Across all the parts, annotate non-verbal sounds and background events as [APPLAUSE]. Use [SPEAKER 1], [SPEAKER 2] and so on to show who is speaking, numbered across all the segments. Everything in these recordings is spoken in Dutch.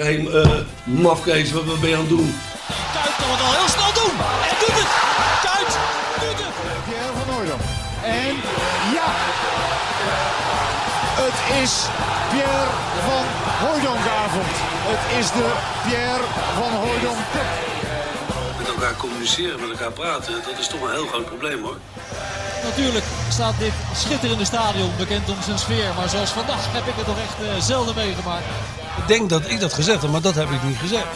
[SPEAKER 1] Hé, eh mafkees, wat, wat ben je aan het doen?
[SPEAKER 2] Kuit kan het al heel snel doen. En doet het. Kuit doet het.
[SPEAKER 3] Pierre van Hooydonk. En ja, het is Pierre van Hooijdonkavond. Het is de Pierre van Hooijdonk Cup.
[SPEAKER 1] Met elkaar communiceren, met elkaar praten, dat is toch een heel groot probleem hoor.
[SPEAKER 2] Natuurlijk staat dit schitterende stadion bekend om zijn sfeer. Maar zoals vandaag heb ik het toch echt eh, zelden meegemaakt.
[SPEAKER 1] Ik denk dat ik dat gezegd heb, maar dat heb ik niet gezegd.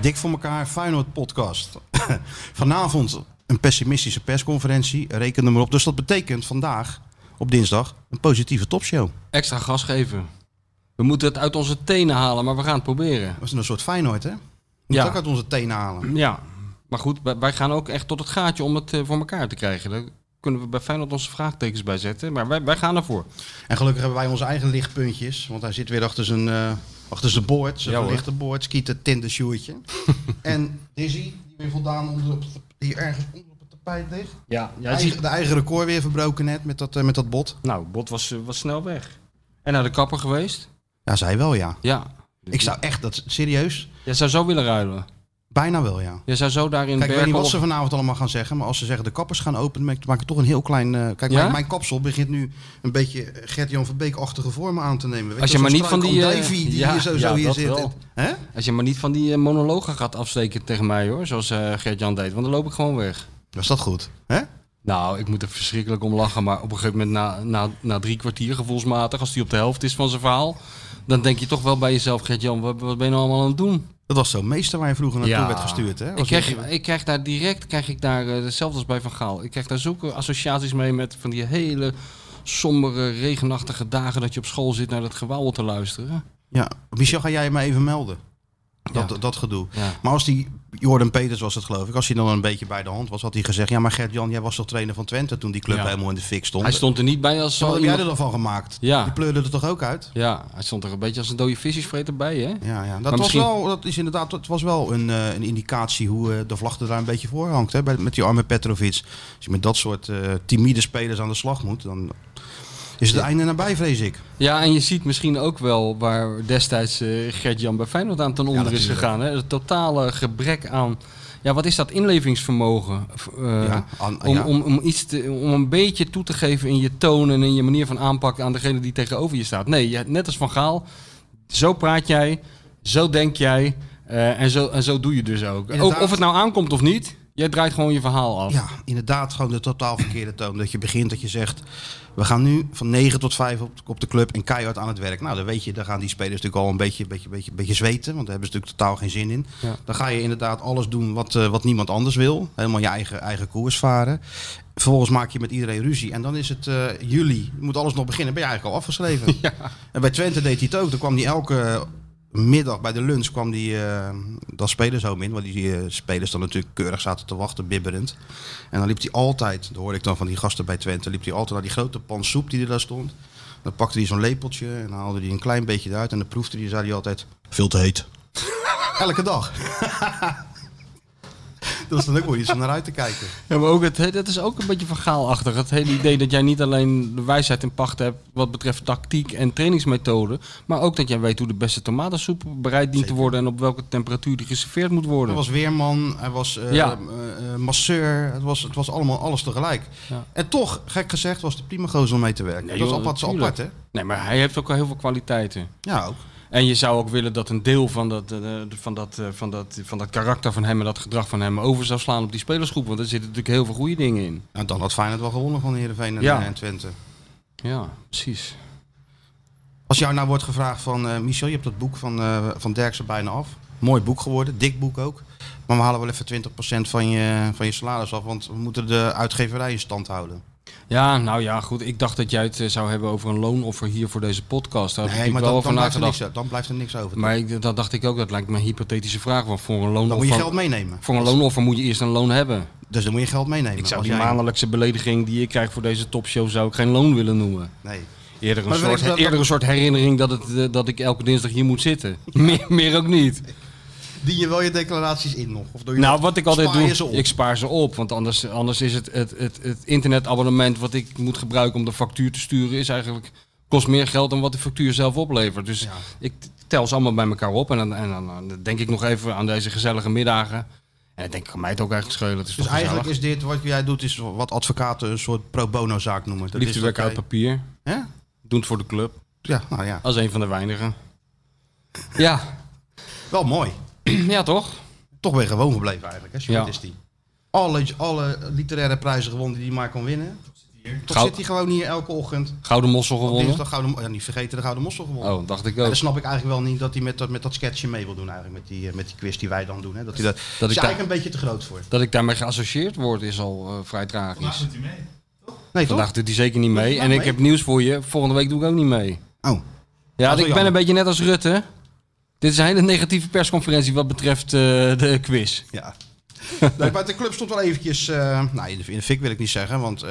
[SPEAKER 4] Dik voor elkaar, Feyenoord podcast. [LAUGHS] Vanavond een pessimistische persconferentie, reken er maar op. Dus dat betekent vandaag, op dinsdag, een positieve topshow.
[SPEAKER 5] extra gas geven. We moeten het uit onze tenen halen, maar we gaan het proberen.
[SPEAKER 4] Dat is een soort Feyenoord, hè? Moet
[SPEAKER 5] Ja.
[SPEAKER 4] ook uit onze tenen halen.
[SPEAKER 5] Ja, maar goed, wij- wij gaan ook echt tot het gaatje om het eh, voor elkaar te krijgen. Daar kunnen we bij Feyenoord onze vraagtekens bij zetten, maar wij, wij gaan ervoor.
[SPEAKER 4] En gelukkig hebben wij onze eigen lichtpuntjes, want hij zit weer achter zijn, eh, achter zijn boord, zijn
[SPEAKER 5] Ja, hoor.
[SPEAKER 4] verlichte boord, skieten, tinder,
[SPEAKER 5] [LAUGHS]
[SPEAKER 4] sjoertje. en Dizzy, die weer voldaan onder op het- die ergens onder op het tapijt ligt.
[SPEAKER 5] Ja,
[SPEAKER 4] De eigen, de eigen record weer verbroken net met dat, eh, met dat bot.
[SPEAKER 5] Nou, Bot was, eh, was snel weg. En naar de kapper geweest.
[SPEAKER 4] Ja, zij wel, ja.
[SPEAKER 5] Ja.
[SPEAKER 4] Ik zou echt, dat serieus,
[SPEAKER 5] Jij zou zo willen ruilen.
[SPEAKER 4] bijna wel, ja.
[SPEAKER 5] Jij zou zo daarin
[SPEAKER 4] Kijk, ik weet niet
[SPEAKER 5] Berkel
[SPEAKER 4] wat ze
[SPEAKER 5] op-
[SPEAKER 4] vanavond allemaal gaan zeggen, maar als ze zeggen de kappers gaan open, maak maak ik toch een heel klein... eh, kijk,
[SPEAKER 5] Ja?
[SPEAKER 4] mijn, mijn kapsel begint nu een beetje Gert-Jan van Beek-achtige vormen aan te nemen. Weet
[SPEAKER 5] Als je
[SPEAKER 4] wel,
[SPEAKER 5] maar
[SPEAKER 4] zo'n
[SPEAKER 5] niet van
[SPEAKER 4] Struik
[SPEAKER 5] die,
[SPEAKER 4] om
[SPEAKER 5] eh,
[SPEAKER 4] Davy die
[SPEAKER 5] ja,
[SPEAKER 4] hier zo,
[SPEAKER 5] ja,
[SPEAKER 4] zo hier
[SPEAKER 5] dat
[SPEAKER 4] zit.
[SPEAKER 5] wel.
[SPEAKER 4] Hè?
[SPEAKER 5] Als je maar niet van die eh, monologen gaat afsteken tegen mij hoor, zoals eh Gert-Jan deed, want dan loop ik gewoon weg.
[SPEAKER 4] Was dat goed? Hè?
[SPEAKER 5] Nou, ik moet er verschrikkelijk om lachen. Maar op een gegeven moment, na, na, na drie kwartier gevoelsmatig, als hij op de helft is van zijn verhaal, dan denk je toch wel bij jezelf, Gert-Jan, wat, wat ben je nou allemaal aan het doen?
[SPEAKER 4] Dat was zo'n meester waar je vroeger naartoe werd gestuurd. Hè?
[SPEAKER 5] Ik
[SPEAKER 4] Was
[SPEAKER 5] krijg,
[SPEAKER 4] die-
[SPEAKER 5] ik krijg daar direct, krijg ik daar, eh, hetzelfde als bij Van Gaal, ik krijg daar zulke associaties mee met van die hele sombere, regenachtige dagen dat je op school zit naar dat gewauwel te luisteren.
[SPEAKER 4] ja. Michel, ga jij je maar even melden? Dat,
[SPEAKER 5] Ja.
[SPEAKER 4] dat gedoe.
[SPEAKER 5] Ja.
[SPEAKER 4] Maar als die, Jordan Peters was het geloof ik, als hij dan een beetje bij de hand was, had hij gezegd, ja maar Gert-Jan, jij was toch trainer van Twente toen die club
[SPEAKER 5] Ja.
[SPEAKER 4] helemaal in de fik stond.
[SPEAKER 5] Hij stond er niet bij als
[SPEAKER 4] Wat
[SPEAKER 5] zo
[SPEAKER 4] heb jij er
[SPEAKER 5] iemand...
[SPEAKER 4] dan van gemaakt?
[SPEAKER 5] Ja.
[SPEAKER 4] Die pleurde er toch ook uit?
[SPEAKER 5] Ja, hij stond er een beetje als een dode visjesvreter bij, hè?
[SPEAKER 4] Ja, ja. Dat,
[SPEAKER 5] Maar
[SPEAKER 4] was
[SPEAKER 5] misschien-
[SPEAKER 4] wel, dat is inderdaad dat was wel een, eh, een indicatie hoe eh, de vlag er daar een beetje voor hangt. Hè? bij- Met die arme Petrovic. Als je met dat soort eh, timide spelers aan de slag moet, dan is het einde nabij, vrees ik.
[SPEAKER 5] Ja, en je ziet misschien ook wel waar destijds eh, Gert-Jan bij Feyenoord aan ten onder is
[SPEAKER 4] natuurlijk.
[SPEAKER 5] gegaan. Hè? Het totale gebrek aan... Ja, wat is dat? Inlevingsvermogen. V- eh,
[SPEAKER 4] Ja, aan-
[SPEAKER 5] om,
[SPEAKER 4] ja.
[SPEAKER 5] Om, om, iets te, om een beetje toe te geven in je toon en in je manier van aanpak aan degene die tegenover je staat. Nee, je- net als Van Gaal. Zo praat jij, zo denk jij eh, en, zo, en zo doe je dus ook.
[SPEAKER 4] Inderdaad.
[SPEAKER 5] ook. Of het nou aankomt of niet, jij draait gewoon je verhaal af.
[SPEAKER 4] Ja, inderdaad, gewoon de totaal verkeerde toon. Dat je begint, dat je zegt, we gaan nu van 9 tot 5 op, op de club en keihard aan het werk. Nou, dan weet je, daar gaan die spelers natuurlijk al een beetje, beetje, beetje, beetje zweten, want daar hebben ze natuurlijk totaal geen zin in.
[SPEAKER 5] Ja.
[SPEAKER 4] Dan ga je inderdaad alles doen wat, eh, wat niemand anders wil. Helemaal je eigen, eigen koers varen. Vervolgens maak je met iedereen ruzie. En dan is het eh, juli. Moet alles nog beginnen. Ben je eigenlijk al afgeschreven.
[SPEAKER 5] [LAUGHS]
[SPEAKER 4] En bij Twente deed hij het ook. Dan kwam hij elke middag bij de lunch. kwam die, eh, dat spelershome in. Waar die eh, spelers dan natuurlijk keurig zaten te wachten, bibberend. En dan liep hij altijd. Dat hoorde ik dan van die gasten bij Twente. liep hij altijd naar die grote pan soep die er daar stond. Dan pakte hij zo'n lepeltje. En dan haalde hij een klein beetje eruit. En dan proefde hij. zei hij altijd: Veel te heet. [LAUGHS] Elke dag. [LAUGHS] dat is dan ook wel iets om naar uit te kijken.
[SPEAKER 5] Ja, maar ook het, he- dat is ook een beetje vergaalachtig. Het hele idee dat jij niet alleen de wijsheid in pacht hebt wat betreft tactiek en trainingsmethoden, maar ook dat jij weet hoe de beste tomatensoep bereid dient te worden en op welke temperatuur die geserveerd moet worden.
[SPEAKER 4] Hij was weerman, hij was eh,
[SPEAKER 5] Ja.
[SPEAKER 4] eh, eh, masseur, het was, het was allemaal alles tegelijk.
[SPEAKER 5] Ja.
[SPEAKER 4] En toch, gek gezegd, was de prima gozer om mee te werken.
[SPEAKER 5] Nee,
[SPEAKER 4] dat
[SPEAKER 5] joh,
[SPEAKER 4] is apart, zo
[SPEAKER 5] tuurlijk.
[SPEAKER 4] apart, hè?
[SPEAKER 5] Nee, maar hij heeft ook wel heel veel kwaliteiten.
[SPEAKER 4] Ja, ook.
[SPEAKER 5] En je zou ook willen dat een deel van dat, eh, van, dat, eh, van, dat, van dat karakter van hem en dat gedrag van hem over zou slaan op die spelersgroep, want er zitten natuurlijk heel veel goede dingen in.
[SPEAKER 4] En Nou, dan had Feyenoord wel gewonnen van Heerenveen en, eh,
[SPEAKER 5] Ja.
[SPEAKER 4] en Twente.
[SPEAKER 5] Ja, precies.
[SPEAKER 4] Als jou nou wordt gevraagd van, eh, Michel, je hebt dat boek van, eh van Derksen bijna af. Mooi boek geworden, dik boek ook. Maar we halen wel even 20% van je, van je salaris af, want we moeten de uitgeverij in stand houden.
[SPEAKER 5] Ja, nou ja, goed. Ik dacht dat jij het eh, zou hebben over een loonoffer hier voor deze podcast. Daar had ik
[SPEAKER 4] Nee, maar
[SPEAKER 5] wel
[SPEAKER 4] dan,
[SPEAKER 5] over
[SPEAKER 4] dan, blijft er
[SPEAKER 5] nagedacht.
[SPEAKER 4] niks, dan blijft er niks over.
[SPEAKER 5] Maar ik, dat dacht ik ook, dat lijkt me een hypothetische vraag. Want voor een
[SPEAKER 4] dan moet je
[SPEAKER 5] loonoffer,
[SPEAKER 4] geld meenemen.
[SPEAKER 5] voor een loonoffer moet je eerst een loon hebben.
[SPEAKER 4] Dus dan moet je geld meenemen.
[SPEAKER 5] Ik zou
[SPEAKER 4] Als
[SPEAKER 5] die
[SPEAKER 4] jij-
[SPEAKER 5] maandelijkse belediging die ik krijg voor deze topshow zou ik geen loon willen noemen.
[SPEAKER 4] Nee.
[SPEAKER 5] Eerder een,
[SPEAKER 4] Maar
[SPEAKER 5] soort,
[SPEAKER 4] weet je dat-
[SPEAKER 5] [LAUGHS] eerder een soort herinnering dat, het, eh, dat ik elke dinsdag hier moet zitten. meer, meer ook niet.
[SPEAKER 4] dien je wel je declaraties in nog? Of doe je
[SPEAKER 5] Nou,
[SPEAKER 4] dat-
[SPEAKER 5] wat ik altijd
[SPEAKER 4] spaar
[SPEAKER 5] doe,
[SPEAKER 4] je ze op?
[SPEAKER 5] ik spaar ze op. Want anders, anders is het, het, het, het internetabonnement wat ik moet gebruiken om de factuur te sturen, is eigenlijk, kost meer geld dan wat de factuur zelf oplevert. Dus ik tel ze allemaal bij elkaar op. En dan, en dan, dan denk ik nog even aan deze gezellige middagen. En dan denk ik, kan mij het ook eigenlijk schelen. Het is
[SPEAKER 4] Dus
[SPEAKER 5] toch
[SPEAKER 4] eigenlijk
[SPEAKER 5] gezellig.
[SPEAKER 4] is dit wat jij doet, is wat advocaten een soort pro bono zaak noemen. Dat is
[SPEAKER 5] Liefdewerk
[SPEAKER 4] dat
[SPEAKER 5] uit
[SPEAKER 4] jij-
[SPEAKER 5] papier.
[SPEAKER 4] Hè?
[SPEAKER 5] Doen het voor de club.
[SPEAKER 4] Ja, nou ja.
[SPEAKER 5] Als een van de weinigen. Ja, [CLEARS THROAT]
[SPEAKER 4] Wel mooi.
[SPEAKER 5] ja toch?
[SPEAKER 4] Toch weer gewoon gebleven eigenlijk, hè?
[SPEAKER 5] Ja.
[SPEAKER 4] Sjoerd is die. Alle, alle literaire prijzen gewonnen die hij maar kon winnen. Toch
[SPEAKER 5] Goud-
[SPEAKER 4] zit hij gewoon hier elke ochtend.
[SPEAKER 5] Gouden mossel gewonnen.
[SPEAKER 4] Dinsdag Gouden, Mo- ja, niet vergeten de Gouden Mossel gewonnen.
[SPEAKER 5] Oh, dacht ik
[SPEAKER 4] En
[SPEAKER 5] ook.
[SPEAKER 4] dan snap ik eigenlijk wel niet dat hij met dat, met dat sketchje mee wil doen eigenlijk. Met die, eh, met die quiz die wij dan doen. Hè? Dat hij dat,
[SPEAKER 5] Dat
[SPEAKER 4] is
[SPEAKER 5] ik
[SPEAKER 4] eigenlijk een beetje te groot voor.
[SPEAKER 5] Dat ik daarmee geassocieerd word is al eh, vrij tragisch.
[SPEAKER 4] Nee, toch?
[SPEAKER 5] Vandaag doet hij zeker niet mee. En ik heb nieuws voor je. Volgende week doe ik ook niet mee.
[SPEAKER 4] Oh,
[SPEAKER 5] Ja,
[SPEAKER 4] wel
[SPEAKER 5] ik ben
[SPEAKER 4] jammer.
[SPEAKER 5] een beetje net als Rutte. Dit is een hele negatieve persconferentie wat betreft eh, de quiz.
[SPEAKER 4] ja. [LAUGHS] nee, maar de club stond wel eventjes... eh, nou, in de, in de fik wil ik niet zeggen, want... eh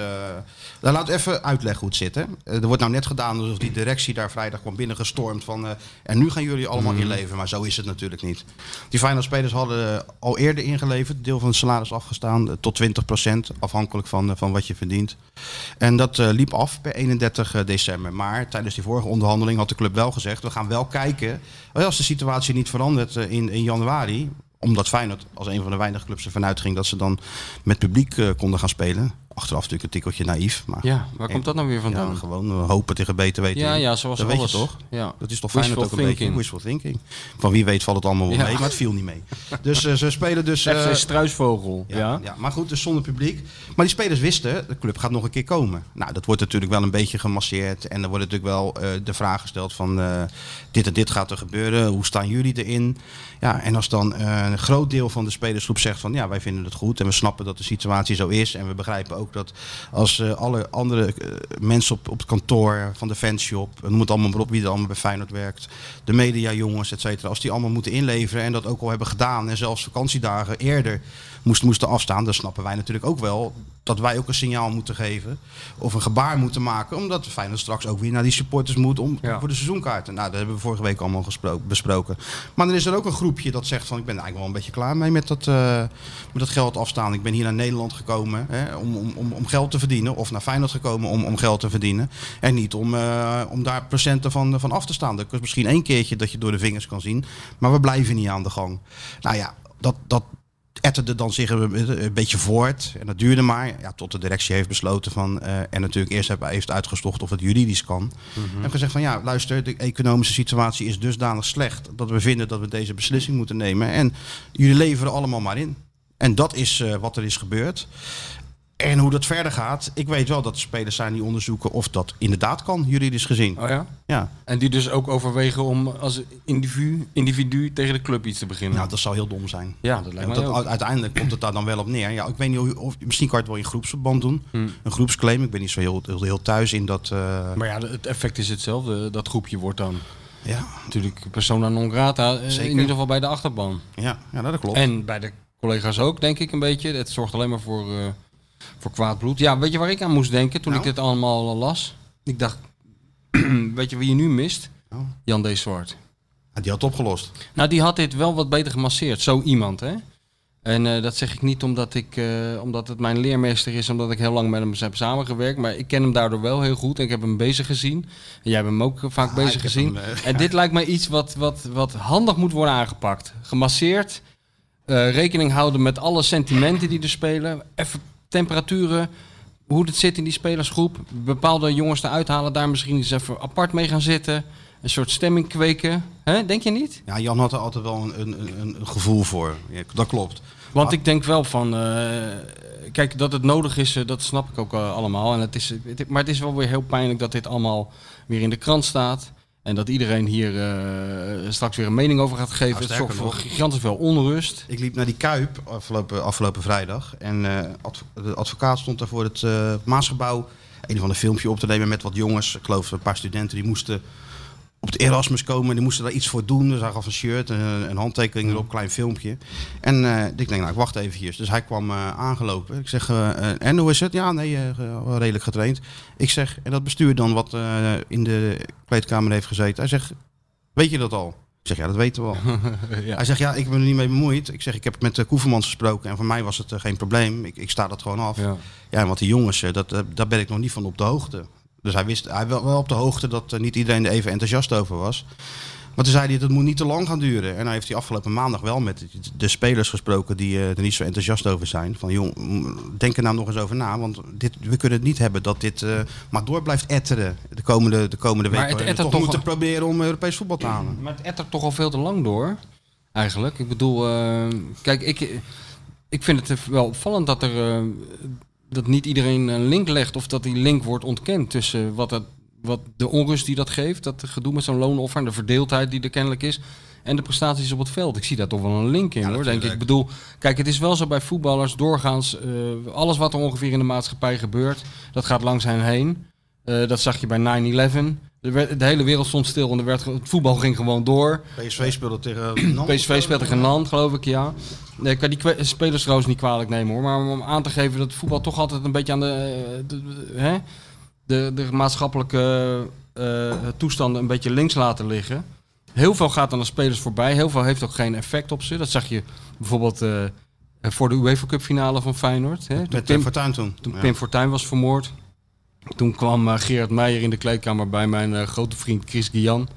[SPEAKER 4] nou, laat even uitleggen hoe het zit, hè. Eh, er wordt nou net gedaan alsof die directie daar vrijdag kwam binnengestormd van... eh, en nu gaan jullie allemaal inleveren, maar zo is het natuurlijk niet. Die final spelers hadden eh, al eerder ingeleverd, deel van het salaris afgestaan... eh, tot 20%, afhankelijk van, eh, van wat je verdient. En dat eh, liep af per 31 december. Maar tijdens die vorige onderhandeling had de club wel gezegd... we gaan wel kijken, eh, als de situatie niet verandert eh, in, in januari... omdat Feyenoord als een van de weinige clubs ervan uitging... dat ze dan met publiek eh, konden gaan spelen. Achteraf natuurlijk een tikkeltje naïef. Maar
[SPEAKER 5] Ja, waar komt dat nou weer
[SPEAKER 4] ja,
[SPEAKER 5] vandaan?
[SPEAKER 4] gewoon eh, hopen tegen beter weten.
[SPEAKER 5] Ja,
[SPEAKER 4] in.
[SPEAKER 5] ja, zoals
[SPEAKER 4] dat
[SPEAKER 5] alles.
[SPEAKER 4] weet je toch?
[SPEAKER 5] Ja.
[SPEAKER 4] Dat is toch
[SPEAKER 5] Wishful
[SPEAKER 4] Feyenoord ook een
[SPEAKER 5] thinking.
[SPEAKER 4] beetje wishful thinking. Van wie weet valt het allemaal wel
[SPEAKER 5] Ja.
[SPEAKER 4] mee, maar het viel niet
[SPEAKER 5] [LAUGHS]
[SPEAKER 4] mee. Dus eh, ze spelen dus... eh,
[SPEAKER 5] FC Struisvogel.
[SPEAKER 4] ja, ja.
[SPEAKER 5] Ja.
[SPEAKER 4] maar goed, dus zonder publiek. Maar die spelers wisten, de club gaat nog een keer komen. Nou, dat wordt natuurlijk wel een beetje gemasseerd. En er wordt natuurlijk wel eh, de vraag gesteld van eh, dit en dit gaat er gebeuren. Hoe staan jullie erin? Ja, en als dan eh, een groot deel van de spelersgroep zegt van ja, wij vinden het goed. En we snappen dat de situatie zo is. En we begrijpen ook dat als eh, alle andere eh, mensen op, op het kantoor van de fanshop. Het moet allemaal maar op wie er allemaal bij Feyenoord werkt. De mediajongens, et cetera. Als die allemaal moeten inleveren en dat ook al hebben gedaan. En zelfs vakantiedagen eerder moest, moesten afstaan. Dan snappen wij natuurlijk ook wel dat wij ook een signaal moeten geven. Of een gebaar moeten maken. Omdat Feyenoord straks ook weer naar die supporters moet om,
[SPEAKER 5] Ja.
[SPEAKER 4] voor de seizoenkaarten. Nou, dat hebben we vorige week allemaal gespro- besproken. Maar dan is er ook een groepje dat zegt van ik ben er eigenlijk wel een beetje klaar mee met dat, eh, met dat geld afstaan. Ik ben hier naar Nederland gekomen hè, om, om, om, om geld te verdienen. Of naar Feyenoord gekomen om, om geld te verdienen. En niet om, eh, om daar procenten van, van af te staan. Dat is misschien één keertje dat je door de vingers kan zien. Maar we blijven niet aan de gang. Nou ja, dat, dat, etterde dan zich een, een beetje voort. En dat duurde maar. Ja, tot de directie heeft besloten van. eh, en natuurlijk eerst heb- heeft uitgestocht of het juridisch kan. En heeft gezegd van ja, luister, de economische situatie is dusdanig slecht. dat we vinden dat we deze beslissing moeten nemen. En jullie leveren allemaal maar in. En dat is eh, wat er is gebeurd. En hoe dat verder gaat, ik weet wel dat er spelers zijn die onderzoeken of dat inderdaad kan, juridisch gezien.
[SPEAKER 5] Oh ja?
[SPEAKER 4] Ja,
[SPEAKER 5] En die dus ook overwegen om als individu, individu tegen de club iets te beginnen.
[SPEAKER 4] nou, dat zou heel dom zijn.
[SPEAKER 5] ja, dat lijkt me
[SPEAKER 4] Want dat-
[SPEAKER 5] ook.
[SPEAKER 4] u- uiteindelijk komt het daar dan wel op neer. Ja, ik weet niet of, of- misschien kan je het wel in groepsverband doen. Een groepsclaim. Ik ben niet zo heel, heel, heel thuis in dat. eh,
[SPEAKER 5] Hm. Maar ja, het effect is hetzelfde. Dat groepje wordt dan
[SPEAKER 4] ja,
[SPEAKER 5] natuurlijk persona non grata. eh,
[SPEAKER 4] Zeker.
[SPEAKER 5] In ieder geval bij de achterban.
[SPEAKER 4] ja, ja, dat klopt.
[SPEAKER 5] En bij de collega's ook, denk ik een beetje. Het zorgt alleen maar voor, eh, voor kwaad bloed. Ja, weet je waar ik aan moest denken toen
[SPEAKER 4] Nou?
[SPEAKER 5] ik dit allemaal eh, las? Ik dacht, [CLEARS THROAT] weet je wie je nu mist?
[SPEAKER 4] Nou.
[SPEAKER 5] Jan D. Zwart.
[SPEAKER 4] Ja, die had het opgelost.
[SPEAKER 5] Nou, die had dit wel wat beter gemasseerd. Zo iemand, hè? En eh, dat zeg ik niet omdat, ik, eh, omdat het mijn leermeester is, omdat ik heel lang met hem heb samengewerkt. Maar ik ken hem daardoor wel heel goed en ik heb hem bezig gezien. En jij hebt hem ook eh, vaak
[SPEAKER 4] Ah,
[SPEAKER 5] bezig
[SPEAKER 4] ik heb
[SPEAKER 5] gezien.
[SPEAKER 4] hem, eh,
[SPEAKER 5] en dit lijkt mij iets wat, wat, wat handig moet worden aangepakt. Gemasseerd, eh, rekening houden met alle sentimenten die er spelen. Even temperaturen, hoe het zit in die spelersgroep. Bepaalde jongens eruit halen, daar misschien eens even apart mee gaan zitten. Een soort stemming kweken. Hè, denk je niet?
[SPEAKER 4] Ja, Jan had er altijd wel een, een, een, een gevoel voor. Ja, dat klopt.
[SPEAKER 5] Want ik denk wel van. eh, kijk, dat het nodig is, eh, dat snap ik ook eh, allemaal. En het is, het- maar het is wel weer heel pijnlijk dat dit allemaal weer in de krant staat. En dat iedereen hier eh, straks weer een mening over gaat geven.
[SPEAKER 4] Nou,
[SPEAKER 5] het
[SPEAKER 4] sterker
[SPEAKER 5] zorgt voor
[SPEAKER 4] nog.
[SPEAKER 5] gigantisch veel onrust.
[SPEAKER 4] Ik liep naar die Kuip afgelopen, afgelopen vrijdag. En eh, adv- de advocaat stond daar voor het eh, Maasgebouw. Een van de filmpje op te nemen met wat jongens. Ik geloof een paar studenten die moesten op het Erasmus komen. Die moesten daar iets voor doen. Dus hij gaf een shirt, een, een handtekening erop, een klein filmpje. En eh, ik denk, nou, ik wacht even hier. Dus hij kwam eh, aangelopen. Ik zeg, eh, eh, en hoe is het? Ja, nee, eh, ge- wel redelijk getraind. Ik zeg, en dat bestuur dan wat eh, in de kleedkamer heeft gezeten. Hij zegt, weet je dat al? Ik zeg, ja, dat weten we al. Hij zegt, ja, ik ben er niet mee bemoeid. Ik zeg, ik heb met eh Koevermans gesproken en voor mij was het eh, geen probleem. Ik, ik sta dat gewoon af.
[SPEAKER 5] Ja.
[SPEAKER 4] Ja, want die jongens, eh, dat, eh, daar ben ik nog niet van op de hoogte. Dus hij wist, hij wel, wel op de hoogte dat eh, niet iedereen er even enthousiast over was. Maar toen zei hij, dat moet niet te lang gaan duren. En hij heeft die afgelopen maandag wel met de spelers gesproken die eh, er niet zo enthousiast over zijn. Van, jong, mm, denk er nou nog eens over na. Want dit, we kunnen het niet hebben dat dit eh, maar door blijft etteren de komende, de komende
[SPEAKER 5] Maar
[SPEAKER 4] weken.
[SPEAKER 5] het
[SPEAKER 4] We
[SPEAKER 5] ettert
[SPEAKER 4] toch
[SPEAKER 5] toch
[SPEAKER 4] moeten
[SPEAKER 5] al-
[SPEAKER 4] proberen om Europees voetbal te halen.
[SPEAKER 5] Maar het ettert toch al veel te lang door, eigenlijk. Ik bedoel, eh, kijk, ik, ik vind het wel opvallend dat er eh, dat niet iedereen een link legt of dat die link wordt ontkend tussen wat, het, wat de onrust die dat geeft, dat gedoe met zo'n loonoffer en de verdeeldheid die er kennelijk is. En de prestaties op het veld. Ik zie daar toch wel een link in hoor, denk ik. Ik bedoel, kijk, het is wel zo bij voetballers doorgaans. eh, alles wat er ongeveer in de maatschappij gebeurt, dat gaat langs hen heen. Eh, dat zag je bij 9-11. Er werd- De hele wereld stond stil en er werd, ge- het voetbal ging gewoon door.
[SPEAKER 4] PSV speelde
[SPEAKER 5] [CLEARS THROAT]
[SPEAKER 4] tegen Nantes.
[SPEAKER 5] PSV speelt tegen Nant, geloof ik, ja. Nee, ik kan die kwe- spelers trouwens niet kwalijk nemen hoor. Maar om aan te geven dat voetbal toch altijd een beetje aan de, eh, de, de- hè? de, de maatschappelijke eh, toestanden een beetje links laten liggen. Heel veel gaat aan de spelers voorbij. Heel veel heeft ook geen effect op ze. Dat zag je bijvoorbeeld eh, voor de UEFA Cup finale van Feyenoord. Hè? Toen
[SPEAKER 4] Met Tim
[SPEAKER 5] Pim-
[SPEAKER 4] Fortuyn toen.
[SPEAKER 5] toen
[SPEAKER 4] Ja.
[SPEAKER 5] Pim Fortuyn was vermoord. Toen kwam eh, Gerard Meijer in de kleedkamer bij mijn eh, grote vriend Chris Guyan.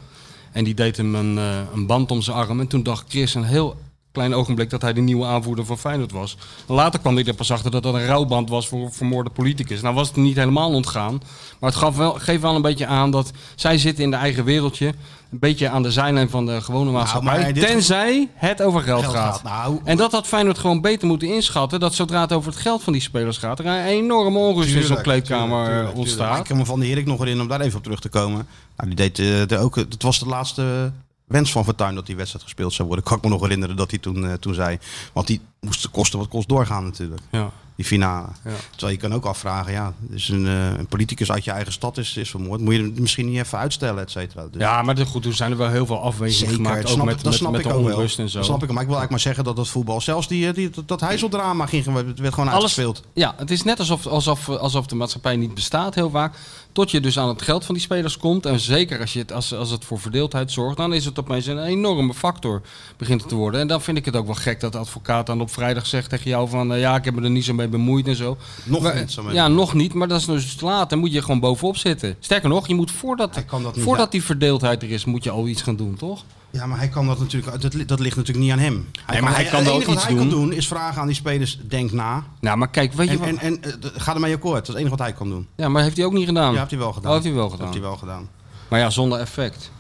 [SPEAKER 5] En die deed hem een, eh, een band om zijn arm. En toen dacht Chris een heel klein ogenblik dat hij de nieuwe aanvoerder van Feyenoord was. Later kwam hij er pas achter dat dat een rouwband was voor een vermoorde politicus. Nou was het niet helemaal ontgaan. Maar het gaf wel, geeft wel een beetje aan dat zij zitten in de eigen wereldje. Een beetje aan de zijlijn van de gewone maatschappij.
[SPEAKER 4] Nou, maar dit-
[SPEAKER 5] tenzij het over geld,
[SPEAKER 4] Geld
[SPEAKER 5] gaat.
[SPEAKER 4] gaat. Nou,
[SPEAKER 5] En dat had Feyenoord gewoon beter moeten inschatten. Dat zodra het over het geld van die spelers gaat, er een enorme onrust in zo'n
[SPEAKER 4] Tuurlijk,
[SPEAKER 5] kleedkamer
[SPEAKER 4] tuurlijk, tuurlijk, tuurlijk. Maar Ik
[SPEAKER 5] ontstaat.
[SPEAKER 4] kan me van de Herik nog erin om daar even op terug te komen. Nou, die deed, eh, de, ook, het was de laatste wens van Fortuyn dat die wedstrijd gespeeld zou worden. Kan ik me nog herinneren dat hij toen, eh, toen zei. Want die moest de kosten wat kost doorgaan natuurlijk.
[SPEAKER 5] Ja.
[SPEAKER 4] Die finale.
[SPEAKER 5] Ja.
[SPEAKER 4] Terwijl je kan ook afvragen, ja, dus een, eh, een politicus uit je eigen stad is, is vermoord. Moet je hem misschien niet even uitstellen, et cetera. Dus-
[SPEAKER 5] ja, maar goed, toen zijn er wel heel veel afwegingen
[SPEAKER 4] Zeker,
[SPEAKER 5] gemaakt.
[SPEAKER 4] dat
[SPEAKER 5] Ook
[SPEAKER 4] snap,
[SPEAKER 5] met,
[SPEAKER 4] ik- dat
[SPEAKER 5] met,
[SPEAKER 4] snap
[SPEAKER 5] met
[SPEAKER 4] ik
[SPEAKER 5] de
[SPEAKER 4] ook wel.
[SPEAKER 5] onrust en zo.
[SPEAKER 4] Dat snap ik, maar ik wil eigenlijk maar zeggen dat dat voetbal, zelfs die, eh, die, dat, dat heizeldrama ging, gewoon- het werd gewoon uitgespeeld.
[SPEAKER 5] Ja, het is net alsof, alsof, alsof de maatschappij niet bestaat, heel vaak. Tot je dus aan het geld van die spelers komt. En zeker als, je het, als, als het voor verdeeldheid zorgt, dan is het opeens een enorme factor begint het te worden. En dan vind ik het ook wel gek dat de advocaat dan op vrijdag zegt tegen jou van... eh, ja, ik heb me er niet zo mee bemoeid en zo.
[SPEAKER 4] Nog
[SPEAKER 5] Maar,
[SPEAKER 4] niet zo mee
[SPEAKER 5] Ja, nog niet, maar dat is dus te laat. Dan moet je gewoon bovenop zitten. Sterker nog, je moet voordat,
[SPEAKER 4] Hij kan dat niet,
[SPEAKER 5] voordat
[SPEAKER 4] ja.
[SPEAKER 5] die verdeeldheid er is, moet je al iets gaan doen, toch?
[SPEAKER 4] Ja, maar hij kan dat natuurlijk. Dat, li- dat ligt natuurlijk niet aan hem. Hij
[SPEAKER 5] maar hij kan
[SPEAKER 4] het
[SPEAKER 5] wel
[SPEAKER 4] enige wat
[SPEAKER 5] iets
[SPEAKER 4] hij kan
[SPEAKER 5] doen.
[SPEAKER 4] doen is vragen aan die spelers: denk na.
[SPEAKER 5] Nou, maar kijk, weet je
[SPEAKER 4] En,
[SPEAKER 5] wat...
[SPEAKER 4] en, en eh, d- ga ermee akkoord. Dat is het enige wat hij kan doen.
[SPEAKER 5] ja, maar heeft hij ook niet gedaan?
[SPEAKER 4] Ja, heeft hij wel gedaan.
[SPEAKER 5] Oh, heeft hij wel
[SPEAKER 4] Heeft
[SPEAKER 5] gedaan.
[SPEAKER 4] hij wel gedaan.
[SPEAKER 5] Maar ja, zonder effect.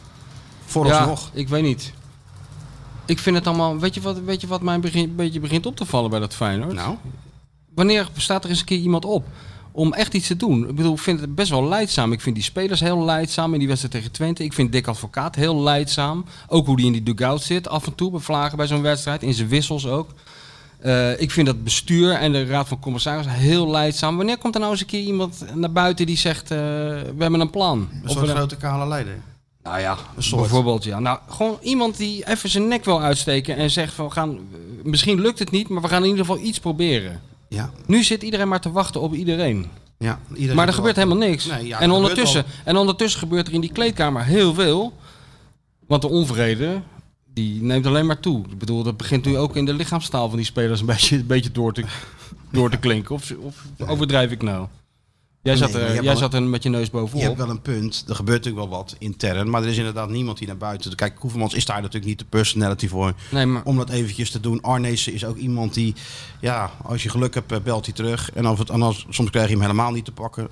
[SPEAKER 4] Vooralsnog.
[SPEAKER 5] Ja, ik weet niet. Ik vind het allemaal... Weet je wat, weet je wat mij begin, een beetje begint op te vallen bij dat Feyenoord?
[SPEAKER 4] Nou,
[SPEAKER 5] Wanneer staat er eens een keer iemand op om echt iets te doen? Ik bedoel, ik vind het best wel leidzaam. Ik vind die spelers heel leidzaam in die wedstrijd tegen Twente. Ik vind Dick Advocaat heel leidzaam. Ook hoe die in die dugout zit, af en toe bevlagen bij zo'n wedstrijd. In zijn wissels ook. Eh, ik vind dat bestuur en de raad van commissarissen heel leidzaam. Wanneer komt er nou eens een keer iemand naar buiten die zegt... eh, we hebben een plan.
[SPEAKER 4] een
[SPEAKER 5] Of
[SPEAKER 4] soort
[SPEAKER 5] we-
[SPEAKER 4] grote kale leider.
[SPEAKER 5] nou ja,
[SPEAKER 4] soort.
[SPEAKER 5] bijvoorbeeld ja. Nou, gewoon iemand die even zijn nek wil uitsteken en zegt van... We gaan, misschien lukt het niet, maar we gaan in ieder geval iets proberen.
[SPEAKER 4] Ja,
[SPEAKER 5] Nu zit iedereen maar te wachten op iedereen.
[SPEAKER 4] ja. iedereen
[SPEAKER 5] Maar er
[SPEAKER 4] wil
[SPEAKER 5] gebeurt
[SPEAKER 4] wel-
[SPEAKER 5] helemaal niks.
[SPEAKER 4] Nee, ja, er
[SPEAKER 5] en,
[SPEAKER 4] gebeurt
[SPEAKER 5] ondertussen, en ondertussen gebeurt er in die kleedkamer heel veel. Want de onvrede, die neemt alleen maar toe. Ik bedoel, dat begint nu ook in de lichaamstaal van die spelers een beetje, een beetje door, te, door te klinken. Of, of overdrijf ik nou? Jij,
[SPEAKER 4] Nee,
[SPEAKER 5] zat,
[SPEAKER 4] maar je
[SPEAKER 5] er,
[SPEAKER 4] hebt
[SPEAKER 5] jij
[SPEAKER 4] wel-
[SPEAKER 5] zat er met je neus
[SPEAKER 4] Je hebt
[SPEAKER 5] bovenop.
[SPEAKER 4] wel een punt. Er gebeurt natuurlijk wel wat intern. Maar er is inderdaad niemand die naar buiten. Kijk, Koevermans is daar natuurlijk niet de personality voor.
[SPEAKER 5] Nee, maar...
[SPEAKER 4] Om dat eventjes te doen. Arnezen is ook iemand die, ja, als je geluk hebt, eh, belt hij terug. En als het, anders, soms krijg je hem helemaal niet te pakken.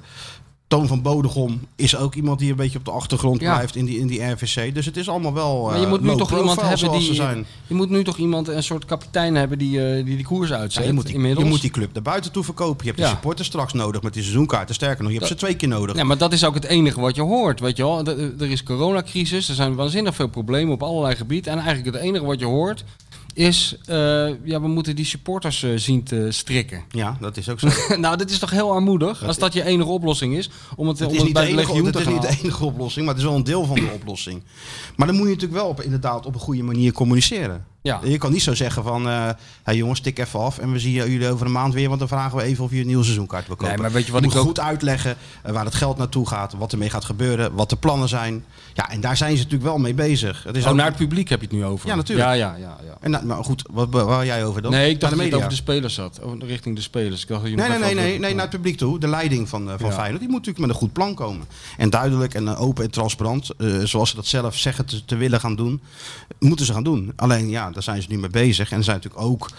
[SPEAKER 4] Toon van Bodegom is ook iemand die een beetje op de achtergrond
[SPEAKER 5] Ja.
[SPEAKER 4] blijft in die, in die RVC. Dus het is allemaal wel.
[SPEAKER 5] Maar je
[SPEAKER 4] eh,
[SPEAKER 5] moet nu
[SPEAKER 4] low
[SPEAKER 5] toch
[SPEAKER 4] profile
[SPEAKER 5] iemand hebben
[SPEAKER 4] zoals
[SPEAKER 5] die.
[SPEAKER 4] ze zijn.
[SPEAKER 5] Je moet nu toch iemand, een soort kapitein hebben die eh, die, die koers
[SPEAKER 4] Ja,
[SPEAKER 5] uitzet.
[SPEAKER 4] je, moet die, je
[SPEAKER 5] inmiddels.
[SPEAKER 4] moet die club naar buiten toe verkopen. Je hebt
[SPEAKER 5] Ja.
[SPEAKER 4] die supporters straks nodig met die seizoenkaarten. Sterker nog, je hebt
[SPEAKER 5] Dat-
[SPEAKER 4] ze twee keer nodig.
[SPEAKER 5] Ja, maar dat is ook het enige wat je hoort. Weet je wel, D- er is coronacrisis, er zijn waanzinnig veel problemen op allerlei gebieden. En eigenlijk het enige wat je hoort is, eh, ja, we moeten die supporters eh, zien te strikken. [LAUGHS]
[SPEAKER 4] Ja, dat is ook zo.
[SPEAKER 5] nou, dit is toch heel armoedig als dat je enige oplossing is om het,
[SPEAKER 4] Het
[SPEAKER 5] om
[SPEAKER 4] is,
[SPEAKER 5] het
[SPEAKER 4] niet
[SPEAKER 5] bij
[SPEAKER 4] de
[SPEAKER 5] het
[SPEAKER 4] enige,
[SPEAKER 5] legioen
[SPEAKER 4] het
[SPEAKER 5] te
[SPEAKER 4] is
[SPEAKER 5] gaan
[SPEAKER 4] niet de
[SPEAKER 5] halen.
[SPEAKER 4] enige
[SPEAKER 5] [CLEARS THROAT]
[SPEAKER 4] oplossing, maar het is wel een deel van de oplossing. Maar dan moet je natuurlijk wel op, inderdaad op een goede manier communiceren.
[SPEAKER 5] Ja.
[SPEAKER 4] Je kan niet zo zeggen van, eh hey jongens, tik even af en we zien jullie over een maand weer, want dan vragen we even of je een nieuwe seizoenkaart wil kopen.
[SPEAKER 5] Nee, maar weet je wat
[SPEAKER 4] moet
[SPEAKER 5] ik ook-
[SPEAKER 4] goed uitleggen eh, waar het geld naartoe gaat, wat ermee gaat gebeuren, wat de plannen zijn. Ja, en daar zijn ze natuurlijk wel mee bezig. Het is
[SPEAKER 5] Oh,
[SPEAKER 4] ook-
[SPEAKER 5] naar het publiek heb je het nu over.
[SPEAKER 4] Ja, natuurlijk.
[SPEAKER 5] Ja, ja, ja. ja.
[SPEAKER 4] en, nou, maar goed, wat waar waar jij over dan?
[SPEAKER 5] Nee, ik dacht
[SPEAKER 4] Naar
[SPEAKER 5] dat
[SPEAKER 4] de
[SPEAKER 5] je het over
[SPEAKER 4] media.
[SPEAKER 5] de spelers zat. Over- richting de spelers. Ik dacht dat je
[SPEAKER 4] Nee,
[SPEAKER 5] nog
[SPEAKER 4] nee, nee,
[SPEAKER 5] even
[SPEAKER 4] nee,
[SPEAKER 5] over-
[SPEAKER 4] nee, naar het publiek toe. De leiding van, eh, van
[SPEAKER 5] Ja.
[SPEAKER 4] Feyenoord. Die moet natuurlijk met een goed plan komen. En duidelijk en eh, open en transparant, eh, zoals ze dat zelf zeggen te, te willen gaan doen, moeten ze gaan doen. Alleen ja, daar zijn ze nu mee bezig. En ze zijn natuurlijk ook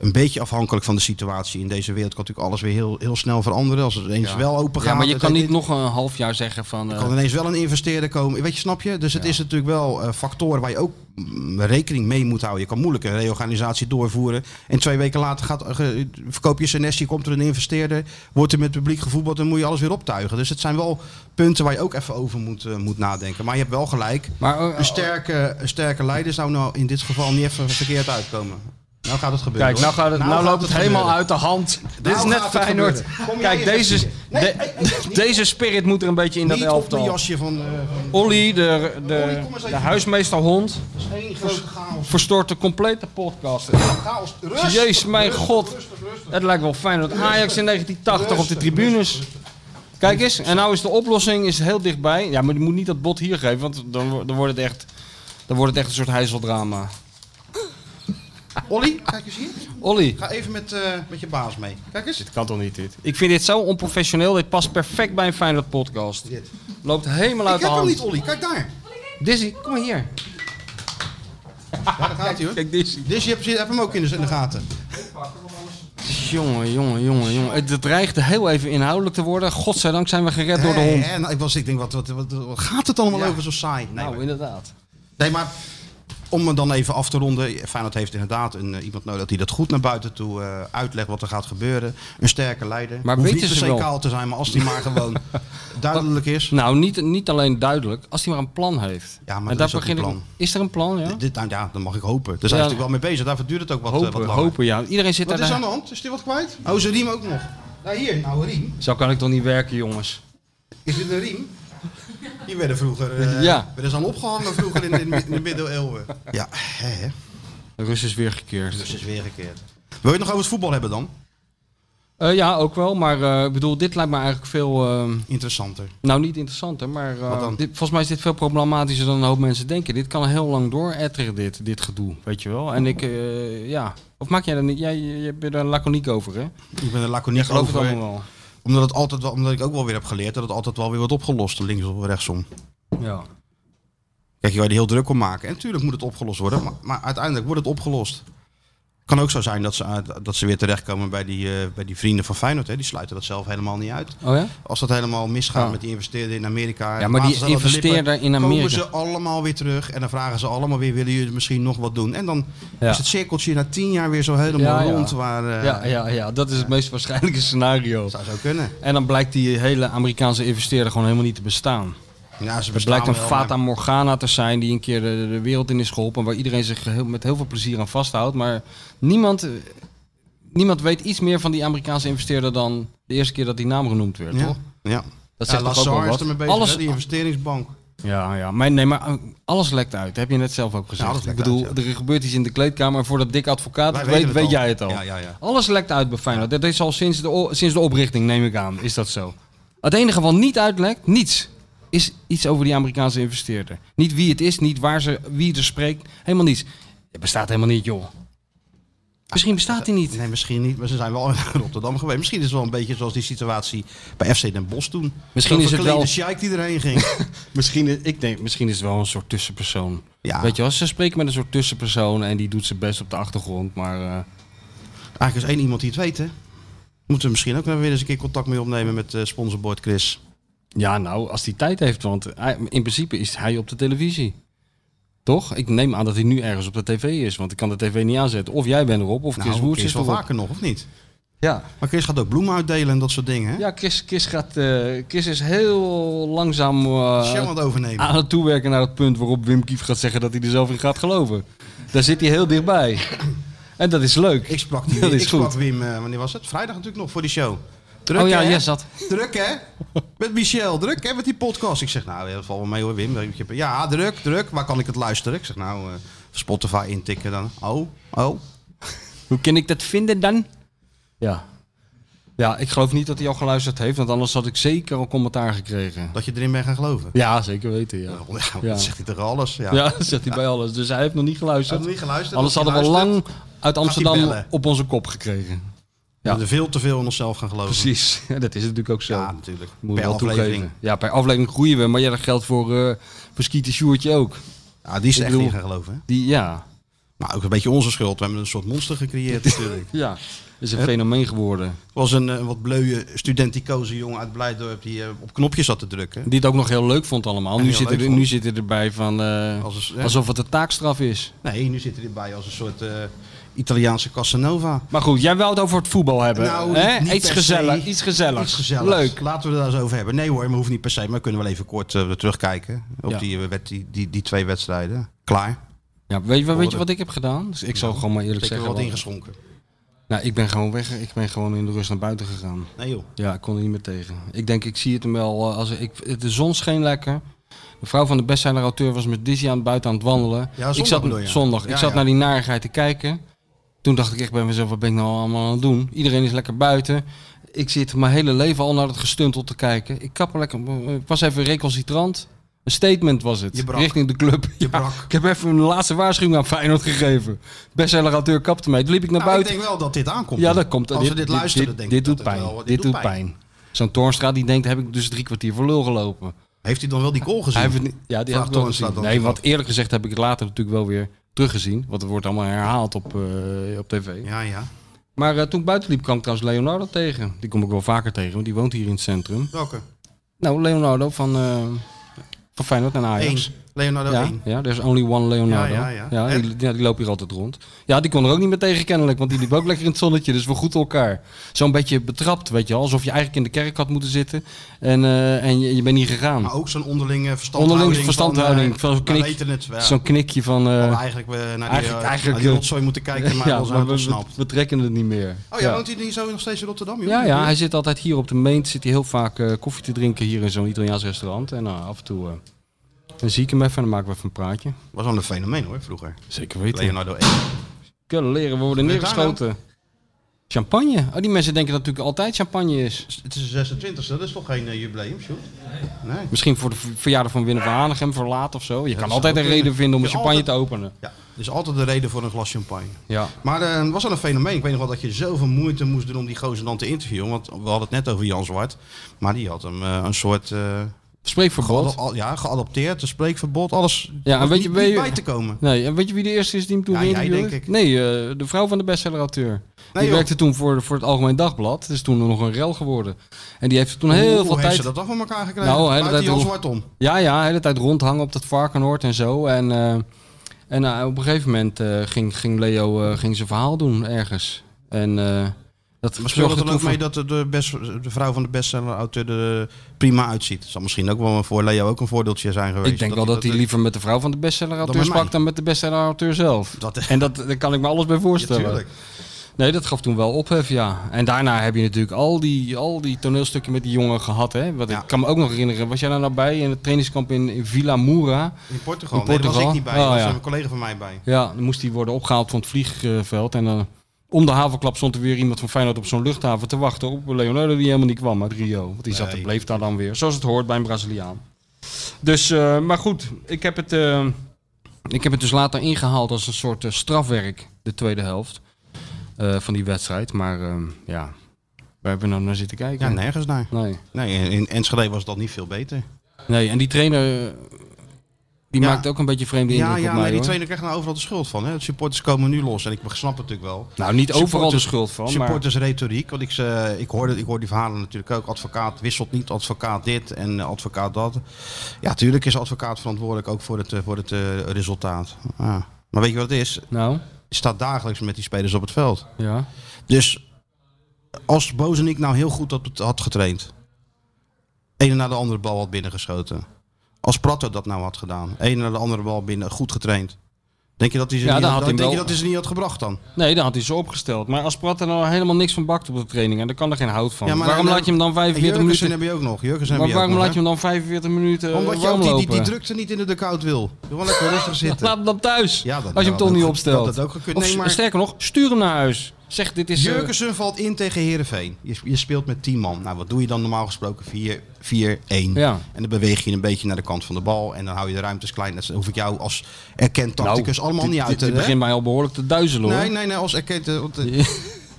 [SPEAKER 4] een beetje afhankelijk van de situatie. In deze wereld kan natuurlijk alles weer heel, heel snel veranderen. Als het eens wel open gaat.
[SPEAKER 5] Ja, maar je
[SPEAKER 4] het-
[SPEAKER 5] kan niet
[SPEAKER 4] het-
[SPEAKER 5] nog een half jaar zeggen van... eh,
[SPEAKER 4] kan ineens wel een investeerder komen. Weet je, snap je? Dus het is natuurlijk wel eh, factoren waar je ook mm, rekening mee moet houden. Je kan moeilijk een reorganisatie doorvoeren. En twee weken later gaat, eh, ge- verkoop je Senesi, komt er een investeerder. Wordt er met het publiek gevoetbald en moet je alles weer optuigen. Dus het zijn wel punten waar je ook even over moet, eh, moet nadenken. Maar je hebt wel gelijk.
[SPEAKER 5] maar, eh,
[SPEAKER 4] Een sterke, een sterke leider zou nou in dit geval niet even verkeerd uitkomen. Nou gaat het gebeuren.
[SPEAKER 5] Kijk, nou,
[SPEAKER 4] hoor.
[SPEAKER 5] gaat het, nou, loopt
[SPEAKER 4] gaat
[SPEAKER 5] het, helemaal
[SPEAKER 4] gebeuren. Nou
[SPEAKER 5] uit de hand. Dit is
[SPEAKER 4] gaat
[SPEAKER 5] net
[SPEAKER 4] het
[SPEAKER 5] Feyenoord.
[SPEAKER 4] gebeuren. Kom jij
[SPEAKER 5] Kijk,
[SPEAKER 4] eens even
[SPEAKER 5] deze,
[SPEAKER 4] hier. Nee,
[SPEAKER 5] de-
[SPEAKER 4] nee, nee, niet-
[SPEAKER 5] deze spirit moet er een beetje in dat
[SPEAKER 4] Niet op de
[SPEAKER 5] elftal.
[SPEAKER 4] jasje van... eh, van
[SPEAKER 5] Olly, de,
[SPEAKER 4] Olly,
[SPEAKER 5] de,
[SPEAKER 4] kom eens
[SPEAKER 5] de
[SPEAKER 4] even.
[SPEAKER 5] huismeesterhond,
[SPEAKER 4] één grote chaos.
[SPEAKER 5] verstoort de complete podcast.
[SPEAKER 4] chaos. Rust!
[SPEAKER 5] Jezus, mijn
[SPEAKER 4] Rustig,
[SPEAKER 5] god.
[SPEAKER 4] rustig, rustig.
[SPEAKER 5] Het lijkt wel Feyenoord Ajax in 1980 op de
[SPEAKER 4] Rustig,
[SPEAKER 5] tribunes. Kijk eens, en nou is de oplossing is heel dichtbij. Ja, maar je moet niet dat bot hier geven, want dan, wo- dan, wordt, het echt, dan wordt het echt een soort heizeldrama.
[SPEAKER 4] Olly, kijk eens hier.
[SPEAKER 5] Olly,
[SPEAKER 4] Ga even met, eh, met je baas mee. Kijk eens.
[SPEAKER 5] dit kan toch niet dit? Ik vind dit zo onprofessioneel, dit past perfect bij een Feyenoord podcast.
[SPEAKER 4] Dit.
[SPEAKER 5] Loopt helemaal uit
[SPEAKER 4] Ik
[SPEAKER 5] de
[SPEAKER 4] heb hem niet,
[SPEAKER 5] hand.
[SPEAKER 4] Olly. Kijk daar.
[SPEAKER 5] Dizzy, kom maar hier.
[SPEAKER 4] Ja, daar gaat hij hoor.
[SPEAKER 5] Kijk Dizzy.
[SPEAKER 4] Dus je hebt, je hebt hem ook in de, in de gaten.
[SPEAKER 5] Jongen, jongen, jongen, jongen. Het dreigde heel even inhoudelijk te worden. Godzijdank zijn we gered door de
[SPEAKER 4] Hé,
[SPEAKER 5] hond.
[SPEAKER 4] hé, nou, ik, was, ik denk, wat, wat, wat, wat gaat het allemaal
[SPEAKER 5] Ja.
[SPEAKER 4] over zo saai? Nee,
[SPEAKER 5] Nou,
[SPEAKER 4] maar,
[SPEAKER 5] inderdaad.
[SPEAKER 4] nee, maar om me dan even af te ronden. Feyenoord heeft inderdaad een, eh, iemand nodig die dat goed naar buiten toe eh, uitlegt wat er gaat gebeuren. Een sterke leider.
[SPEAKER 5] Maar
[SPEAKER 4] Hoeft
[SPEAKER 5] weten
[SPEAKER 4] niet per
[SPEAKER 5] ze
[SPEAKER 4] se
[SPEAKER 5] wel?
[SPEAKER 4] kaal te zijn, maar als die maar
[SPEAKER 5] [LAUGHS]
[SPEAKER 4] gewoon duidelijk is.
[SPEAKER 5] Nou, niet, niet alleen duidelijk, als hij maar een plan heeft.
[SPEAKER 4] Ja, maar
[SPEAKER 5] En
[SPEAKER 4] er
[SPEAKER 5] daar
[SPEAKER 4] is ook een
[SPEAKER 5] begin ik-
[SPEAKER 4] plan.
[SPEAKER 5] Is er een plan, ja?
[SPEAKER 4] Dit, nou ja, dan mag ik hopen. Daar zijn
[SPEAKER 5] Ja.
[SPEAKER 4] ze natuurlijk wel mee bezig. Daarvoor duurt het ook wat, eh,
[SPEAKER 5] hopen,
[SPEAKER 4] wat langer.
[SPEAKER 5] hopen, ja. Iedereen zit
[SPEAKER 4] Wat
[SPEAKER 5] daar...
[SPEAKER 4] is aan de hand? Is die wat kwijt? Oh, zijn riem ook nog. Nou, hier. Nou, een riem.
[SPEAKER 5] Zo kan ik toch niet werken, jongens.
[SPEAKER 4] Is dit een riem? Die werden vroeger... eh,
[SPEAKER 5] Ja.
[SPEAKER 4] Werden ze al opgehangen vroeger in de, in de middeleeuwen. Ja, hè, hè.
[SPEAKER 5] De Rus is weer gekeerd.
[SPEAKER 4] Dus is weer gekeerd. Wil je het nog over het voetbal hebben dan?
[SPEAKER 5] Eh, ja, ook wel, maar eh, ik bedoel, dit lijkt me eigenlijk veel... ehm,
[SPEAKER 4] Interessanter.
[SPEAKER 5] nou, niet interessanter, maar eh,
[SPEAKER 4] Wat dan?
[SPEAKER 5] dit, volgens mij is dit veel problematischer dan een hoop mensen denken. Dit kan heel lang door etteren, dit, dit gedoe, weet je wel. En ik, eh, ja... Of maak jij dat niet? Jij je bent er laconiek over, hè?
[SPEAKER 4] Ik ben er laconiek
[SPEAKER 5] Geloof het
[SPEAKER 4] over.
[SPEAKER 5] allemaal wel.
[SPEAKER 4] Omdat, het altijd wel, omdat ik ook wel weer heb geleerd dat het altijd wel weer wordt opgelost. Links of rechtsom.
[SPEAKER 5] Ja.
[SPEAKER 4] Kijk, je kan je er heel druk om maken. En natuurlijk moet het opgelost worden, maar, maar uiteindelijk wordt het opgelost. kan ook zo zijn dat ze, uit- dat ze weer terechtkomen bij die, eh, bij die vrienden van Feyenoord. Hè. Die sluiten dat zelf helemaal niet uit.
[SPEAKER 5] Oh ja?
[SPEAKER 4] Als dat helemaal misgaat
[SPEAKER 5] Ja.
[SPEAKER 4] met die investeerder in Amerika. en
[SPEAKER 5] Ja, maar
[SPEAKER 4] de
[SPEAKER 5] die
[SPEAKER 4] basis aan de lippen,
[SPEAKER 5] investeerder in Amerika.
[SPEAKER 4] Komen ze allemaal weer terug en dan vragen ze allemaal weer, willen jullie misschien nog wat doen? En dan
[SPEAKER 5] Ja.
[SPEAKER 4] is het cirkeltje na tien jaar weer zo helemaal
[SPEAKER 5] Ja, ja.
[SPEAKER 4] rond. Waar, eh,
[SPEAKER 5] Ja, ja, ja, dat is het meest waarschijnlijke scenario.
[SPEAKER 4] Zou zo kunnen.
[SPEAKER 5] En dan blijkt die hele Amerikaanse investeerder gewoon helemaal niet te bestaan.
[SPEAKER 4] Ja, ze
[SPEAKER 5] Het
[SPEAKER 4] bestaan
[SPEAKER 5] blijkt een
[SPEAKER 4] wel,
[SPEAKER 5] Fata
[SPEAKER 4] maar-
[SPEAKER 5] Morgana te zijn die een keer de, de wereld in is geholpen. Waar iedereen zich heel- met heel veel plezier aan vasthoudt. Maar niemand, eh, niemand weet iets meer van die Amerikaanse investeerder dan de eerste keer dat die naam genoemd werd,
[SPEAKER 4] Ja,
[SPEAKER 5] toch?
[SPEAKER 4] ja. ja
[SPEAKER 5] Dat zegt toch ook wel
[SPEAKER 4] Lazar is
[SPEAKER 5] wat.
[SPEAKER 4] ermee bezig,
[SPEAKER 5] Alles-
[SPEAKER 4] hè, die investeringsbank.
[SPEAKER 5] Ja, ja. Maar, nee, maar eh, alles lekt uit. Dat heb je net zelf ook
[SPEAKER 4] Ja,
[SPEAKER 5] gezegd.
[SPEAKER 4] alles
[SPEAKER 5] ik
[SPEAKER 4] lekt
[SPEAKER 5] bedoel,
[SPEAKER 4] uit,
[SPEAKER 5] er gebeurt iets in de kleedkamer en voordat Dick Advocaat
[SPEAKER 4] Wij
[SPEAKER 5] het
[SPEAKER 4] weten
[SPEAKER 5] weet,
[SPEAKER 4] het
[SPEAKER 5] weet
[SPEAKER 4] al.
[SPEAKER 5] jij het al.
[SPEAKER 4] Ja, ja, ja.
[SPEAKER 5] Alles lekt uit bij Feyenoord. Dat is al sinds de, o- sinds de oprichting, neem ik aan. Is dat zo? Het enige wat niet uitlekt, niets, is iets over die Amerikaanse investeerder. Niet wie het is, niet waar ze, wie er spreekt. Helemaal niets. Het bestaat helemaal niet, joh. Misschien bestaat hij niet.
[SPEAKER 4] Nee, misschien niet, maar ze zijn wel [LAUGHS] in Rotterdam geweest. Misschien is het wel een beetje zoals die situatie bij FC Den Bosch toen.
[SPEAKER 5] Misschien is het wel-
[SPEAKER 4] de Sjaik die erheen ging.
[SPEAKER 5] [LAUGHS] Misschien, is- ik denk, misschien is het wel een soort tussenpersoon.
[SPEAKER 4] Ja.
[SPEAKER 5] Weet je wel, ze spreken met een soort tussenpersoon en die doet zijn best op de achtergrond. Maar eh,
[SPEAKER 4] Eigenlijk is één iemand die het weet, hè? Moeten we misschien ook nog weer eens een keer contact mee opnemen met eh sponsorboard Chris.
[SPEAKER 5] Ja, nou, als hij tijd heeft, want hij- in principe is hij op de televisie. Toch? Ik neem aan dat hij nu ergens op de tv is, want ik kan de tv niet aanzetten. Of jij bent erop, of Chris
[SPEAKER 4] Nou,
[SPEAKER 5] Woerts
[SPEAKER 4] Chris
[SPEAKER 5] is
[SPEAKER 4] wel
[SPEAKER 5] erop.
[SPEAKER 4] vaker nog, of niet?
[SPEAKER 5] Ja,
[SPEAKER 4] Maar Chris gaat ook bloemen uitdelen en dat soort dingen, hè?
[SPEAKER 5] ja Chris, Chris, gaat, eh, Chris is heel langzaam eh,
[SPEAKER 4] Shell aan het overnemen.
[SPEAKER 5] aan het toewerken naar het punt waarop Wim Kief gaat zeggen dat hij er zelf in gaat geloven. Daar zit hij heel dichtbij. En dat is leuk.
[SPEAKER 4] Ik sprak, die,
[SPEAKER 5] [LAUGHS] Dat is
[SPEAKER 4] ik sprak
[SPEAKER 5] goed.
[SPEAKER 4] Wim, eh, wanneer was het? Vrijdag natuurlijk nog voor die show. Druk,
[SPEAKER 5] oh ja,
[SPEAKER 4] hè?
[SPEAKER 5] jij zat.
[SPEAKER 4] [LAUGHS] Druk, hè? Met Michel, druk, hè? Met die podcast. Ik zeg, nou, dat valt wel mee hoor, Wim. Ik heb- Ja, druk, druk. Waar kan ik het luisteren? Ik zeg, nou, eh, Spotify intikken dan. Oh, oh.
[SPEAKER 5] Hoe kan ik dat vinden dan? Ja. Ja, ik geloof niet dat hij al geluisterd heeft, want anders had ik zeker al commentaar gekregen.
[SPEAKER 4] Dat je erin bent gaan geloven. [LAUGHS]
[SPEAKER 5] Ja, zeker weten, ja.
[SPEAKER 4] Ja,
[SPEAKER 5] Ja.
[SPEAKER 4] Dat zegt hij toch alles? Ja.
[SPEAKER 5] Ja, [LAUGHS] dat zegt hij bij alles. Dus hij heeft nog niet
[SPEAKER 4] Had
[SPEAKER 5] geluisterd.
[SPEAKER 4] hij niet geluisterd.
[SPEAKER 5] Anders
[SPEAKER 4] Als hij
[SPEAKER 5] hadden we
[SPEAKER 4] luistert,
[SPEAKER 5] lang uit Amsterdam
[SPEAKER 4] bellen.
[SPEAKER 5] op onze kop gekregen.
[SPEAKER 4] we hebben er veel te veel in onszelf gaan geloven.
[SPEAKER 5] Precies. [LAUGHS] Ja, dat is natuurlijk ook zo.
[SPEAKER 4] Ja, natuurlijk.
[SPEAKER 5] Moet
[SPEAKER 4] per
[SPEAKER 5] wel
[SPEAKER 4] aflevering.
[SPEAKER 5] toegeven. Ja, per aflevering groeien we. Maar ja, dat geldt voor, eh voor Skeeter Sjoertje ook.
[SPEAKER 4] Ja, die is er
[SPEAKER 5] Ik
[SPEAKER 4] echt
[SPEAKER 5] bedoel-
[SPEAKER 4] in gaan geloven. Hè?
[SPEAKER 5] Die, ja.
[SPEAKER 4] Maar ook een beetje onze schuld. We hebben een soort monster gecreëerd natuurlijk.
[SPEAKER 5] Ja. Is een fenomeen geworden.
[SPEAKER 4] Het was een eh, wat bleuwe studentikoze jongen uit Blijdorp die eh, op knopjes zat te drukken.
[SPEAKER 5] Die het ook nog heel leuk vond allemaal. Nu
[SPEAKER 4] heel
[SPEAKER 5] zit,
[SPEAKER 4] leuk
[SPEAKER 5] er,
[SPEAKER 4] vond.
[SPEAKER 5] nu zit er erbij van... eh,
[SPEAKER 4] Als een- ja.
[SPEAKER 5] alsof het een taakstraf is.
[SPEAKER 4] Nee, nu zit hij erbij als een soort eh, Italiaanse Casanova.
[SPEAKER 5] Maar goed, jij wou het over het voetbal hebben.
[SPEAKER 4] Nou,
[SPEAKER 5] Eh, hè?
[SPEAKER 4] niet
[SPEAKER 5] iets,
[SPEAKER 4] per
[SPEAKER 5] gezellig,
[SPEAKER 4] se.
[SPEAKER 5] iets gezelligs.
[SPEAKER 4] Iets gezelligs.
[SPEAKER 5] Leuk.
[SPEAKER 4] Laten we het daar eens over hebben. Nee hoor, maar hoeft niet per se. Maar we kunnen wel even kort eh, terugkijken op
[SPEAKER 5] Ja.
[SPEAKER 4] die, eh, wed- die, die, die twee wedstrijden. Klaar.
[SPEAKER 5] Ja, weet, je- weet je wat ik heb gedaan? Dus ik zal gewoon maar eerlijk
[SPEAKER 4] Ik heb Nou, er
[SPEAKER 5] zeggen.
[SPEAKER 4] wat
[SPEAKER 5] wat-
[SPEAKER 4] ingeschonken.
[SPEAKER 5] nou, ik ben gewoon weg. Ik ben gewoon in de rust naar buiten gegaan.
[SPEAKER 4] Nee joh.
[SPEAKER 5] Ja, ik kon er niet meer tegen. Ik denk, ik zie het hem wel. eh, Als ik, de zon scheen lekker. De vrouw van de bestseller-auteur was met Dizzy aan het buiten aan het wandelen.
[SPEAKER 4] Ja, zondag
[SPEAKER 5] ik zat,
[SPEAKER 4] bedoel je?
[SPEAKER 5] Zondag.
[SPEAKER 4] Ja,
[SPEAKER 5] ik zat
[SPEAKER 4] ja.
[SPEAKER 5] naar die narigheid te kijken. Toen dacht ik echt bij mezelf, wat ben ik nou allemaal aan het doen? Iedereen is lekker buiten. Ik zit mijn hele leven al naar het gestuntel te kijken. Ik kap er lekker... Ik was even recalcitrant. Een statement was het.
[SPEAKER 4] Je brak.
[SPEAKER 5] Richting de club.
[SPEAKER 4] Je
[SPEAKER 5] Ja,
[SPEAKER 4] brak.
[SPEAKER 5] Ik heb even een laatste waarschuwing aan Feyenoord gegeven. Bestseller-auteur kapte mij. Toen liep ik naar
[SPEAKER 4] Nou,
[SPEAKER 5] buiten.
[SPEAKER 4] Ik denk wel dat dit aankomt.
[SPEAKER 5] Ja, dat komt.
[SPEAKER 4] Als we dit, luisteren,
[SPEAKER 5] dit,
[SPEAKER 4] denk
[SPEAKER 5] dit
[SPEAKER 4] ik
[SPEAKER 5] doet
[SPEAKER 4] dat het
[SPEAKER 5] pijn.
[SPEAKER 4] wel-
[SPEAKER 5] dit, doet pijn. Zo'n Toornstra die denkt, heb ik dus drie kwartier voor lul gelopen.
[SPEAKER 4] Heeft hij dan wel die goal gezien?
[SPEAKER 5] Hij heeft het niet- ja, die
[SPEAKER 4] Vraag
[SPEAKER 5] heb ik toch
[SPEAKER 4] Toornstra
[SPEAKER 5] gezien.
[SPEAKER 4] dan.
[SPEAKER 5] Nee, want eerlijk gezegd heb ik het later natuurlijk wel weer teruggezien. Want het wordt allemaal herhaald op, eh, op tv.
[SPEAKER 4] Ja, ja.
[SPEAKER 5] Maar eh, toen ik buiten liep kwam ik trouwens Leonardo tegen. Die kom ik wel vaker tegen, want die woont hier in het centrum.
[SPEAKER 4] Welke?
[SPEAKER 5] Nou, Leonardo van, eh, van Feyenoord en Ajax.
[SPEAKER 4] Eén. Leonardo
[SPEAKER 5] Ja,
[SPEAKER 4] één.
[SPEAKER 5] ja, there's only one Leonardo.
[SPEAKER 4] Ja, ja, ja.
[SPEAKER 5] die, ja, die loopt hier altijd rond. Ja, die kon er ook niet meer tegen kennelijk, want die liep ook lekker in het zonnetje. Dus we goed elkaar. Zo'n beetje betrapt, weet je wel. Alsof je eigenlijk in de kerk had moeten zitten en, eh, en je, je bent niet gegaan.
[SPEAKER 4] Maar ook zo'n onderlinge verstandhouding.
[SPEAKER 5] Onderlinge verstandhouding
[SPEAKER 4] eh,
[SPEAKER 5] van zo'n knik.
[SPEAKER 4] We weten het wel.
[SPEAKER 5] Zo'n knikje van... eh,
[SPEAKER 4] We hadden eigenlijk we naar die,
[SPEAKER 5] eigenlijk-
[SPEAKER 4] eigenlijk,
[SPEAKER 5] eigenlijk,
[SPEAKER 4] naar
[SPEAKER 5] eh,
[SPEAKER 4] die rotzooi moeten
[SPEAKER 5] [LAUGHS]
[SPEAKER 4] kijken, maar
[SPEAKER 5] ja,
[SPEAKER 4] ons
[SPEAKER 5] maar
[SPEAKER 4] aan
[SPEAKER 5] we, we,
[SPEAKER 4] ontsnapt.
[SPEAKER 5] we trekken het niet meer.
[SPEAKER 4] Oh ja, woont hij niet zo nog steeds in Rotterdam? Joh?
[SPEAKER 5] Ja, ja, hij zit altijd hier op de meent. Zit hij heel vaak eh, koffie te drinken hier in zo'n Italiaans restaurant. En nou, af en toe... eh, dan zie ik hem even en dan maken we even een praatje.
[SPEAKER 4] Was wel een fenomeen hoor, vroeger.
[SPEAKER 5] Zeker weten.
[SPEAKER 4] Leonardo 1.
[SPEAKER 5] Kunnen leren, we worden
[SPEAKER 4] Wat gebeurt daar
[SPEAKER 5] neergeschoten. Champagne? Oh, die mensen denken dat het natuurlijk altijd champagne is.
[SPEAKER 4] Het is de 26e, dat is toch geen eh, jubileum, Sjoerd? Nee.
[SPEAKER 5] Misschien voor de v- verjaardag van Winnen van Hanegem, voor laat of zo. Je kan
[SPEAKER 4] zou
[SPEAKER 5] altijd een
[SPEAKER 4] kunnen.
[SPEAKER 5] reden vinden om
[SPEAKER 4] Je
[SPEAKER 5] een champagne
[SPEAKER 4] altijd-
[SPEAKER 5] te openen.
[SPEAKER 4] Ja, dat is altijd de reden voor een glas champagne.
[SPEAKER 5] Ja.
[SPEAKER 4] Maar eh, het was wel een fenomeen. Ik weet nog wel dat je zoveel moeite moest doen om die gozer dan te interviewen. Want we hadden het net over Jan Zwart. Maar die had hem eh, een soort... eh,
[SPEAKER 5] Spreekverbod.
[SPEAKER 4] geado- al- ja, geadopteerd, een spreekverbod, alles.
[SPEAKER 5] Ja, en
[SPEAKER 4] Was
[SPEAKER 5] weet je-
[SPEAKER 4] niet,
[SPEAKER 5] weet
[SPEAKER 4] niet
[SPEAKER 5] je-
[SPEAKER 4] bij te komen.
[SPEAKER 5] Nee, en weet je wie de eerste is die hem toen
[SPEAKER 4] Ja,
[SPEAKER 5] weer
[SPEAKER 4] jij,
[SPEAKER 5] interviewde?
[SPEAKER 4] denk ik.
[SPEAKER 5] Nee, eh, de vrouw van de bestseller-auteur. die
[SPEAKER 4] joh.
[SPEAKER 5] werkte toen voor, voor het Algemeen Dagblad. Het is toen nog een rel geworden. En die heeft toen
[SPEAKER 4] Hoe-
[SPEAKER 5] heel
[SPEAKER 4] hoe
[SPEAKER 5] veel
[SPEAKER 4] heeft
[SPEAKER 5] tijd...
[SPEAKER 4] ze dat dan voor elkaar gekregen?
[SPEAKER 5] Nou, hele
[SPEAKER 4] Buiten
[SPEAKER 5] tijd
[SPEAKER 4] Jan
[SPEAKER 5] rond-
[SPEAKER 4] Zwart om.
[SPEAKER 5] Ja, ja, de hele tijd rondhangen op dat varkenoord en zo. En, eh, en eh, op een gegeven moment eh, ging, ging Leo eh, ging zijn verhaal doen ergens. En eh, dat
[SPEAKER 4] Maar speelde
[SPEAKER 5] zorgde
[SPEAKER 4] het
[SPEAKER 5] toen
[SPEAKER 4] dan ook
[SPEAKER 5] voor-
[SPEAKER 4] mee dat de, de best, de vrouw van de bestseller-auteur er eh, prima uitziet? Dat zal misschien ook wel voor Leo ook een voordeeltje zijn geweest.
[SPEAKER 5] Ik denk wel dat hij liever met de vrouw van de
[SPEAKER 4] Dan
[SPEAKER 5] bestseller-auteur
[SPEAKER 4] met mij.
[SPEAKER 5] sprak dan met de bestseller-auteur zelf.
[SPEAKER 4] Dat- [LAUGHS]
[SPEAKER 5] En dat, daar kan ik me alles bij voorstellen.
[SPEAKER 4] Natuurlijk.
[SPEAKER 5] Nee, dat gaf toen wel ophef, ja. En daarna heb je natuurlijk al die, al die toneelstukken met die jongen gehad. Hè? Wat
[SPEAKER 4] Ja.
[SPEAKER 5] Ik kan me ook nog herinneren, was jij daar nou bij in het trainingskamp in, in Villa Moura?
[SPEAKER 4] In Portugal.
[SPEAKER 5] In
[SPEAKER 4] Nee, daar was
[SPEAKER 5] Portugal?
[SPEAKER 4] ik niet bij.
[SPEAKER 5] Oh,
[SPEAKER 4] daar was
[SPEAKER 5] ja.
[SPEAKER 4] een collega van mij bij.
[SPEAKER 5] Ja, dan moest hij worden opgehaald van het vliegveld. En dan om de havenklap stond er weer iemand van Feyenoord op zo'n luchthaven te wachten op Leonardo die helemaal niet kwam uit Rio. Want die zat
[SPEAKER 4] Nee.
[SPEAKER 5] en bleef daar dan weer, zoals het hoort bij een Braziliaan. Dus, eh, maar goed, ik heb, het, eh, ik heb het dus later ingehaald als een soort eh, strafwerk, de tweede helft eh, van die wedstrijd. Maar eh, ja, waar hebben we nou naar zitten kijken?
[SPEAKER 4] Ja, nergens naar.
[SPEAKER 5] nee.
[SPEAKER 4] Nee, in- in Enschede was dat niet veel beter.
[SPEAKER 5] Nee, en die trainer, eh, die
[SPEAKER 4] Ja.
[SPEAKER 5] maakt ook een beetje vreemde indruk
[SPEAKER 4] Ja, ja
[SPEAKER 5] op mij
[SPEAKER 4] nee, die
[SPEAKER 5] hoor.
[SPEAKER 4] trainer krijgt nou overal de schuld van. Hè. De supporters komen nu los. En ik snap het natuurlijk wel.
[SPEAKER 5] Nou, niet overal de
[SPEAKER 4] Supporters-
[SPEAKER 5] schuld van, maar...
[SPEAKER 4] Supporters retoriek, want ik, ze, ik, hoorde, ik hoorde die verhalen natuurlijk ook. Advocaat wisselt niet, advocaat dit en eh, advocaat dat. Ja, tuurlijk is advocaat verantwoordelijk ook voor het, eh, voor het eh, resultaat. Ja. Maar weet je wat het is?
[SPEAKER 5] Nou,
[SPEAKER 4] Je staat dagelijks met die spelers op het veld.
[SPEAKER 5] ja.
[SPEAKER 4] Dus als Bozenik nou heel goed had, had getraind. Ene na de andere bal had binnengeschoten. Als Prato dat nou had gedaan. Ene na de andere bal binnen, goed getraind. Denk je dat hij ze,
[SPEAKER 5] Ja,
[SPEAKER 4] niet,
[SPEAKER 5] dan
[SPEAKER 4] had,
[SPEAKER 5] had hij
[SPEAKER 4] denk je
[SPEAKER 5] wel-
[SPEAKER 4] dat hij ze niet had gebracht dan?
[SPEAKER 5] Nee, dan had hij ze opgesteld. Maar als Prat er nou helemaal niks van bakt op de training en daar kan er geen hout van.
[SPEAKER 4] Ja, maar nou,
[SPEAKER 5] waarom
[SPEAKER 4] dan-
[SPEAKER 5] laat je hem dan
[SPEAKER 4] En
[SPEAKER 5] 45
[SPEAKER 4] Jurgensen
[SPEAKER 5] minuten...
[SPEAKER 4] heb je ook nog. Jurgensen
[SPEAKER 5] Maar
[SPEAKER 4] heb je ook
[SPEAKER 5] waarom
[SPEAKER 4] nog,
[SPEAKER 5] laat je hem dan 45 minuten eh,
[SPEAKER 4] hè? Omdat je
[SPEAKER 5] warm
[SPEAKER 4] ook die, die, die
[SPEAKER 5] lopen?
[SPEAKER 4] drukte niet in de dugout wil. Je wil lekker
[SPEAKER 5] [LAUGHS]
[SPEAKER 4] rustig
[SPEAKER 5] Laat
[SPEAKER 4] zitten.
[SPEAKER 5] hem dan thuis.
[SPEAKER 4] Ja, dat-
[SPEAKER 5] als je hem
[SPEAKER 4] ja,
[SPEAKER 5] toch
[SPEAKER 4] dat-
[SPEAKER 5] niet
[SPEAKER 4] dat-
[SPEAKER 5] opstelt.
[SPEAKER 4] dat had ook gekund.
[SPEAKER 5] Of
[SPEAKER 4] Nee,
[SPEAKER 5] s-
[SPEAKER 4] maar-
[SPEAKER 5] sterker nog, stuur hem naar huis. Zeg, dit is... eh,
[SPEAKER 4] Jurgensen valt in tegen Herenveen. Je, je speelt met 10 man. Nou, wat doe je dan normaal gesproken? 4-1.
[SPEAKER 5] Ja.
[SPEAKER 4] En dan beweeg je een beetje naar de kant van de bal. En dan hou je de ruimtes klein. Dat hoef ik jou als erkend tacticus allemaal
[SPEAKER 5] Nou, dit-
[SPEAKER 4] niet uit
[SPEAKER 5] dit-
[SPEAKER 4] te
[SPEAKER 5] Dit
[SPEAKER 4] hè?
[SPEAKER 5] begint mij al behoorlijk te duizelen hoor.
[SPEAKER 4] Nee, nee, nee. Als erkend. eh, want, eh,
[SPEAKER 5] Kijk, jij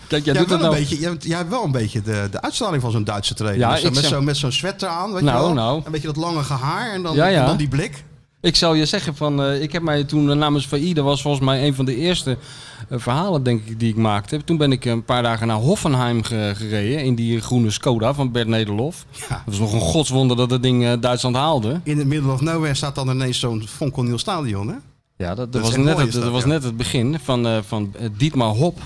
[SPEAKER 4] jij,
[SPEAKER 5] doet
[SPEAKER 4] hebt
[SPEAKER 5] dat
[SPEAKER 4] wel
[SPEAKER 5] nou.
[SPEAKER 4] een beetje, jij, hebt- jij hebt wel een beetje de, de uitstraling van zo'n Duitse trainer.
[SPEAKER 5] Ja,
[SPEAKER 4] met zo'n
[SPEAKER 5] ik
[SPEAKER 4] met
[SPEAKER 5] zeg-
[SPEAKER 4] zo'n- met zo'n sweater aan. Weet
[SPEAKER 5] Nou,
[SPEAKER 4] je wel?
[SPEAKER 5] nou.
[SPEAKER 4] Een beetje dat lange gehaar en dan,
[SPEAKER 5] Ja, ja.
[SPEAKER 4] en dan die blik.
[SPEAKER 5] Ik zal je zeggen van, eh, ik heb mij toen eh, namens VI, dat was volgens mij een van de eerste eh, verhalen denk ik die ik maakte. Toen ben ik een paar dagen naar Hoffenheim ge- gereden in die groene Skoda van Bert Nederlof.
[SPEAKER 4] Ja.
[SPEAKER 5] Dat was nog een godswonder dat dat ding eh, Duitsland haalde.
[SPEAKER 4] In het middle of nowhere staat dan ineens zo'n fonkelnieuw stadion. Hè?
[SPEAKER 5] Ja, dat, dat
[SPEAKER 4] is
[SPEAKER 5] was,
[SPEAKER 4] echt
[SPEAKER 5] net
[SPEAKER 4] mooi,
[SPEAKER 5] het,
[SPEAKER 4] is
[SPEAKER 5] dat
[SPEAKER 4] dat,
[SPEAKER 5] was
[SPEAKER 4] ja.
[SPEAKER 5] net het begin van, eh, van eh, Dietmar Hop,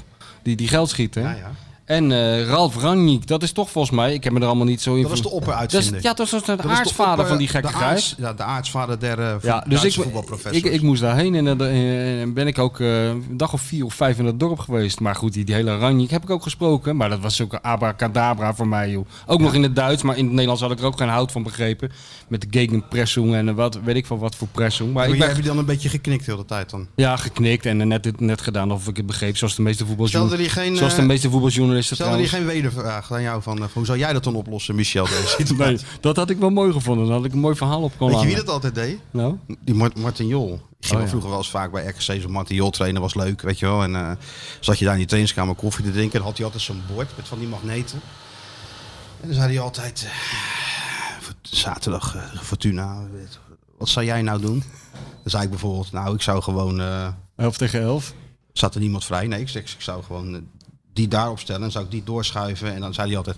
[SPEAKER 5] die die geld schiet. hè?
[SPEAKER 4] Ja, ja.
[SPEAKER 5] En eh Ralf Rangnick, dat is toch volgens mij, ik heb me er allemaal niet zo in
[SPEAKER 4] Dat was de
[SPEAKER 5] ver-
[SPEAKER 4] opperuitzender.
[SPEAKER 5] Dat is- Ja, dat was de
[SPEAKER 4] Dat was de
[SPEAKER 5] aartsvader
[SPEAKER 4] opper-
[SPEAKER 5] van die
[SPEAKER 4] de
[SPEAKER 5] gekkigheid.
[SPEAKER 4] aarts- Ja, de aartsvader der eh,
[SPEAKER 5] Ja, dus
[SPEAKER 4] Duitse
[SPEAKER 5] ik, ik,
[SPEAKER 4] voetbalprofessors.
[SPEAKER 5] ik moest daarheen en dan eh, ben ik ook eh, een dag of vier of vijf in dat dorp geweest. Maar goed, die, die hele Ranjik heb ik ook gesproken. Maar dat was zulke abracadabra voor mij, joh. Ook nog in het Duits, maar in het Nederlands had ik er ook geen hout van begrepen. Met de gegenpressung en eh, wat, weet ik van wat voor pressung. Maar
[SPEAKER 4] Maar
[SPEAKER 5] ik
[SPEAKER 4] jij
[SPEAKER 5] ben
[SPEAKER 4] hebt je dan een beetje geknikt de hele tijd dan?
[SPEAKER 5] ja, geknikt en eh, net, dit- net gedaan of ik het begreep, zoals de meeste
[SPEAKER 4] Stelde
[SPEAKER 5] voetbaljournalisten.
[SPEAKER 4] die geen,
[SPEAKER 5] Zoals de
[SPEAKER 4] eh,
[SPEAKER 5] meeste voetbaljournalisten
[SPEAKER 4] stelde die
[SPEAKER 5] trouwens.
[SPEAKER 4] geen wedervraag aan jou van eh, hoe zou jij dat dan oplossen,
[SPEAKER 5] [LAUGHS]
[SPEAKER 4] Michel? Deze
[SPEAKER 5] dus- Nee,
[SPEAKER 4] situatie?
[SPEAKER 5] dat had ik wel mooi gevonden. Dan had ik een mooi verhaal op kon
[SPEAKER 4] Weet je wie
[SPEAKER 5] hangen.
[SPEAKER 4] dat altijd deed?
[SPEAKER 5] Nou?
[SPEAKER 4] Die Mar- Martin Jol. Ik ging
[SPEAKER 5] ja.
[SPEAKER 4] vroeger wel eens vaak bij RKC zo'n Martin Jol trainen, was leuk, weet je wel. En eh, zat je daar in die trainingskamer koffie te drinken, dan had hij altijd zo'n bord met van die magneten. En dan zei hij altijd, eh, voor- zaterdag, eh, Fortuna, weet- wat zou jij nou doen? Dan zei ik bijvoorbeeld, nou ik zou gewoon... eh,
[SPEAKER 5] 11 tegen 11.
[SPEAKER 4] Zat er niemand vrij? Nee, ik, zeg, ik zou gewoon eh, die daarop stellen en zou ik die doorschuiven. En dan zei hij altijd: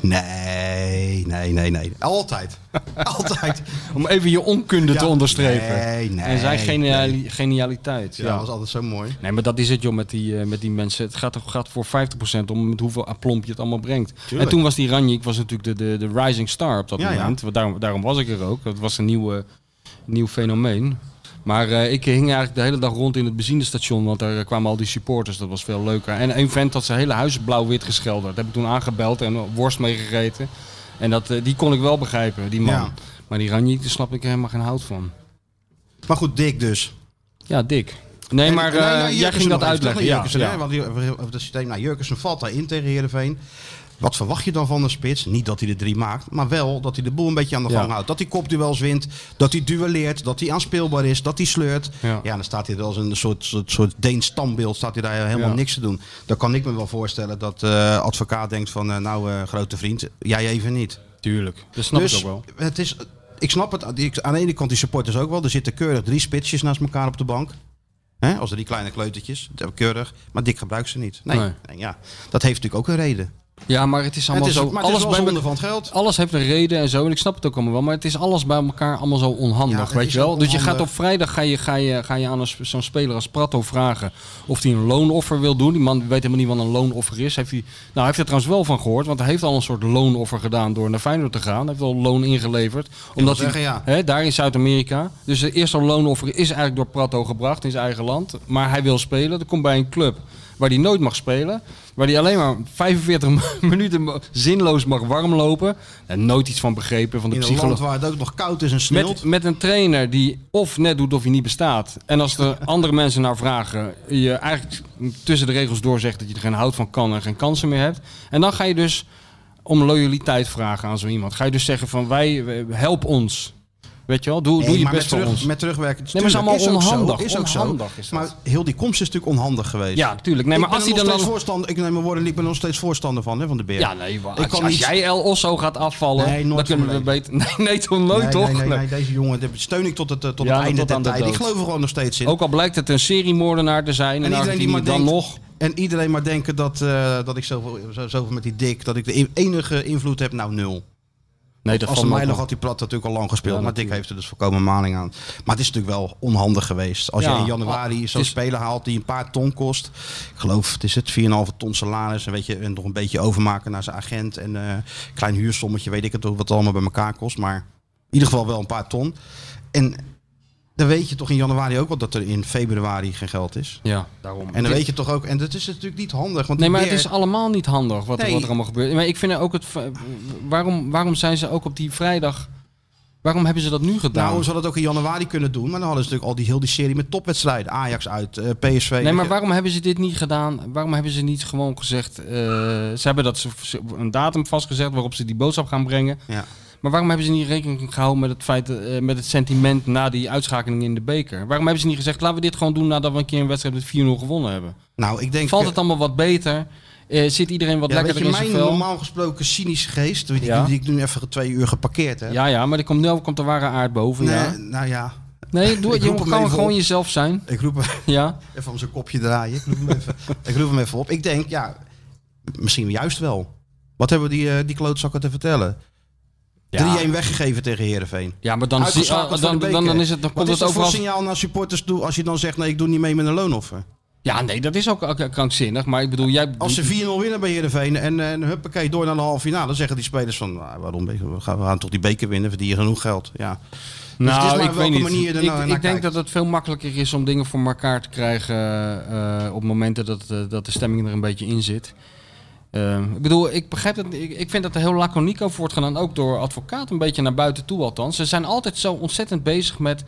[SPEAKER 4] Nee, nee, nee, nee. Altijd. [LAUGHS] Altijd.
[SPEAKER 5] Om even je onkunde
[SPEAKER 4] Ja,
[SPEAKER 5] te onderstrepen.
[SPEAKER 4] nee, nee,
[SPEAKER 5] en zijn geniali-
[SPEAKER 4] nee.
[SPEAKER 5] genialiteit.
[SPEAKER 4] Ja,
[SPEAKER 5] Ja.
[SPEAKER 4] dat was altijd zo mooi.
[SPEAKER 5] Nee, maar dat is het joh met die, eh, met die mensen. Het gaat, toch- gaat voor 50% om met hoeveel aplomp je het allemaal brengt. En toen was die Ranjik was natuurlijk de, de, de rising star op dat
[SPEAKER 4] Ja, ja.
[SPEAKER 5] moment. Want Daarom, daarom was ik er ook. Dat was een nieuwe, nieuw fenomeen. Maar eh, ik hing eigenlijk de hele dag rond in het benzinestation, want daar eh, kwamen al die supporters. Dat was veel leuker. En één vent had zijn hele huis blauw-wit geschilderd. Dat heb ik toen aangebeld en worst meegegeten. En dat, eh, die kon ik wel begrijpen, die man.
[SPEAKER 4] Ja.
[SPEAKER 5] Maar die Ranjik, daar snap ik helemaal geen hout van.
[SPEAKER 4] Maar goed, Dick dus.
[SPEAKER 5] Ja, dik. Nee,
[SPEAKER 4] En-
[SPEAKER 5] maar
[SPEAKER 4] nee,
[SPEAKER 5] eh,
[SPEAKER 4] nee,
[SPEAKER 5] jij
[SPEAKER 4] Jurkensen
[SPEAKER 5] ging dat
[SPEAKER 4] nog even terug naar
[SPEAKER 5] uitleggen. Ja,
[SPEAKER 4] Jurkensen,
[SPEAKER 5] ja.
[SPEAKER 4] hè, Want die- over- over het systeem. Nou, Jurkensen valt daarin tegen Heerenveen. Wat verwacht je dan van de spits? Niet dat hij de drie maakt, maar wel dat hij de boel een beetje aan de
[SPEAKER 5] Ja.
[SPEAKER 4] gang houdt. Dat hij kopduels wint, dat hij duelleert, dat hij aanspeelbaar is, dat hij sleurt. Ja,
[SPEAKER 5] Ja.
[SPEAKER 4] dan staat hij er als een soort, soort, soort Deens standbeeld, staat hij daar helemaal
[SPEAKER 5] Ja.
[SPEAKER 4] niks te doen. Dan kan ik me wel voorstellen dat eh advocaat denkt van, eh, nou eh, grote vriend, jij even niet.
[SPEAKER 5] Tuurlijk. Dat snap
[SPEAKER 4] dus
[SPEAKER 5] ik ook wel.
[SPEAKER 4] Het is, ik snap het ik- aan de ene kant die supporters ook wel. Er zitten keurig drie spitsjes naast elkaar op de bank. Hè, als er die kleine kleutertjes, dat- keurig. Maar dik gebruikt ze niet. Nee,
[SPEAKER 5] Nee.
[SPEAKER 4] En ja, dat heeft natuurlijk ook een reden.
[SPEAKER 5] Ja, maar het is
[SPEAKER 4] Het
[SPEAKER 5] allemaal
[SPEAKER 4] is
[SPEAKER 5] zo...
[SPEAKER 4] ook, maar het is wel
[SPEAKER 5] bij
[SPEAKER 4] zonde
[SPEAKER 5] elkaar-
[SPEAKER 4] van het geld.
[SPEAKER 5] alles heeft een reden en zo. En ik snap het ook allemaal wel. Maar het is alles bij elkaar allemaal zo
[SPEAKER 4] Ja,
[SPEAKER 5] onhandig,
[SPEAKER 4] het
[SPEAKER 5] weet
[SPEAKER 4] is
[SPEAKER 5] je wel.
[SPEAKER 4] ook
[SPEAKER 5] Dus je gaat
[SPEAKER 4] onhandig.
[SPEAKER 5] op vrijdag ga je, ga je, ga je aan een sp- zo'n speler als Prato vragen of hij een loonoffer wil doen. Die man weet helemaal niet wat een loonoffer is. Heeft hij, nou, hij heeft er trouwens wel van gehoord. Want hij heeft al een soort loonoffer gedaan door naar Feyenoord te gaan. Hij heeft al loon ingeleverd. Omdat
[SPEAKER 4] zeggen,
[SPEAKER 5] hij,
[SPEAKER 4] ja.
[SPEAKER 5] hè, daar in Zuid-Amerika. Dus de eerste loonoffer is eigenlijk door Prato gebracht in zijn eigen land. Maar hij wil spelen. Dat komt bij een club waar hij nooit mag spelen. Waar hij alleen maar 45 [LAUGHS] minuten ma- zinloos mag warmlopen. En nooit iets van begrepen van de
[SPEAKER 4] In een land
[SPEAKER 5] psycholoog.
[SPEAKER 4] waar het ook nog koud is en sneeuwt.
[SPEAKER 5] Met, met een trainer die of net doet of hij niet bestaat. En
[SPEAKER 4] [LAUGHS]
[SPEAKER 5] als er andere mensen naar vragen, je eigenlijk tussen de regels door zegt dat je er geen hout van kan en geen kansen meer hebt. En dan ga je dus om loyaliteit vragen aan zo iemand. Ga je dus zeggen van wij, wij- help ons. Weet je wel, doe,
[SPEAKER 4] Nee,
[SPEAKER 5] doe je
[SPEAKER 4] maar
[SPEAKER 5] best
[SPEAKER 4] met,
[SPEAKER 5] voor
[SPEAKER 4] terug,
[SPEAKER 5] ons.
[SPEAKER 4] met terugwerken.
[SPEAKER 5] maar het is
[SPEAKER 4] Tuurlijk,
[SPEAKER 5] allemaal
[SPEAKER 4] ook zo,
[SPEAKER 5] onhandig.
[SPEAKER 4] Is ook zo.
[SPEAKER 5] Onhandig is dat.
[SPEAKER 4] Maar heel die komst is natuurlijk onhandig geweest.
[SPEAKER 5] Ja, tuurlijk. Nee, maar
[SPEAKER 4] ik ben
[SPEAKER 5] als
[SPEAKER 4] er
[SPEAKER 5] hij dan...
[SPEAKER 4] nog steeds
[SPEAKER 5] dan-
[SPEAKER 4] voorstander, ik neem mijn woorden, niet, ik ben er nog steeds voorstander van, hè, van de beer.
[SPEAKER 5] Ja, nee, maar
[SPEAKER 4] Ik
[SPEAKER 5] als,
[SPEAKER 4] kan
[SPEAKER 5] als
[SPEAKER 4] niet-
[SPEAKER 5] jij El Osso gaat afvallen,
[SPEAKER 4] Nee, nooit
[SPEAKER 5] dan
[SPEAKER 4] van
[SPEAKER 5] kunnen we
[SPEAKER 4] mijn
[SPEAKER 5] beter... [LAUGHS] Nee, nee, toch nooit,
[SPEAKER 4] nee,
[SPEAKER 5] toch?
[SPEAKER 4] Nee, nee,
[SPEAKER 5] Nee.
[SPEAKER 4] nee, deze jongen, daar steun ik tot het, eh, tot
[SPEAKER 5] Ja,
[SPEAKER 4] het einde
[SPEAKER 5] tot
[SPEAKER 4] der
[SPEAKER 5] aan de
[SPEAKER 4] tijd. Ik
[SPEAKER 5] dood.
[SPEAKER 4] geloof er gewoon nog steeds in.
[SPEAKER 5] Ook al blijkt het een seriemoordenaar te zijn, en,
[SPEAKER 4] En iedereen die maar
[SPEAKER 5] dan
[SPEAKER 4] denkt-
[SPEAKER 5] nog...
[SPEAKER 4] En iedereen maar denken dat, eh, dat ik zoveel, zo- zoveel met die dik, dat ik de e- enige invloed heb, nou nul.
[SPEAKER 5] Nee, dat
[SPEAKER 4] Als de
[SPEAKER 5] valt me ook
[SPEAKER 4] Milo
[SPEAKER 5] nog.
[SPEAKER 4] had die plat natuurlijk al lang gespeeld,
[SPEAKER 5] Ja,
[SPEAKER 4] maar dik heeft er dus voorkomen maling aan. Maar het is natuurlijk wel onhandig geweest. Als je
[SPEAKER 5] Ja, Ah,
[SPEAKER 4] in januari
[SPEAKER 5] het
[SPEAKER 4] zo'n
[SPEAKER 5] is-
[SPEAKER 4] speler haalt die een paar ton kost, ik geloof het is het 4,5 ton salaris en, weet je, en nog een beetje overmaken naar zijn agent en eh klein huursommetje, weet ik het ook wat het allemaal bij elkaar kost, maar in ieder geval wel een paar ton. En Dan weet je toch in januari ook wel dat er in februari geen geld is.
[SPEAKER 5] Ja, daarom.
[SPEAKER 4] En dan weet je toch ook, en dat is natuurlijk niet handig. Want
[SPEAKER 5] Nee, maar
[SPEAKER 4] die
[SPEAKER 5] het is
[SPEAKER 4] Beer-
[SPEAKER 5] allemaal niet handig wat,
[SPEAKER 4] Nee.
[SPEAKER 5] wat er allemaal gebeurt. Maar ik vind er ook het. va- Waarom, waarom zijn ze ook op die vrijdag. Waarom hebben ze dat nu gedaan?
[SPEAKER 4] Nou, ze hadden het ook in januari kunnen doen, maar dan hadden ze natuurlijk al die heel die serie met topwedstrijden. Ajax uit, eh, PSV.
[SPEAKER 5] nee, maar waarom hebben ze dit niet gedaan? Waarom hebben ze niet gewoon gezegd. eh, ze hebben dat ze ze- een datum vastgezet waarop ze die boodschap gaan brengen.
[SPEAKER 4] Ja.
[SPEAKER 5] Maar waarom hebben ze niet rekening gehouden met het, feit, eh, met het sentiment na die uitschakeling in de beker? Waarom hebben ze niet gezegd, laten we dit gewoon doen nadat we een keer een wedstrijd met 4-0 gewonnen hebben?
[SPEAKER 4] Nou, ik denk...
[SPEAKER 5] Valt het allemaal wat beter? Eh, zit iedereen wat
[SPEAKER 4] Ja, weet
[SPEAKER 5] lekkerder
[SPEAKER 4] je,
[SPEAKER 5] in
[SPEAKER 4] mijn
[SPEAKER 5] zijn vel?
[SPEAKER 4] normaal gesproken cynische geest, die,
[SPEAKER 5] Ja.
[SPEAKER 4] die ik nu even twee uur geparkeerd heb.
[SPEAKER 5] Ja, ja, maar er komt, nu komt de ware aard boven,
[SPEAKER 4] Nee,
[SPEAKER 5] ja.
[SPEAKER 4] Nou ja, [LAUGHS]
[SPEAKER 5] Nee, doe
[SPEAKER 4] Ik
[SPEAKER 5] het,
[SPEAKER 4] roep
[SPEAKER 5] jongen.
[SPEAKER 4] hem
[SPEAKER 5] Kan
[SPEAKER 4] even
[SPEAKER 5] gewoon
[SPEAKER 4] op.
[SPEAKER 5] jezelf zijn.
[SPEAKER 4] ik roep hem [LAUGHS]
[SPEAKER 5] Ja.
[SPEAKER 4] even om zijn kopje draaien. Ik roep hem even,
[SPEAKER 5] [LAUGHS]
[SPEAKER 4] ik roep hem even op. Ik denk, ja, misschien juist wel. Wat hebben die, eh, die klootzakken te vertellen? 3-1 weggegeven tegen Heerenveen.
[SPEAKER 5] Ja, maar dan, zie, oh,
[SPEAKER 4] Uitgeschakeld
[SPEAKER 5] dan,
[SPEAKER 4] voor de
[SPEAKER 5] dan,
[SPEAKER 4] beker.
[SPEAKER 5] dan, is het, dan
[SPEAKER 4] Wat
[SPEAKER 5] komt
[SPEAKER 4] is
[SPEAKER 5] het
[SPEAKER 4] dat voor
[SPEAKER 5] overal...
[SPEAKER 4] signaal naar supporters toe als je dan zegt, nee, ik doe niet mee met een loonoffer?
[SPEAKER 5] Ja, nee, dat is ook k- krankzinnig. Maar ik bedoel, jij...
[SPEAKER 4] Als ze 4-0 winnen bij Heerenveen en, en huppakee, door naar de halve finale, dan zeggen die spelers van, nou, waarom, ben je- we gaan, we gaan toch die beker winnen, verdien je genoeg geld. Ja.
[SPEAKER 5] Nou,
[SPEAKER 4] het is maar
[SPEAKER 5] ik
[SPEAKER 4] welke
[SPEAKER 5] weet niet.
[SPEAKER 4] manier je er
[SPEAKER 5] ik
[SPEAKER 4] nou naar
[SPEAKER 5] ik
[SPEAKER 4] kijkt.
[SPEAKER 5] denk dat het veel makkelijker is om dingen voor elkaar te krijgen eh, eh, op momenten dat, eh, dat de stemming er een beetje in zit. Eh, ik bedoel, ik begrijp dat. Ik, ik vind dat er heel laconiek over wordt gedaan, ook door advocaat, een beetje naar buiten toe althans. Ze zijn altijd zo ontzettend bezig met.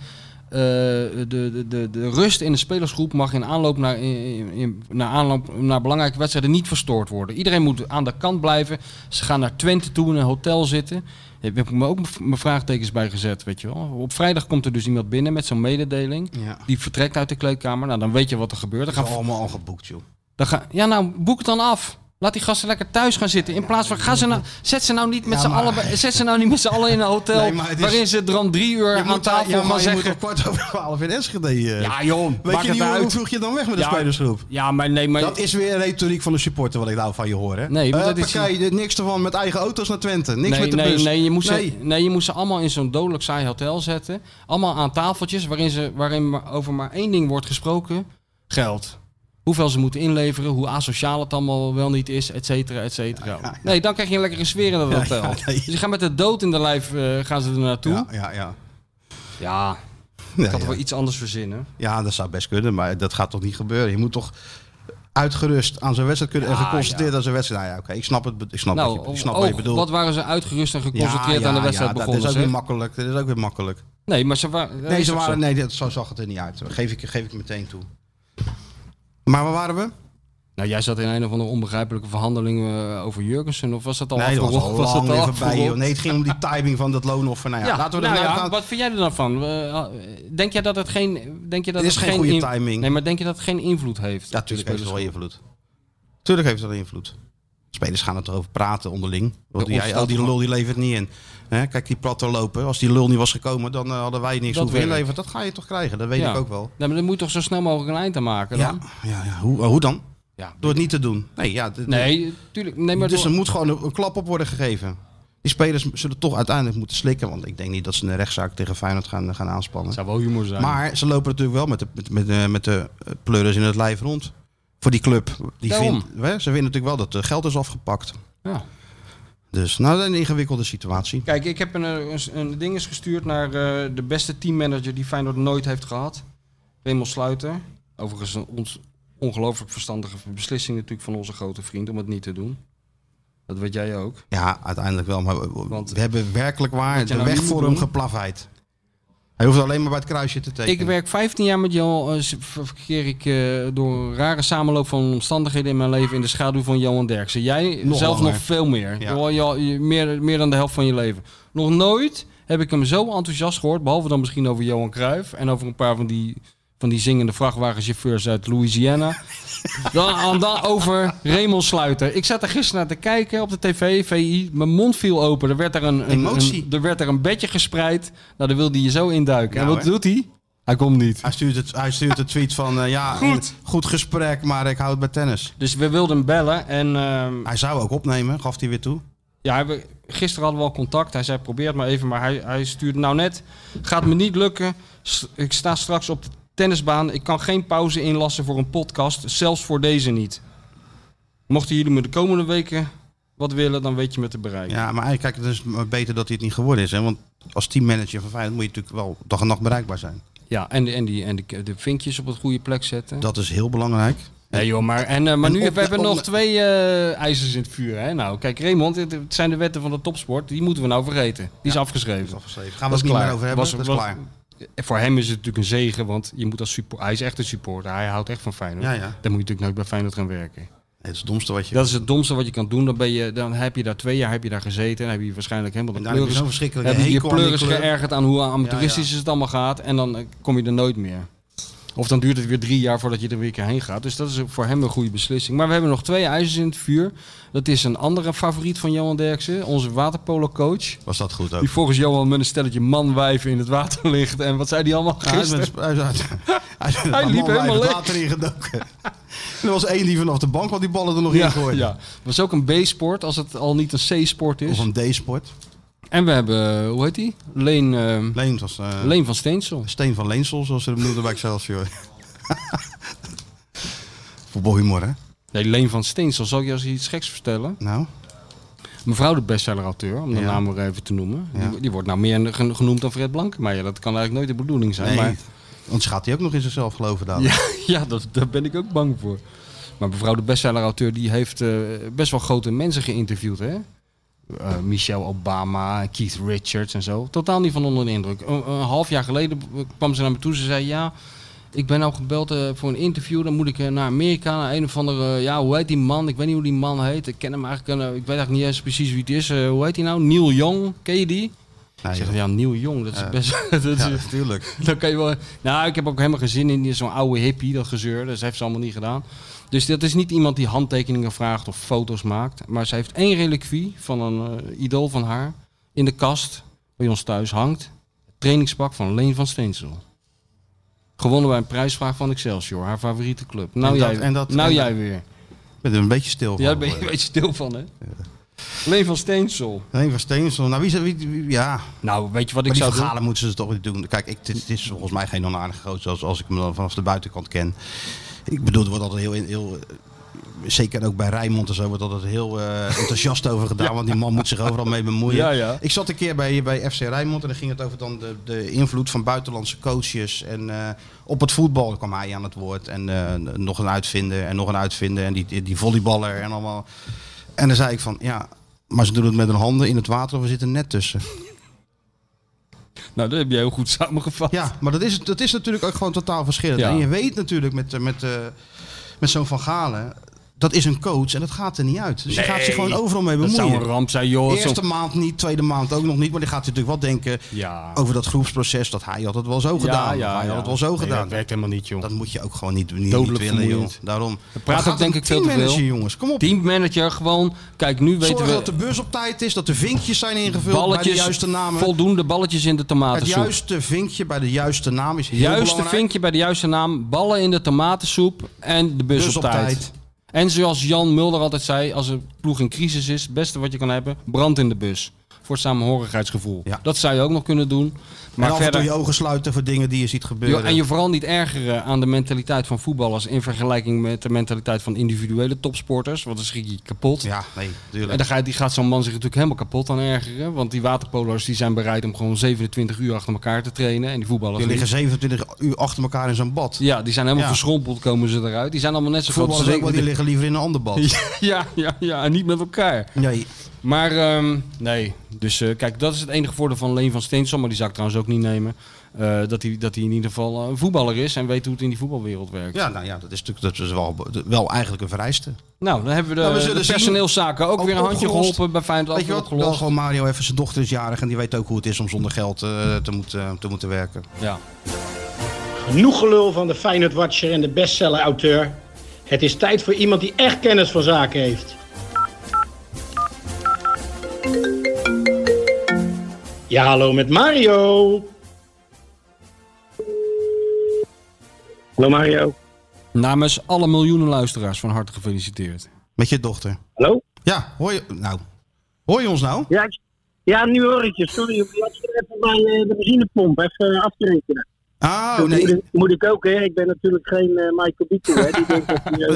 [SPEAKER 5] eh, de, de, de, de rust in de spelersgroep mag in aanloop naar, in, in- naar aanloop naar belangrijke wedstrijden niet verstoord worden. Iedereen moet aan de kant blijven. Ze gaan naar Twente toe in een hotel zitten. Daar heb ik me ook mijn vraagtekens bij gezet, weet je wel. Op vrijdag komt er dus iemand binnen met zo'n mededeling.
[SPEAKER 4] Ja.
[SPEAKER 5] Die vertrekt uit de kleedkamer. Nou, dan weet je wat er gebeurt. Dan
[SPEAKER 4] Dat
[SPEAKER 5] gaan
[SPEAKER 4] is allemaal al geboekt, joh.
[SPEAKER 5] dan ga, ja, nou, boek het dan af. Laat die gasten lekker thuis gaan zitten. In plaats van, ga ze nou, zet ze nou niet met
[SPEAKER 4] Ja,
[SPEAKER 5] z'n
[SPEAKER 4] maar-
[SPEAKER 5] allen, bij- zet ze nou niet met z'n allen in een hotel
[SPEAKER 4] Nee, maar het is-
[SPEAKER 5] waarin ze er dan drie uur aan tafel
[SPEAKER 4] ja, maar
[SPEAKER 5] gaan
[SPEAKER 4] je moet
[SPEAKER 5] zeggen.
[SPEAKER 4] op kwart over twaalf in Enschede. eh.
[SPEAKER 5] Ja, joh,
[SPEAKER 4] Weet
[SPEAKER 5] maak
[SPEAKER 4] je
[SPEAKER 5] het
[SPEAKER 4] niet hoe, hoe
[SPEAKER 5] uit.
[SPEAKER 4] vroeg je dan weg met de
[SPEAKER 5] Ja.
[SPEAKER 4] spelersgroep?
[SPEAKER 5] Ja, maar nee, maar...
[SPEAKER 4] Dat is weer een retoriek van de supporter wat ik nou van je hoor. Hè?
[SPEAKER 5] Nee, maar dat is-
[SPEAKER 4] Huppakee, niks ervan met eigen auto's naar Twente. Niks
[SPEAKER 5] nee,
[SPEAKER 4] met de
[SPEAKER 5] nee,
[SPEAKER 4] bus.
[SPEAKER 5] Nee, je moest
[SPEAKER 4] Nee.
[SPEAKER 5] Ze, nee, je moest ze allemaal in zo'n dodelijk saai hotel zetten. Allemaal aan tafeltjes waarin, ze, waarin maar over maar één ding wordt gesproken. Geld. Hoeveel ze moeten inleveren, hoe asociaal het allemaal wel niet is, et cetera, et cetera. Nee, dan krijg je een lekkere sfeer in dat hotel.
[SPEAKER 4] ja, nee.
[SPEAKER 5] Dus je gaat met de dood in de lijf eh, gaan ze er naartoe.
[SPEAKER 4] Ja,
[SPEAKER 5] Ja,
[SPEAKER 4] ja, ja.
[SPEAKER 5] ik
[SPEAKER 4] Ja,
[SPEAKER 5] had er
[SPEAKER 4] ja. Oh,
[SPEAKER 5] wel iets anders verzinnen.
[SPEAKER 4] Ja, dat zou best kunnen, maar dat gaat toch niet gebeuren. Je moet toch uitgerust aan zijn wedstrijd kunnen en
[SPEAKER 5] Ja,
[SPEAKER 4] geconcentreerd aan zijn wedstrijd. Nou ja, oké, ik snap, het, be- ik snap, wat, je, ik snap
[SPEAKER 5] oh,
[SPEAKER 4] wat je bedoelt.
[SPEAKER 5] wat waren ze uitgerust en geconcentreerd aan de wedstrijd
[SPEAKER 4] dat-
[SPEAKER 5] begonnen?
[SPEAKER 4] Dat is ook
[SPEAKER 5] zeg.
[SPEAKER 4] weer makkelijk. Dat is ook weer makkelijk.
[SPEAKER 5] Nee, maar ze waren...
[SPEAKER 4] Nee, ze
[SPEAKER 5] ook
[SPEAKER 4] waren,
[SPEAKER 5] zo.
[SPEAKER 4] nee dat, zo zag het er niet uit. Dat Geef ik, geef ik meteen toe. Maar waar waren we?
[SPEAKER 5] Nou, jij zat in een of andere onbegrijpelijke verhandeling eh, over Jurgensen, of was dat al
[SPEAKER 4] nee, dat was
[SPEAKER 5] afgerond?
[SPEAKER 4] al
[SPEAKER 5] Was
[SPEAKER 4] lang
[SPEAKER 5] dat al
[SPEAKER 4] weer voorbij.
[SPEAKER 5] afgerond?
[SPEAKER 4] joh. Nee, het ging om die timing van dat loonoffer. Nou ja,
[SPEAKER 5] Ja,
[SPEAKER 4] laten we er
[SPEAKER 5] nou
[SPEAKER 4] nou
[SPEAKER 5] ja,
[SPEAKER 4] gaan.
[SPEAKER 5] wat vind jij er dan van? Eh, Denk jij dat het geen... Denk je dat
[SPEAKER 4] Dit
[SPEAKER 5] het
[SPEAKER 4] is geen goede
[SPEAKER 5] in-
[SPEAKER 4] timing.
[SPEAKER 5] Nee, maar denk je dat het geen invloed heeft?
[SPEAKER 4] Ja, tuurlijk
[SPEAKER 5] op
[SPEAKER 4] heeft
[SPEAKER 5] de
[SPEAKER 4] het wel
[SPEAKER 5] spelers?
[SPEAKER 4] invloed. Tuurlijk heeft het wel invloed. Spelers gaan het erover praten onderling. Want
[SPEAKER 5] Ja,
[SPEAKER 4] jij,
[SPEAKER 5] ontstaat
[SPEAKER 4] oh, die
[SPEAKER 5] gewoon-
[SPEAKER 4] lul die levert niet in. Hè, kijk, die platte lopen. Als die lul niet was gekomen, dan eh, hadden wij niks
[SPEAKER 5] Dat
[SPEAKER 4] hoeven
[SPEAKER 5] werkt.
[SPEAKER 4] inleveren. Dat ga je toch krijgen, dat weet
[SPEAKER 5] Ja.
[SPEAKER 4] ik ook wel.
[SPEAKER 5] Nee, maar dan moet je toch zo snel mogelijk een eind aan maken
[SPEAKER 4] Ja,
[SPEAKER 5] dan?
[SPEAKER 4] ja, ja. Hoe, eh, hoe dan?
[SPEAKER 5] Ja.
[SPEAKER 4] Door het niet te doen. Nee, ja, dit-
[SPEAKER 5] Nee, tuurlijk. Nee, maar
[SPEAKER 4] dus
[SPEAKER 5] door-
[SPEAKER 4] er moet gewoon een, een klap op worden gegeven. Die spelers zullen toch uiteindelijk moeten slikken. Want ik denk niet dat ze een rechtszaak tegen Feyenoord gaan, eh, gaan aanspannen.
[SPEAKER 5] zou wel humor zijn.
[SPEAKER 4] Maar ze lopen natuurlijk wel met de, met, met, de- met de eh, pleuris in het lijf rond. Voor die club. Die
[SPEAKER 5] Daarom.
[SPEAKER 4] vindt, hè, ze vinden natuurlijk wel dat er geld is afgepakt.
[SPEAKER 5] Ja.
[SPEAKER 4] Dus nou, dat is een ingewikkelde situatie.
[SPEAKER 5] Kijk, ik heb een, eh, een, een ding is gestuurd naar eh, de beste teammanager die Feyenoord nooit heeft gehad. Raymond Sluiter. Overigens een ons ongelooflijk verstandige beslissing natuurlijk van onze grote vriend om het niet te doen. Dat weet jij ook.
[SPEAKER 4] Ja, uiteindelijk wel. Maar we- we,
[SPEAKER 5] Want-
[SPEAKER 4] we hebben werkelijk waar
[SPEAKER 5] Wat
[SPEAKER 4] de
[SPEAKER 5] je nou
[SPEAKER 4] weg
[SPEAKER 5] nu
[SPEAKER 4] voor
[SPEAKER 5] moet
[SPEAKER 4] hem
[SPEAKER 5] doen?
[SPEAKER 4] geplaveid. Hij hoeft alleen maar bij het kruisje te tekenen.
[SPEAKER 5] Ik werk 15 jaar met Johan. eh, verkeer ik eh, door een rare samenloop van omstandigheden in mijn leven in de schaduw van Johan Derksen. Jij
[SPEAKER 4] Nog
[SPEAKER 5] zelf
[SPEAKER 4] langer.
[SPEAKER 5] nog veel meer.
[SPEAKER 4] Ja.
[SPEAKER 5] Wel, ja, je- meer. Meer dan de helft van je leven. Nog nooit heb ik hem zo enthousiast gehoord. Behalve dan misschien over Johan Cruijff en over een paar van die, van die zingende vrachtwagenchauffeurs
[SPEAKER 4] [LAUGHS]
[SPEAKER 5] uit Louisiana. dan, dan over Raymond Sluiter. Ik zat er gisteren naar te kijken op de tv, VI. Mijn mond viel open. Er werd er een, een,
[SPEAKER 4] Emotie.
[SPEAKER 5] een- er werd er een bedje gespreid. Nou, daar wilde hij je zo induiken.
[SPEAKER 4] Nou,
[SPEAKER 5] en wat
[SPEAKER 4] hè?
[SPEAKER 5] doet hij? Hij komt niet.
[SPEAKER 4] Hij stuurt, het, hij stuurt een tweet van, eh,
[SPEAKER 5] [LAUGHS]
[SPEAKER 4] ja, goed. goed gesprek, maar ik hou het bij tennis.
[SPEAKER 5] Dus we wilden hem bellen en ehm,
[SPEAKER 4] Hij zou ook opnemen, gaf hij weer toe.
[SPEAKER 5] ja, we, gisteren hadden we al contact. Hij zei probeer het maar even, maar hij, hij stuurde nou net, gaat me niet lukken. S- Ik sta straks op de tennisbaan. Ik kan geen pauze inlassen voor een podcast, zelfs voor deze niet. Mochten jullie me de komende weken wat willen, dan weet je me te bereiken.
[SPEAKER 4] Ja, maar eigenlijk, kijk, het is maar beter dat hij het niet geworden is. Hè? Want als teammanager van Feyenoord moet je natuurlijk wel dag en nacht bereikbaar zijn.
[SPEAKER 5] Ja, Ja, en, de- en, die, en de, de vinkjes op het goede plek zetten.
[SPEAKER 4] Dat is heel belangrijk.
[SPEAKER 5] Nee joh, maar, en, eh, maar
[SPEAKER 4] En
[SPEAKER 5] nu
[SPEAKER 4] op-
[SPEAKER 5] hebben we hebben
[SPEAKER 4] op-
[SPEAKER 5] nog twee eh, ijzers in het vuur. Hè? Nou, kijk Raymond, het, het zijn de wetten van de topsport. Die moeten we nou vergeten. Die is afgeschreven.
[SPEAKER 4] Afgeschreven. Gaan we
[SPEAKER 5] Dat
[SPEAKER 4] het
[SPEAKER 5] is
[SPEAKER 4] niet
[SPEAKER 5] klaar.
[SPEAKER 4] meer over hebben.
[SPEAKER 5] Was-
[SPEAKER 4] dat is
[SPEAKER 5] was-
[SPEAKER 4] klaar.
[SPEAKER 5] En Voor hem is het natuurlijk een zegen, want je moet als support, hij is echt een supporter. Hij houdt echt van Feyenoord.
[SPEAKER 4] Ja, ja. Nee,
[SPEAKER 5] Dan moet je natuurlijk nooit bij Feyenoord gaan werken.
[SPEAKER 4] Het is het domste wat je...
[SPEAKER 5] Dat is het domste wat je kan doen. Dan, ben je, dan heb je daar twee jaar heb je daar gezeten. En heb je waarschijnlijk helemaal de
[SPEAKER 4] en daar heb je
[SPEAKER 5] pleuris,
[SPEAKER 4] zo'n verschrikkelijke
[SPEAKER 5] heb je je
[SPEAKER 4] hekel aan die
[SPEAKER 5] pleuris
[SPEAKER 4] club.
[SPEAKER 5] geërgerd aan hoe amateuristisch het allemaal gaat. En dan eh, kom je er nooit meer. Of dan duurt het weer drie jaar voordat je er weer een keer heen gaat. Dus dat is voor hem een goede beslissing. Maar we hebben nog twee ijzers in het vuur. Dat is een andere favoriet van Johan Derksen. Onze waterpolo-coach.
[SPEAKER 4] Was dat goed ook?
[SPEAKER 5] Die volgens Johan met een stelletje manwijven in het water [LAUGHS] ligt. En wat zei die allemaal
[SPEAKER 4] Ja, Hij is
[SPEAKER 5] gisteren?
[SPEAKER 4] met- hij is uit- hij is met
[SPEAKER 5] Hij
[SPEAKER 4] een
[SPEAKER 5] liep
[SPEAKER 4] man
[SPEAKER 5] helemaal
[SPEAKER 4] het
[SPEAKER 5] leeg.
[SPEAKER 4] water ingedoken. er was één die vanaf de bank had die ballen er nog in
[SPEAKER 5] Ja,
[SPEAKER 4] gooide.
[SPEAKER 5] ja, was ook een B-sport als het al niet een C-sport is.
[SPEAKER 4] Of een D-sport.
[SPEAKER 5] En we hebben, eh, hoe heet die? Leen, eh,
[SPEAKER 4] Leens was eh,
[SPEAKER 5] Leen van Steensel.
[SPEAKER 4] Steen van Leensel, zoals ze hem noemden bij Excelsior. Voetbalhumor, hè?
[SPEAKER 5] Nee, Leen van Steensel. Zal ik je als iets geks vertellen?
[SPEAKER 4] Nou,
[SPEAKER 5] Mevrouw de bestseller-auteur, om de
[SPEAKER 4] Ja.
[SPEAKER 5] naam maar even te noemen.
[SPEAKER 4] Ja.
[SPEAKER 5] Die, die wordt nou meer gen- genoemd dan Fred Blankenmeijer. Dat kan eigenlijk nooit de bedoeling zijn.
[SPEAKER 4] nee.
[SPEAKER 5] Maar,
[SPEAKER 4] Anders gaat hij ook nog in zichzelf geloven daar.
[SPEAKER 5] ja, [LAUGHS] ja dat, daar ben ik ook bang voor. Maar mevrouw de bestseller-auteur die heeft eh, best wel grote mensen geïnterviewd, hè? Eh, Michelle Obama, Keith Richards en zo. Totaal niet van onder de indruk. Een, een half jaar geleden kwam ze naar me toe. Ze zei, ja, ik ben nou gebeld eh, voor een interview. Dan moet ik eh, naar Amerika, naar een of andere... eh, ja, hoe heet die man? Ik weet niet hoe die man heet. Ik ken hem eigenlijk... eh, ik weet eigenlijk niet eens precies wie het is. Eh, hoe heet hij nou? Neil Young. Ken je die?
[SPEAKER 4] Nee,
[SPEAKER 5] ik zeg,
[SPEAKER 4] joh.
[SPEAKER 5] ja, Neil Young. Dat is
[SPEAKER 4] Ah, Ja.
[SPEAKER 5] best... [LAUGHS] dat is,
[SPEAKER 4] Ja, natuurlijk.
[SPEAKER 5] [LAUGHS] dan kan je wel. Nou, ik heb ook helemaal geen zin in die- zo'n oude hippie, dat gezeur. Dat heeft ze allemaal niet gedaan. Dus dat is niet iemand die handtekeningen vraagt of foto's maakt. Maar ze heeft één reliquie van een eh, idool van haar in de kast bij ons thuis hangt. Het trainingspak van Leen van Steensel. Gewonnen bij een prijsvraag van Excelsior, haar favoriete club. Nou
[SPEAKER 4] En dat-
[SPEAKER 5] jij,
[SPEAKER 4] en dat- Oh,
[SPEAKER 5] nou
[SPEAKER 4] en
[SPEAKER 5] jij weer.
[SPEAKER 4] Ik ben er een beetje stil van.
[SPEAKER 5] Ja, daar ben [LAUGHS] je een beetje stil van, hè? Leen van Steensel.
[SPEAKER 4] Nee, van Steensel. Nou, wie zou... Wie, wie- ja,
[SPEAKER 5] Nou, weet je wat
[SPEAKER 4] Maar
[SPEAKER 5] ik
[SPEAKER 4] die
[SPEAKER 5] zou doen?
[SPEAKER 4] verhalen moeten ze toch niet doen. Kijk, ik, het is volgens mij geen onaardige groot zoals als ik hem dan vanaf de buitenkant ken. Ik bedoel, er wordt altijd heel... heel eh, Zeker ook bij Rijmond en zo wordt altijd heel eh, enthousiast over gedaan.
[SPEAKER 5] [LAUGHS]
[SPEAKER 4] Want die man moet zich overal mee bemoeien.
[SPEAKER 5] Ja, ja.
[SPEAKER 4] Ik zat een keer bij, bij FC Rijnmond en dan ging het over dan de, de invloed van buitenlandse coaches. En eh, op het voetbal kwam hij aan het woord. En eh, nog een uitvinder en nog een uitvinder. En die, die volleyballer en allemaal. En dan zei ik van, ja, maar ze doen het met hun handen in het water of we zitten net tussen.
[SPEAKER 5] Nou, dat heb jij heel goed [LAUGHS] samengevat.
[SPEAKER 4] Ja, maar dat is, dat is natuurlijk ook gewoon totaal verschillend.
[SPEAKER 5] Ja.
[SPEAKER 4] En je weet natuurlijk met, eh, met, eh, met zo'n Van Galen, dat is een coach en dat gaat er niet uit. Dus je gaat zich gewoon overal mee
[SPEAKER 5] Dat zou
[SPEAKER 4] bemoeien.
[SPEAKER 5] een ramp zijn, joh. Zo'n-
[SPEAKER 4] Eerste maand niet, tweede maand ook nog niet. Maar die gaat natuurlijk wel denken
[SPEAKER 5] Ja.
[SPEAKER 4] over dat groepsproces. Dat hij had het wel zo gedaan. Ja, hij had het wel zo
[SPEAKER 5] Nee,
[SPEAKER 4] gedaan.
[SPEAKER 5] dat werkt helemaal niet, joh.
[SPEAKER 4] Dat moet je ook gewoon niet, niet, niet
[SPEAKER 5] Dodelijk
[SPEAKER 4] willen, joh.
[SPEAKER 5] vermoeiend.
[SPEAKER 4] Daarom.
[SPEAKER 5] praat
[SPEAKER 4] Dan
[SPEAKER 5] ook
[SPEAKER 4] gaat
[SPEAKER 5] denk
[SPEAKER 4] een
[SPEAKER 5] ik veel te
[SPEAKER 4] teammanager,
[SPEAKER 5] veel.
[SPEAKER 4] jongens. Kom op.
[SPEAKER 5] Teammanager gewoon. Kijk, nu weten
[SPEAKER 4] Zorg dat de
[SPEAKER 5] we
[SPEAKER 4] bus op tijd is. Dat de vinkjes zijn ingevuld bij
[SPEAKER 5] balletjes,
[SPEAKER 4] de juiste namen.
[SPEAKER 5] voldoende balletjes in de
[SPEAKER 4] Het
[SPEAKER 5] tomatensoep. Juist,
[SPEAKER 4] juiste vinkje bij de juiste naam is heel
[SPEAKER 5] Juiste
[SPEAKER 4] belangrijk.
[SPEAKER 5] vinkje bij de juiste naam. Ballen in de tomatensoep en de bus,
[SPEAKER 4] Bus
[SPEAKER 5] op,
[SPEAKER 4] op
[SPEAKER 5] tijd.
[SPEAKER 4] tijd.
[SPEAKER 5] En zoals Jan Mulder altijd zei, als een ploeg in crisis is, het beste wat je kan hebben, brand in de bus. Voor het samenhorigheidsgevoel.
[SPEAKER 4] Ja.
[SPEAKER 5] Dat zou je ook nog kunnen doen. Maar
[SPEAKER 4] en af en toe
[SPEAKER 5] verder,
[SPEAKER 4] je ogen sluiten voor dingen die je ziet gebeuren.
[SPEAKER 5] Jo, en je vooral niet ergeren aan de mentaliteit van voetballers in vergelijking met de mentaliteit van individuele topsporters. Want dan schrik je kapot.
[SPEAKER 4] Ja, nee,
[SPEAKER 5] En
[SPEAKER 4] tuurlijk.
[SPEAKER 5] dan ga- die gaat zo'n man zich natuurlijk helemaal kapot aan ergeren. Want die waterpolo's die zijn bereid om gewoon 27 uur achter elkaar te trainen. En die voetballers
[SPEAKER 4] Die liggen
[SPEAKER 5] niet.
[SPEAKER 4] 27 uur achter elkaar in zo'n bad.
[SPEAKER 5] Ja, die zijn helemaal
[SPEAKER 4] Ja.
[SPEAKER 5] verschrompeld komen ze eruit. Die zijn allemaal net zo groot als
[SPEAKER 4] Voetballers ook wel, die
[SPEAKER 5] ik.
[SPEAKER 4] liggen liever in een ander bad.
[SPEAKER 5] [LAUGHS] Ja, ja, ja, en niet met elkaar.
[SPEAKER 4] Nee,
[SPEAKER 5] Maar ehm, nee, dus eh, kijk, dat is het enige voordeel van Leen van Steensel. Maar die zou ik trouwens ook niet nemen. Eh, dat hij dat hij in ieder geval eh, een voetballer is en weet hoe het in die voetbalwereld werkt.
[SPEAKER 4] ja, nou ja, dat is natuurlijk dat is wel, wel eigenlijk een vereiste.
[SPEAKER 5] Nou, dan hebben we de,
[SPEAKER 4] Nou, we zullen
[SPEAKER 5] de
[SPEAKER 4] zien.
[SPEAKER 5] personeelszaken ook,
[SPEAKER 4] Ook
[SPEAKER 5] weer een handje
[SPEAKER 4] opgelost.
[SPEAKER 5] geholpen bij Feyenoord.
[SPEAKER 4] Weet je wat? Wel
[SPEAKER 5] opgelost.
[SPEAKER 4] gewoon Mario even, zijn dochter is jarig en die weet ook hoe het is om zonder geld eh, te, moeten, te moeten werken.
[SPEAKER 5] Ja.
[SPEAKER 6] Genoeg gelul van de Feyenoord Watcher en de bestseller auteur. Het is tijd voor iemand die echt kennis van zaken heeft. Ja, hallo met Mario. Hallo Mario.
[SPEAKER 5] Namens alle miljoenen luisteraars van harte gefeliciteerd.
[SPEAKER 4] Met je dochter.
[SPEAKER 6] Hallo?
[SPEAKER 4] Ja, hoor je, nou, hoor je ons nou?
[SPEAKER 6] Ja, ik- ja nu hoor ik je. Sorry, ik was er even bij eh, de benzinepomp even eh, af te rekenen.
[SPEAKER 4] Ah,
[SPEAKER 6] Dat moet,
[SPEAKER 4] nee.
[SPEAKER 6] ik, moet ik ook, hè? Ik ben natuurlijk geen eh, Michael Bieter, hè? Die denkt dat [LAUGHS] hij, eh,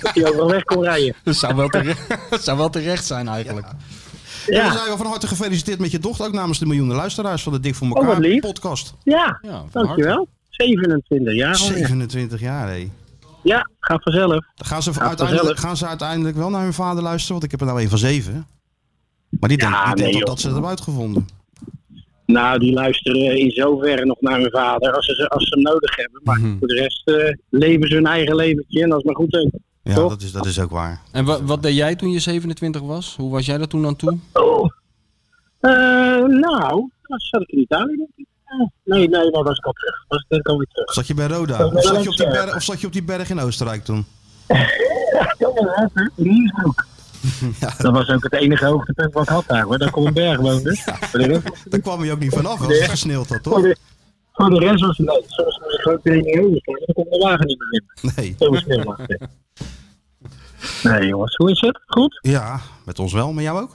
[SPEAKER 6] dat hij overal weg kon rijden.
[SPEAKER 5] Dat zou wel terecht, [LAUGHS] dat zou wel terecht zijn eigenlijk.
[SPEAKER 4] We
[SPEAKER 6] Ja,
[SPEAKER 4] zijn wel van harte gefeliciteerd met je dochter, ook namens de miljoenen luisteraars van de Dik voor
[SPEAKER 6] Oh, wat
[SPEAKER 4] elkaar
[SPEAKER 6] lief.
[SPEAKER 4] podcast.
[SPEAKER 6] ja.
[SPEAKER 5] Ja, van harte.
[SPEAKER 6] dankjewel. 27 jaar. al.
[SPEAKER 4] 27 jaar, hé.
[SPEAKER 6] Ja, gaat vanzelf.
[SPEAKER 4] Gaan ze,
[SPEAKER 6] vanzelf.
[SPEAKER 4] uiteindelijk, gaan ze uiteindelijk wel naar hun vader luisteren? Want ik heb er nou een van zeven. Maar die
[SPEAKER 6] Ja,
[SPEAKER 4] denkt, die
[SPEAKER 6] nee,
[SPEAKER 4] denkt
[SPEAKER 6] joh.
[SPEAKER 4] dat ze het hebben uitgevonden.
[SPEAKER 6] Nou, die luisteren in zoverre nog naar hun vader als ze, als ze hem nodig hebben. Maar
[SPEAKER 5] Mhm.
[SPEAKER 6] voor de rest eh, leven ze hun eigen leventje en dat is maar goed. ook.
[SPEAKER 4] Ja,
[SPEAKER 6] Toch?
[SPEAKER 4] dat is, dat is ook waar.
[SPEAKER 5] En wa- wat deed jij toen je 27 was? Hoe was jij dat toen aan toe?
[SPEAKER 6] Oh. Eh, nou, dan zat ik in Italië denk ik. Ja. Nee, nee, daar was ik al terug. Was ik denk ik alweer terug.
[SPEAKER 4] Zat je bij Roda? Of zat je op die berg, of zat je op die berg in Oostenrijk toen?
[SPEAKER 6] [LAUGHS] Dat was ook het enige hoogtepunt wat ik had daar hoor. Dat ik op een berg woonde. Voor, de rest,
[SPEAKER 4] Daar kwam je ook niet vanaf als het gesneeuwd had,
[SPEAKER 6] voor,
[SPEAKER 4] toch?
[SPEAKER 6] de, voor de rest was het leuk. Soms moest ik gewoon tegen die heen staan. Dan kon de wagen niet meer in.
[SPEAKER 4] Nee.
[SPEAKER 6] Zo sneeuw was [LAUGHS] het. Nee jongens, hoe is het? Goed?
[SPEAKER 4] Ja, met ons wel, met jou ook.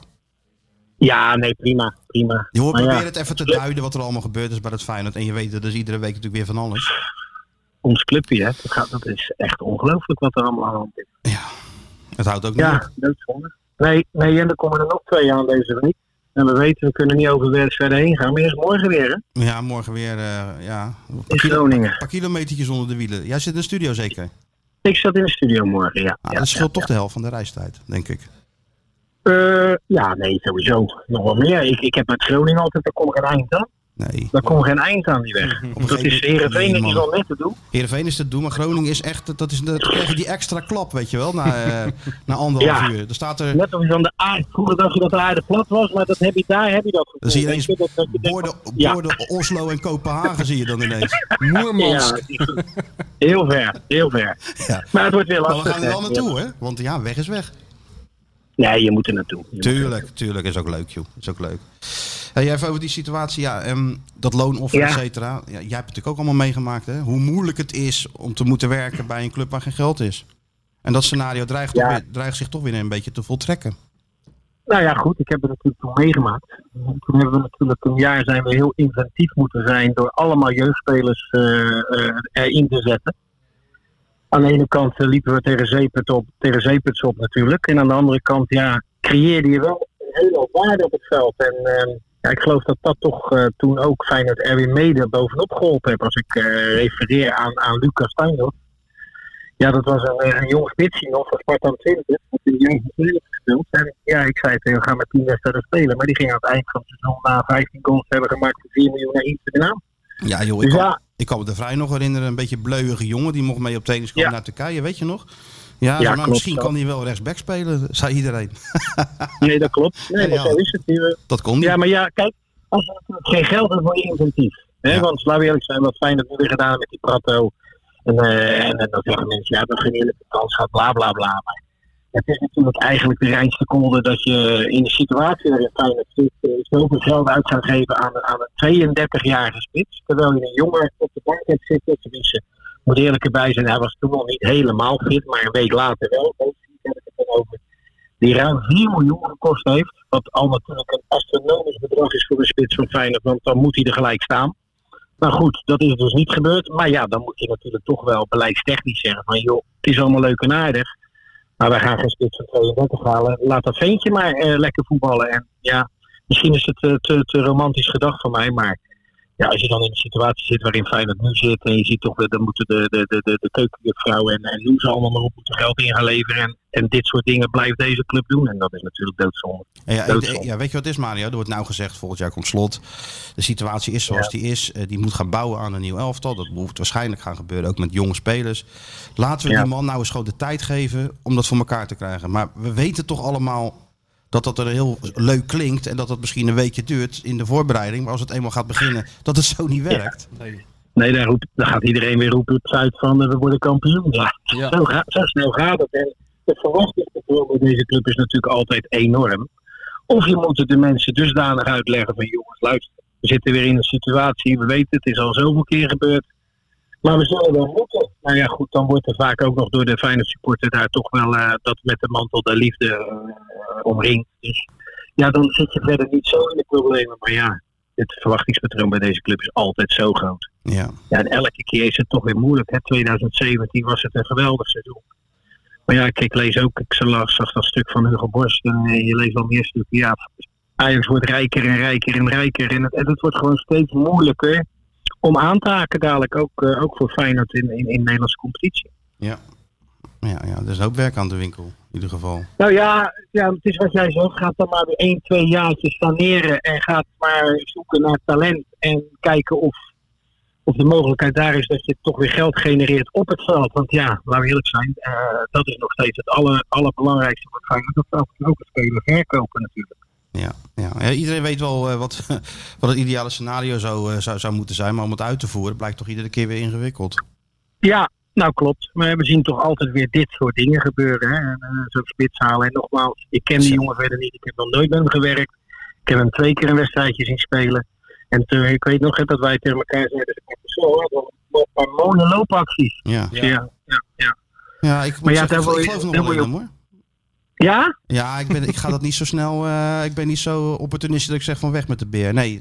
[SPEAKER 6] Ja, nee, prima. Prima.
[SPEAKER 4] Je hoort,
[SPEAKER 6] Maar ja.
[SPEAKER 4] probeer het even te duiden wat er allemaal gebeurd is bij dat Feyenoord. En je weet, dat is iedere week natuurlijk weer van alles.
[SPEAKER 6] ons clubje, hè, dat, gaat, dat is echt ongelooflijk wat er allemaal aan de hand is.
[SPEAKER 4] Het houdt ook niet op.
[SPEAKER 6] Ja, doodzonde. Nee, nee, en er komen er nog twee aan deze week. En we weten, we kunnen niet over Werks verder heen gaan. Maar eerst morgen weer, hè?
[SPEAKER 4] Ja, morgen weer eh, ja, een
[SPEAKER 6] In
[SPEAKER 4] paar, kilo,
[SPEAKER 6] Groningen.
[SPEAKER 4] paar kilometertjes onder de wielen. Jij zit in de studio zeker?
[SPEAKER 6] Ik zat in de studio morgen, ja.
[SPEAKER 4] Ah,
[SPEAKER 6] ja,
[SPEAKER 4] dat scheelt toch de helft van de reistijd, denk ik.
[SPEAKER 6] Eh, ja, nee, sowieso. Nog wel meer. Ik, ik heb met Groningen altijd, daar komt geen eind aan.
[SPEAKER 4] Nee.
[SPEAKER 6] Daar komt geen eind aan die weg.
[SPEAKER 4] Op een
[SPEAKER 6] Dat
[SPEAKER 4] gegeven
[SPEAKER 6] is Heerenveen,
[SPEAKER 4] Nee,
[SPEAKER 6] dat is
[SPEAKER 4] man.
[SPEAKER 6] al net te doen.
[SPEAKER 4] Heerenveen is te doen, maar Groningen is echt... Dat is, dat krijg je die extra klap, weet je wel, na,
[SPEAKER 6] [LAUGHS]
[SPEAKER 4] eh, na anderhalf
[SPEAKER 6] Ja.
[SPEAKER 4] uur. Er staat er...
[SPEAKER 6] Net als je aan de aarde, vroeger dacht je dat de aarde plat was, maar dat heb je daar, heb je dat gevoel.
[SPEAKER 4] Dan zie je
[SPEAKER 6] weet
[SPEAKER 4] ineens
[SPEAKER 6] dat- dat je denkt
[SPEAKER 4] borden,
[SPEAKER 6] van- ja.
[SPEAKER 4] borden Oslo en Kopenhagen zie je dan
[SPEAKER 6] [LAUGHS]
[SPEAKER 4] ineens.
[SPEAKER 5] Moermansk.
[SPEAKER 6] Ja, heel ver, heel ver.
[SPEAKER 4] Ja.
[SPEAKER 6] Maar het wordt weer
[SPEAKER 4] Maar
[SPEAKER 6] lastig.
[SPEAKER 4] we gaan er wel
[SPEAKER 6] hè.
[SPEAKER 4] naartoe, hè? Want ja, weg is weg.
[SPEAKER 6] Nee, je moet er naartoe. Je moet er
[SPEAKER 4] Tuurlijk, tuurlijk. Is ook leuk, joh. Is ook leuk. Hey, even over die situatie. Ja, ehm, dat loonoffer,
[SPEAKER 6] Ja.
[SPEAKER 4] et cetera. Ja, jij hebt het natuurlijk ook allemaal meegemaakt, hè? Hoe moeilijk het is om te moeten werken bij een club waar geen geld is. En dat scenario dreigt, toch
[SPEAKER 6] Ja.
[SPEAKER 4] weer- dreigt zich toch weer een beetje te voltrekken.
[SPEAKER 6] Nou ja, goed, ik heb het natuurlijk toen meegemaakt. Toen hebben we natuurlijk een jaar zijn we heel inventief moeten zijn door allemaal jeugdspelers eh, eh, erin te zetten. Aan de ene kant eh, liepen we tegen Zeeputs op, tegen Zeeputs op natuurlijk. En aan de andere kant, ja, creëerde je wel een hele hoop waarde op het veld. En eh, ja, ik geloof dat dat toch eh, toen ook Feyenoord Erwin Mede bovenop geholpen heeft. Als ik eh, refereer aan, aan Lucas Steindorf. Ja, dat was een, een jong spitsie nog van Spartan 20. Met een jong speler gespeeld. En ja, ik zei tegen hem, we gaan met 10 wedstrijden spelen. Maar die ging aan het eind van het seizoen na 15 goals hebben gemaakt voor 4 miljoen naar Inter naam.
[SPEAKER 4] Ja, joh. Ik
[SPEAKER 6] Dus
[SPEAKER 4] kan,
[SPEAKER 6] ja,
[SPEAKER 4] ik kan me de vrij nog herinneren. Een beetje bleuige jongen. Die mocht mee op trainingskamp
[SPEAKER 6] Ja.
[SPEAKER 4] naar Turkije, weet je nog? Ja,
[SPEAKER 6] Ja,
[SPEAKER 4] maar
[SPEAKER 6] klopt,
[SPEAKER 4] misschien
[SPEAKER 6] ja.
[SPEAKER 4] kan hij wel rechtsback spelen, zei iedereen.
[SPEAKER 6] nee, dat klopt. Nee, maar
[SPEAKER 4] Ja.
[SPEAKER 6] zo is het. eh, hier.
[SPEAKER 4] Dat kon niet.
[SPEAKER 6] Ja, maar ja, kijk, als er natuurlijk geen geld is, word je inventief. Hè?
[SPEAKER 4] Ja.
[SPEAKER 6] Want laten we eerlijk zijn, wat fijn dat we weer gedaan hebben met die Prato. En, eh, en, en dan zeggen mensen, ja, dat geen eerlijke kans gaat, bla bla bla. Maar het is natuurlijk eigenlijk de reinste kolder dat je in de situatie waarin Feyenoord zit, eh, zoveel geld uit gaat geven aan, aan een 32-jarige spits. Terwijl je een jongen op de bank hebt zitten, tenminste, ik moet eerlijk erbij zijn, hij was toen nog niet helemaal fit, maar een week later wel. Deze week heb ik het dan over die ruim 4 miljoen gekost heeft. Wat al natuurlijk een astronomisch bedrag is voor de spits van Feyenoord, want dan moet hij er gelijk staan. Maar goed, dat is dus niet gebeurd. Maar ja, dan moet je natuurlijk toch wel beleidstechnisch zeggen van joh, het is allemaal leuk en aardig. Maar wij gaan geen spits van 32 halen. Laat dat ventje maar eh, lekker voetballen. En ja, misschien is het eh, te, te romantisch gedacht van mij, maar ja, als je dan in de situatie zit waarin Feyenoord nu zit en je ziet toch, eh, dan moeten de, de, de, de, de keukenjuffrouw en, en noem ze allemaal maar op, moeten geld in gaan leveren. En, en dit soort dingen blijft deze club doen. En dat is natuurlijk doodzonde.
[SPEAKER 4] Ja, Ja, ik-
[SPEAKER 6] Doodzonde.
[SPEAKER 4] ja, weet je wat het is, Mario? Er wordt nou gezegd, volgend jaar komt slot. De situatie is zoals die is. Eh, die moet gaan bouwen aan een nieuw elftal. Dat moet waarschijnlijk gaan gebeuren, ook met jonge spelers. Laten we
[SPEAKER 6] Ja.
[SPEAKER 4] die man nou eens gewoon de tijd geven om dat voor elkaar te krijgen. Maar we weten toch allemaal dat dat er heel leuk klinkt... en dat dat misschien een weekje duurt in de voorbereiding. Maar als het eenmaal gaat beginnen, dat het zo niet werkt.
[SPEAKER 6] Nee, daar, roept, daar gaat iedereen weer roepen op Zuid van eh, we worden kampioen. Ja,
[SPEAKER 5] Ja.
[SPEAKER 6] Zo, ga- zo snel gaat het. En de verwachtingspatroon bij deze club is natuurlijk altijd enorm. Of je moet het de mensen dusdanig uitleggen van jongens, luister, we zitten weer in een situatie, we weten het, het is al zoveel keer gebeurd. Maar we zullen wel moeten. Nou ja, goed, dan wordt er vaak ook nog door de fijne supporter daar toch wel eh, dat met de mantel der liefde eh, omringd. Dus ja, dan zit je verder niet zo in de problemen. Maar ja, het verwachtingspatroon bij deze club is altijd zo groot.
[SPEAKER 4] Ja,
[SPEAKER 6] Ja, en elke keer is het toch weer moeilijk. Hè? 2017 was het een geweldig seizoen. Maar ja, kijk, ik lees ook, ik zag, zag dat stuk van Hugo Borst. En eh, je leest al meer stukken. Ja, Ajax wordt rijker en rijker en rijker. En het, en het wordt gewoon steeds moeilijker om aan te haken dadelijk ook, eh, ook voor Feyenoord in, in, in Nederlandse competitie.
[SPEAKER 4] Ja. Ja, ja, er is een hoop werk aan de winkel, in ieder geval.
[SPEAKER 6] Nou ja, ja, het is wat jij zegt. Gaat dan maar weer één, twee jaartjes saneren en gaat maar zoeken naar talent en kijken of, of de mogelijkheid daar is dat je toch weer geld genereert op het veld. Want ja, laten we eerlijk zijn, eh, dat is nog steeds het aller, allerbelangrijkste voor Feyenoord. Dat zou ook een speler verkopen natuurlijk.
[SPEAKER 4] Ja, ja. Ja, iedereen weet wel eh, wat, [LAUGHS] wat het ideale scenario zou, eh, zou, zou moeten zijn. Maar om het uit te voeren blijkt toch iedere keer weer ingewikkeld.
[SPEAKER 6] Ja, nou klopt. Maar we zien toch altijd weer dit soort dingen gebeuren. Hè? En, eh, Zo'n spits halen. En nogmaals, ik ken die
[SPEAKER 4] Zo.
[SPEAKER 6] jongen verder niet. Ik heb nog nooit met hem gewerkt. Ik heb hem twee keer een wedstrijdje zien spelen. En toen, ik weet nog hè, dat wij tegen elkaar zeiden... dat ik zo hoor, wat een- wat een mooie loopacties.
[SPEAKER 4] Ja,
[SPEAKER 6] Ja, ja, ja. ja.
[SPEAKER 4] ja ik, moet
[SPEAKER 6] Maar ja,
[SPEAKER 4] zeggen,
[SPEAKER 6] daar wil
[SPEAKER 4] ik
[SPEAKER 6] je-
[SPEAKER 4] geloof nog
[SPEAKER 6] daar
[SPEAKER 4] wel in
[SPEAKER 6] wil
[SPEAKER 4] hem, hoor.
[SPEAKER 6] Ja?
[SPEAKER 4] Ja, ik, ben, ik ga dat niet zo snel... eh, ik ben niet zo opportunistisch dat ik zeg van weg met de beer. Nee.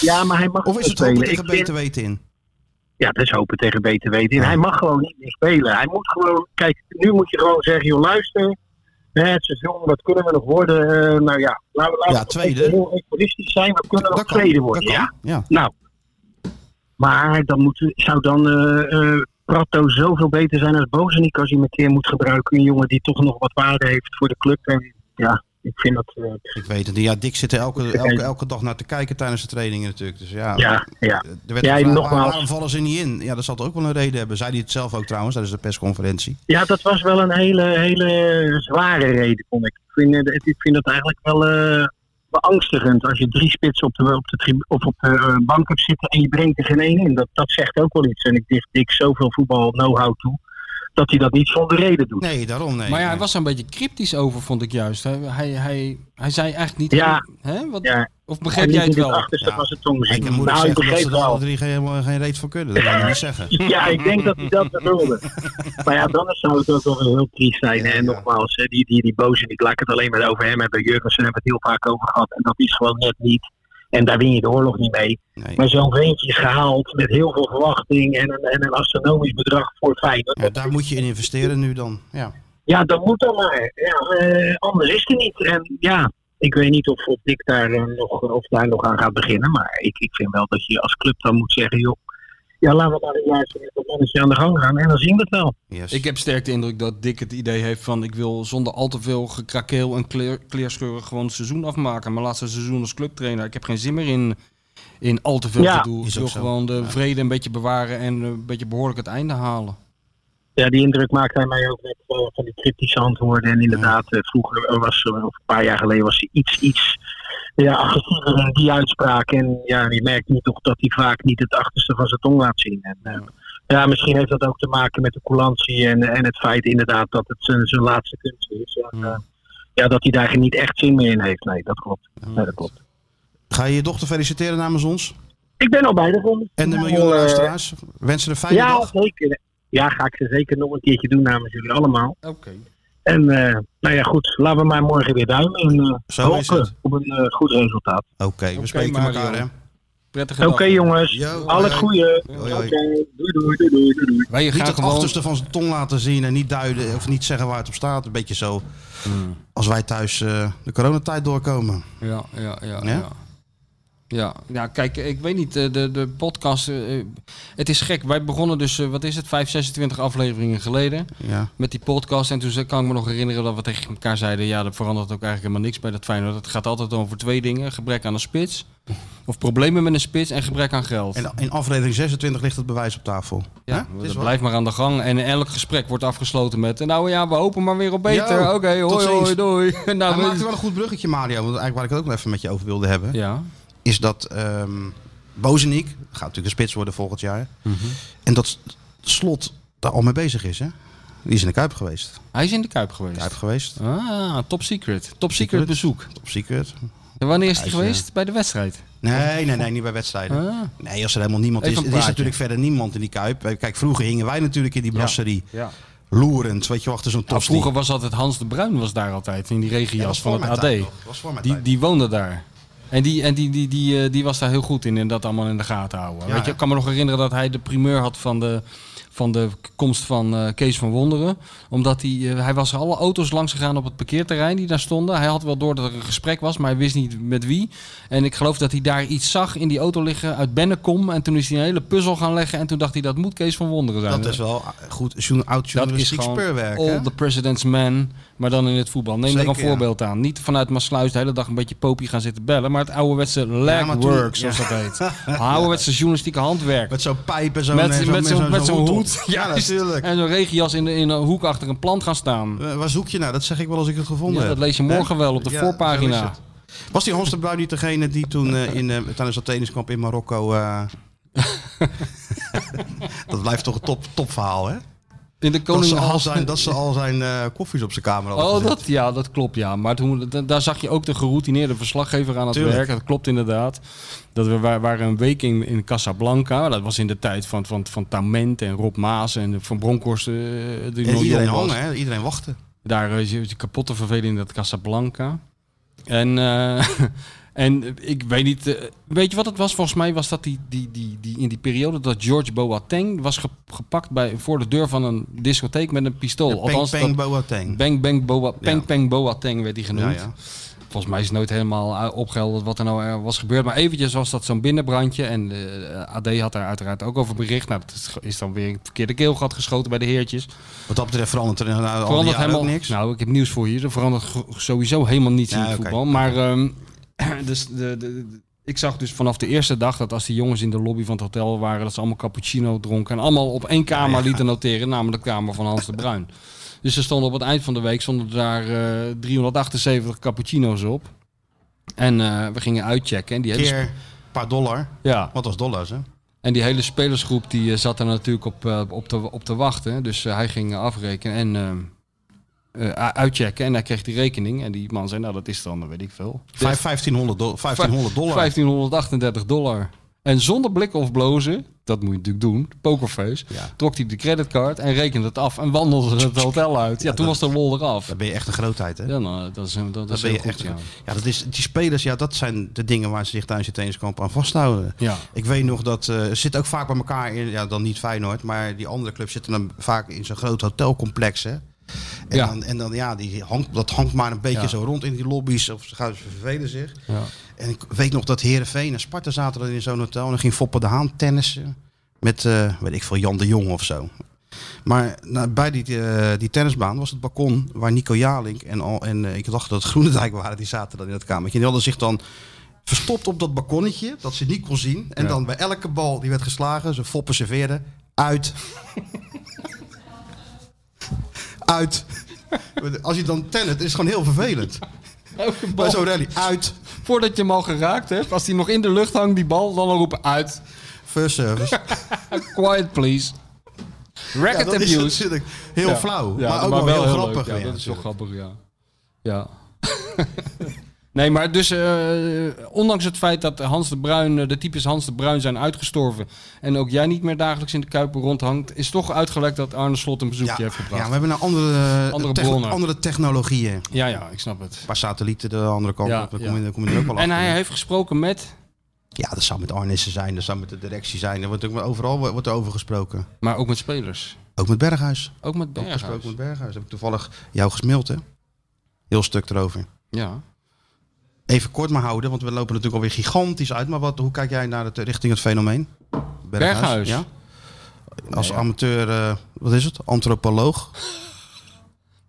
[SPEAKER 6] Ja, maar hij mag
[SPEAKER 4] Of
[SPEAKER 6] niet
[SPEAKER 4] is het
[SPEAKER 6] meer
[SPEAKER 4] hopen
[SPEAKER 6] spelen.
[SPEAKER 4] tegen
[SPEAKER 6] Ik vind-
[SPEAKER 4] beter weten in?
[SPEAKER 6] Ja, dat is hopen tegen beter weten. En hij mag gewoon niet meer spelen. Hij moet gewoon, kijk, nu moet je gewoon zeggen, joh, luister. Hè, het seizoen, wat kunnen we nog worden? Eh, nou ja, laten we, laten
[SPEAKER 4] Ja,
[SPEAKER 6] we
[SPEAKER 4] tweede.
[SPEAKER 6] even heel egoïstisch zijn. We kunnen nog tweede worden,
[SPEAKER 4] dat
[SPEAKER 6] ja?
[SPEAKER 4] kan. Ja.
[SPEAKER 6] Nou, maar dan moet, zou dan eh, eh, Prato zoveel beter zijn als Bozeniek als hij hem een keer moet gebruiken. Een jongen die toch nog wat waarde heeft voor de club. En ja, ik vind dat... eh,
[SPEAKER 4] Ik weet het niet. Ja, Dick zit er elke, elke, elke dag naar te kijken tijdens de trainingen natuurlijk. Dus ja,
[SPEAKER 6] ja, ja.
[SPEAKER 4] Er werd
[SPEAKER 6] Ja,
[SPEAKER 4] gevraagd, waar-
[SPEAKER 6] nogmaals.
[SPEAKER 4] waarom vallen ze niet in? Ja, dat zal toch ook wel een reden hebben. Zei hij het zelf ook trouwens tijdens de persconferentie.
[SPEAKER 6] Ja, dat was wel een hele, hele zware reden, vond ik. Ik vind, eh, ik vind dat eigenlijk wel eh, beangstigend als je drie spitsen op de, op de, tribu- of op de eh, bank hebt zitten en je brengt er geen één in. Dat, dat zegt ook wel iets. En ik dicht ik zoveel voetbal know-how toe, dat hij dat niet zonder reden doet.
[SPEAKER 4] Nee, daarom nee.
[SPEAKER 5] Maar ja, hij
[SPEAKER 4] Nee.
[SPEAKER 5] was er een beetje cryptisch over, vond ik juist. Hij, hij, hij, hij zei eigenlijk niet...
[SPEAKER 6] Ja.
[SPEAKER 5] Hè? Wat,
[SPEAKER 6] Ja,
[SPEAKER 5] Of
[SPEAKER 6] en
[SPEAKER 5] begreep
[SPEAKER 6] niet
[SPEAKER 5] jij het
[SPEAKER 6] in
[SPEAKER 5] wel?
[SPEAKER 6] achterste
[SPEAKER 4] Ja.
[SPEAKER 6] van zijn tong
[SPEAKER 4] Ik
[SPEAKER 6] zien.
[SPEAKER 4] moet
[SPEAKER 6] nou, ik
[SPEAKER 4] zeggen dat
[SPEAKER 6] begreep
[SPEAKER 4] ze er alle
[SPEAKER 6] wel.
[SPEAKER 4] drie geen- helemaal geen reet van kunnen. Dat kan je niet zeggen.
[SPEAKER 6] [LAUGHS] Ja, ik denk dat hij dat bedoelde. Maar ja, dan zou het ook wel weer heel triest zijn.
[SPEAKER 4] Ja,
[SPEAKER 6] hè. en
[SPEAKER 4] ja.
[SPEAKER 6] nogmaals, hè, die, die, die boze, die laat het alleen maar over hem hebben. Jurgensen hebben het heel vaak over gehad. En dat is gewoon net niet. En daar win je de oorlog niet mee.
[SPEAKER 4] Nee.
[SPEAKER 6] Maar zo'n ventje is gehaald met heel veel verwachting en een, en een astronomisch bedrag voor Feyenoord.
[SPEAKER 4] Ja, daar moet je in investeren nu dan. Ja.
[SPEAKER 6] Ja, dat moet dan maar. Ja, eh, anders is het niet. En ja, ik weet niet of, of Dick daar, eh, nog, of daar nog aan gaat beginnen. Maar ik, ik vind wel dat je als club dan moet zeggen, joh, ja, laten we maar een jaartje met dat mannetje aan de gang gaan. En dan zien we het wel.
[SPEAKER 4] Yes.
[SPEAKER 5] Ik heb sterk de indruk dat Dick het idee heeft van... ik wil zonder al te veel gekrakeel en kleur, kleerscheuren gewoon het seizoen afmaken. Mijn laatste seizoen als clubtrainer. Ik heb geen zin meer in, in al te veel
[SPEAKER 6] Ja.
[SPEAKER 5] gedoe. Ik
[SPEAKER 4] Is ook
[SPEAKER 5] wil
[SPEAKER 4] zo.
[SPEAKER 5] gewoon de vrede een beetje bewaren en eh, een beetje behoorlijk het einde halen.
[SPEAKER 6] Ja, die indruk maakt hij mij ook met eh, van die cryptische antwoorden. En inderdaad, eh, vroeger was ze, of een paar jaar geleden was hij iets, iets ja, agressiever in die uitspraak. En ja, je merkt nu toch dat hij vaak niet het achterste van zijn tong laat zien. En, eh, ja, misschien heeft dat ook te maken met de coulantie en, en het feit inderdaad dat het zijn, zijn laatste kunst is. En, eh, ja, dat hij daar niet echt zin meer in heeft. Nee, dat klopt. Nee, dat klopt.
[SPEAKER 4] Ga je je dochter feliciteren namens ons?
[SPEAKER 6] Ik ben al bij de ronde.
[SPEAKER 4] En de
[SPEAKER 6] Nou,
[SPEAKER 4] miljoenen
[SPEAKER 6] eh,
[SPEAKER 4] luisteraars? Wensen een fijne
[SPEAKER 6] Ja,
[SPEAKER 4] dag.
[SPEAKER 6] zeker. Ja, ga ik ze zeker nog een keertje doen namens jullie allemaal.
[SPEAKER 5] Oké.
[SPEAKER 6] En eh, nou ja, goed, laten we maar morgen weer duimen en eh,
[SPEAKER 4] Zo is
[SPEAKER 6] hopen
[SPEAKER 4] het.
[SPEAKER 6] op een eh, goed resultaat.
[SPEAKER 4] Oké, we
[SPEAKER 5] Oké,
[SPEAKER 4] spreken
[SPEAKER 5] Mario.
[SPEAKER 4] elkaar hè.
[SPEAKER 5] Prettige
[SPEAKER 6] Oké
[SPEAKER 5] dag.
[SPEAKER 6] jongens,
[SPEAKER 4] Yo,
[SPEAKER 6] al het
[SPEAKER 4] hoi.
[SPEAKER 6] goede.
[SPEAKER 4] Hoi,
[SPEAKER 6] Oké,
[SPEAKER 4] hoi.
[SPEAKER 6] doei doei doei doei doei. doei.
[SPEAKER 5] Wij
[SPEAKER 4] Niet
[SPEAKER 5] gaan
[SPEAKER 4] het
[SPEAKER 5] gewoon...
[SPEAKER 4] achterste van zijn tong laten zien en niet duiden of niet zeggen waar het op staat. Een beetje zo
[SPEAKER 6] Hmm.
[SPEAKER 4] als wij thuis eh, de coronatijd doorkomen.
[SPEAKER 5] Ja, ja, ja.
[SPEAKER 4] Ja?
[SPEAKER 5] ja. ja. Ja, kijk, ik weet niet, eh, de, de podcast, eh, eh, het is gek. Wij begonnen dus, eh, wat is het, 5, 26 afleveringen geleden
[SPEAKER 4] Ja.
[SPEAKER 5] met die podcast. En toen ze- kan ik me nog herinneren dat we tegen elkaar zeiden, ja, dat verandert ook eigenlijk helemaal niks bij dat Feyenoord. Het gaat altijd over twee dingen, gebrek aan een spits, of problemen met een spits en gebrek aan geld.
[SPEAKER 4] En in aflevering 26 ligt het bewijs op tafel. Hè?
[SPEAKER 5] ja,
[SPEAKER 4] Het is
[SPEAKER 5] dat
[SPEAKER 4] wat.
[SPEAKER 5] blijft maar aan de gang. En elk gesprek wordt afgesloten met, nou ja, we hopen maar weer op beter.
[SPEAKER 4] Yo,
[SPEAKER 5] Oké,
[SPEAKER 4] tot
[SPEAKER 5] hoi,
[SPEAKER 4] ziens.
[SPEAKER 5] hoi, doei. [LAUGHS] Nou,
[SPEAKER 4] Hij
[SPEAKER 5] we-
[SPEAKER 4] maakte wel een goed bruggetje, Mario. Want eigenlijk waar ik het ook nog even met je over wilde hebben.
[SPEAKER 5] Ja,
[SPEAKER 4] is dat ehm Bozeniek gaat natuurlijk een spits worden volgend jaar.
[SPEAKER 5] Mhm.
[SPEAKER 4] En dat slot daar al mee bezig is, hè? Die is in de Kuip geweest.
[SPEAKER 5] hij is in de Kuip geweest.
[SPEAKER 4] Kuip geweest.
[SPEAKER 5] Ah, top secret. Top secret,
[SPEAKER 4] Secret.
[SPEAKER 5] bezoek.
[SPEAKER 4] Top secret.
[SPEAKER 5] En wanneer is hij
[SPEAKER 4] Hij is,
[SPEAKER 5] geweest? Bij de wedstrijd.
[SPEAKER 4] Nee, nee, nee, niet bij wedstrijden.
[SPEAKER 5] Ah.
[SPEAKER 4] Nee, als er helemaal niemand
[SPEAKER 5] Even
[SPEAKER 4] is.
[SPEAKER 5] een
[SPEAKER 4] Er is
[SPEAKER 5] praatje.
[SPEAKER 4] natuurlijk verder niemand in die Kuip. Eh, Kijk, vroeger hingen wij natuurlijk in die brasserie.
[SPEAKER 5] Ja. Nou,
[SPEAKER 4] Loerend, weet je, wel, achter zo'n top.
[SPEAKER 5] vroeger was altijd Hans de Bruin was daar altijd in die regenjas
[SPEAKER 4] Ja, dat was
[SPEAKER 5] van
[SPEAKER 4] voor
[SPEAKER 5] het
[SPEAKER 4] mijn
[SPEAKER 5] AD.
[SPEAKER 4] tijd nog. Dat was voor mijn
[SPEAKER 5] die,
[SPEAKER 4] tijd.
[SPEAKER 5] die woonde daar. En, die, en die, die, die, eh, die was daar heel goed in, in dat allemaal in de gaten houden.
[SPEAKER 4] Ja,
[SPEAKER 5] Weet je,
[SPEAKER 4] ja.
[SPEAKER 5] ik kan me nog herinneren dat hij de primeur had van de, van de komst van eh, Kees van Wonderen. Omdat hij, eh, hij was alle auto's langs gegaan op het parkeerterrein die daar stonden. Hij had wel door dat er een gesprek was, maar hij wist niet met wie. En ik geloof dat hij daar iets zag in die auto liggen uit Bennekom. En toen is hij een hele puzzel gaan leggen. En toen dacht hij, dat moet Kees van Wonderen zijn.
[SPEAKER 4] Dat is wel eh, goed journa- oud
[SPEAKER 5] Dat is
[SPEAKER 4] journalistiek
[SPEAKER 5] gewoon
[SPEAKER 4] speurwerk. hè?
[SPEAKER 5] all the president's man, maar dan in het voetbal. Neem er
[SPEAKER 4] Zeker,
[SPEAKER 5] een
[SPEAKER 4] ja.
[SPEAKER 5] voorbeeld aan. Niet vanuit Maasluis de hele dag een beetje popie gaan zitten bellen, maar het ouderwetse legwork,
[SPEAKER 4] maar toen-
[SPEAKER 5] zoals dat
[SPEAKER 4] [LAUGHS]
[SPEAKER 5] heet. ouderwetse journalistieke handwerk.
[SPEAKER 4] Met zo'n pijp en zo'n
[SPEAKER 5] Met,
[SPEAKER 4] en
[SPEAKER 5] met,
[SPEAKER 4] zo'n- en
[SPEAKER 5] zo'n, met zo'n hoed. [LAUGHS]
[SPEAKER 4] op. Ja,
[SPEAKER 5] Juist.
[SPEAKER 4] natuurlijk.
[SPEAKER 5] En zo'n regenjas in, de- in een hoek achter een plant gaan staan.
[SPEAKER 4] Eh, Waar zoek je naar? Dat zeg ik wel als ik het gevonden
[SPEAKER 5] Ja,
[SPEAKER 4] heb.
[SPEAKER 5] dat lees je morgen
[SPEAKER 4] Hè?
[SPEAKER 5] wel op de
[SPEAKER 4] Ja,
[SPEAKER 5] voorpagina.
[SPEAKER 4] zo is het. Was die Hans de Bruin niet degene die toen eh, in, eh, tijdens dat tenniskamp in Marokko... eh, [LAUGHS] dat blijft toch een top, topverhaal, hè?
[SPEAKER 5] In de
[SPEAKER 4] Dat
[SPEAKER 5] koning
[SPEAKER 4] ze al zijn, dat ze al zijn eh, koffies op zijn kamer hadden
[SPEAKER 5] Oh,
[SPEAKER 4] gezet.
[SPEAKER 5] dat, ja, dat klopt, ja. Maar toen, da- daar zag je ook de geroutineerde verslaggever aan het
[SPEAKER 4] Tuurlijk.
[SPEAKER 5] werk. Dat klopt inderdaad. Dat we wa- waren een week in, in Casablanca. Dat was in de tijd van, van, van Tament en Rob Maas en Van Bronckhorst. eh, die
[SPEAKER 4] En
[SPEAKER 5] nog
[SPEAKER 4] iedereen
[SPEAKER 5] jong was.
[SPEAKER 4] hangen, hè? Iedereen
[SPEAKER 5] Oh,
[SPEAKER 4] wachten.
[SPEAKER 5] Daar eh, is je kapot te vervelen in dat Casablanca. En, eh, [LAUGHS] en ik weet niet... eh, weet je wat het was? Volgens mij was dat die, die, die, die, in die periode dat George Boateng was ge- gepakt bij, voor de deur van een discotheek met een pistool.
[SPEAKER 4] Peng,
[SPEAKER 5] dat-
[SPEAKER 4] peng, boateng.
[SPEAKER 5] Bang Bang Boa,
[SPEAKER 4] Ja.
[SPEAKER 5] Peng Peng Boateng werd die
[SPEAKER 4] Ja,
[SPEAKER 5] genoemd.
[SPEAKER 4] ja.
[SPEAKER 5] Volgens mij is het nooit helemaal eh, opgehelderd wat er nou eh, was gebeurd. Maar eventjes was dat zo'n binnenbrandje. En eh, de AD had daar uiteraard ook over bericht. Nou, dat is- is dan weer het verkeerde keelgat geschoten bij de heertjes.
[SPEAKER 4] Wat dat betreft verandert er nou, al die
[SPEAKER 5] Verandert
[SPEAKER 4] jaren
[SPEAKER 5] helemaal
[SPEAKER 4] ook niks.
[SPEAKER 5] Nou, ik heb nieuws voor je. Er verandert g- sowieso helemaal niets in
[SPEAKER 4] Ja,
[SPEAKER 5] het
[SPEAKER 4] oké.
[SPEAKER 5] voetbal. Maar ehm, [CLEARS THROAT] dus de, de, de- ik zag dus vanaf de eerste dag dat als die jongens in de lobby van het hotel waren, dat ze allemaal cappuccino dronken en allemaal op één kamer lieten noteren, namelijk de kamer van Hans de
[SPEAKER 4] [LAUGHS]
[SPEAKER 5] Bruin. Dus er stonden op het eind van de week stonden daar eh, 378 cappuccino's op. En eh, we gingen uitchecken. En die, hele,
[SPEAKER 4] keer een paar dollar.
[SPEAKER 5] sp- ja,
[SPEAKER 4] Wat was dollars, hè?
[SPEAKER 5] en die hele spelersgroep die eh, zat er natuurlijk op, eh, op, te, op te wachten. Dus eh, hij ging eh, afrekenen en eh, eh, uitchecken. En hij kreeg die rekening. En die man zei, nou dat is dan, eh, weet ik veel.
[SPEAKER 4] Vijf- 1500, do- 1500 dollar.
[SPEAKER 5] 1538 dollar. En zonder blikken of blozen, dat moet je natuurlijk doen, pokerface,
[SPEAKER 4] Ja.
[SPEAKER 5] trok hij de creditcard en rekende het af en wandelde het hotel uit. Ja, toen was de lol eraf.
[SPEAKER 4] Dan ben je echt een grootheid, hè?
[SPEAKER 5] Ja, nou, dat is, dat
[SPEAKER 4] Dat
[SPEAKER 5] is
[SPEAKER 4] ben
[SPEAKER 5] heel
[SPEAKER 4] je
[SPEAKER 5] goed,
[SPEAKER 4] echt.
[SPEAKER 5] ja.
[SPEAKER 4] Ja, dat is, die spelers, ja, dat zijn de dingen waar ze zich tijdens het tenniskamp aan vasthouden.
[SPEAKER 5] Ja.
[SPEAKER 4] Ik weet nog dat eh, ze zitten ook vaak bij elkaar in, ja, dan niet Feyenoord, maar die andere clubs zitten dan vaak in zo'n groot hotelcomplex. Hè? En,
[SPEAKER 5] Ja.
[SPEAKER 4] dan, en dan, ja, die hangt, dat hangt maar een beetje
[SPEAKER 5] Ja.
[SPEAKER 4] zo rond in die lobby's of ze gaan ze vervelen zich.
[SPEAKER 5] Ja.
[SPEAKER 4] En ik weet nog dat Herenveen en Sparta zaten dan in zo'n hotel en dan ging Foppe de Haan tennissen met, eh, weet ik veel, Jan de Jong of zo. Maar nou, bij die, eh, die tennisbaan was het balkon waar Nico Jalink en, al, en eh, ik dacht dat het Groenendijk waren, die zaten dan in dat kamertje. En die hadden zich dan verstopt op dat balkonnetje, dat ze niet kon zien. En dan bij elke bal die werd geslagen, ze foppen serveerden, uit. [LAUGHS] uit. Als je dan tennet, is het gewoon heel vervelend.
[SPEAKER 5] [LAUGHS] Elke
[SPEAKER 4] Bij
[SPEAKER 5] bal,
[SPEAKER 4] zo'n rally, uit.
[SPEAKER 5] voordat je hem al geraakt hebt, als die nog in de lucht hangt, die bal, dan al roepen uit.
[SPEAKER 4] First service.
[SPEAKER 5] Quiet please.
[SPEAKER 4] Ja,
[SPEAKER 5] Racket
[SPEAKER 4] dat is
[SPEAKER 5] abuse.
[SPEAKER 4] natuurlijk heel
[SPEAKER 5] Ja.
[SPEAKER 4] flauw,
[SPEAKER 5] Ja,
[SPEAKER 4] maar ook wel, heel grappig.
[SPEAKER 5] leuk. Ja,
[SPEAKER 4] ja,
[SPEAKER 5] dat is wel
[SPEAKER 4] natuurlijk.
[SPEAKER 5] grappig, ja. Ja. [LAUGHS] nee, maar dus eh, ondanks het feit dat Hans de Bruin, eh, de types Hans de Bruin zijn uitgestorven en ook jij niet meer dagelijks in de Kuiper rondhangt, is toch uitgelekt dat Arne Slot een bezoekje heeft
[SPEAKER 4] ja,
[SPEAKER 5] gebracht.
[SPEAKER 4] ja,
[SPEAKER 5] Ja,
[SPEAKER 4] we hebben nou andere,
[SPEAKER 5] Andere
[SPEAKER 4] andere,
[SPEAKER 5] bronnen.
[SPEAKER 4] andere technologieën. Een
[SPEAKER 5] ja, ik snap het.
[SPEAKER 4] paar satellieten de andere kant
[SPEAKER 5] Ja,
[SPEAKER 4] op, dan
[SPEAKER 5] ja.
[SPEAKER 4] kom, je, dan kom je er ook wel
[SPEAKER 5] [CLEARS THROAT] En
[SPEAKER 4] achter.
[SPEAKER 5] hij heeft gesproken met,
[SPEAKER 4] Ja, dat zou met Arnissen zijn, dat zou met de directie zijn. Er wordt ook overal wo- wordt er over gesproken.
[SPEAKER 5] maar ook met spelers.
[SPEAKER 4] Ook met Berghuis.
[SPEAKER 5] Ook met
[SPEAKER 4] Ook gesproken
[SPEAKER 5] Berghuis.
[SPEAKER 4] met Berghuis. Heb ik toevallig jou gesmaild, hè? Heel stuk erover.
[SPEAKER 5] Ja.
[SPEAKER 4] Even kort maar houden, want we lopen natuurlijk alweer gigantisch uit. Maar wat, hoe kijk jij naar het, richting het fenomeen?
[SPEAKER 5] Berghuis.
[SPEAKER 4] Ja? Als amateur, eh, wat is het? Antropoloog.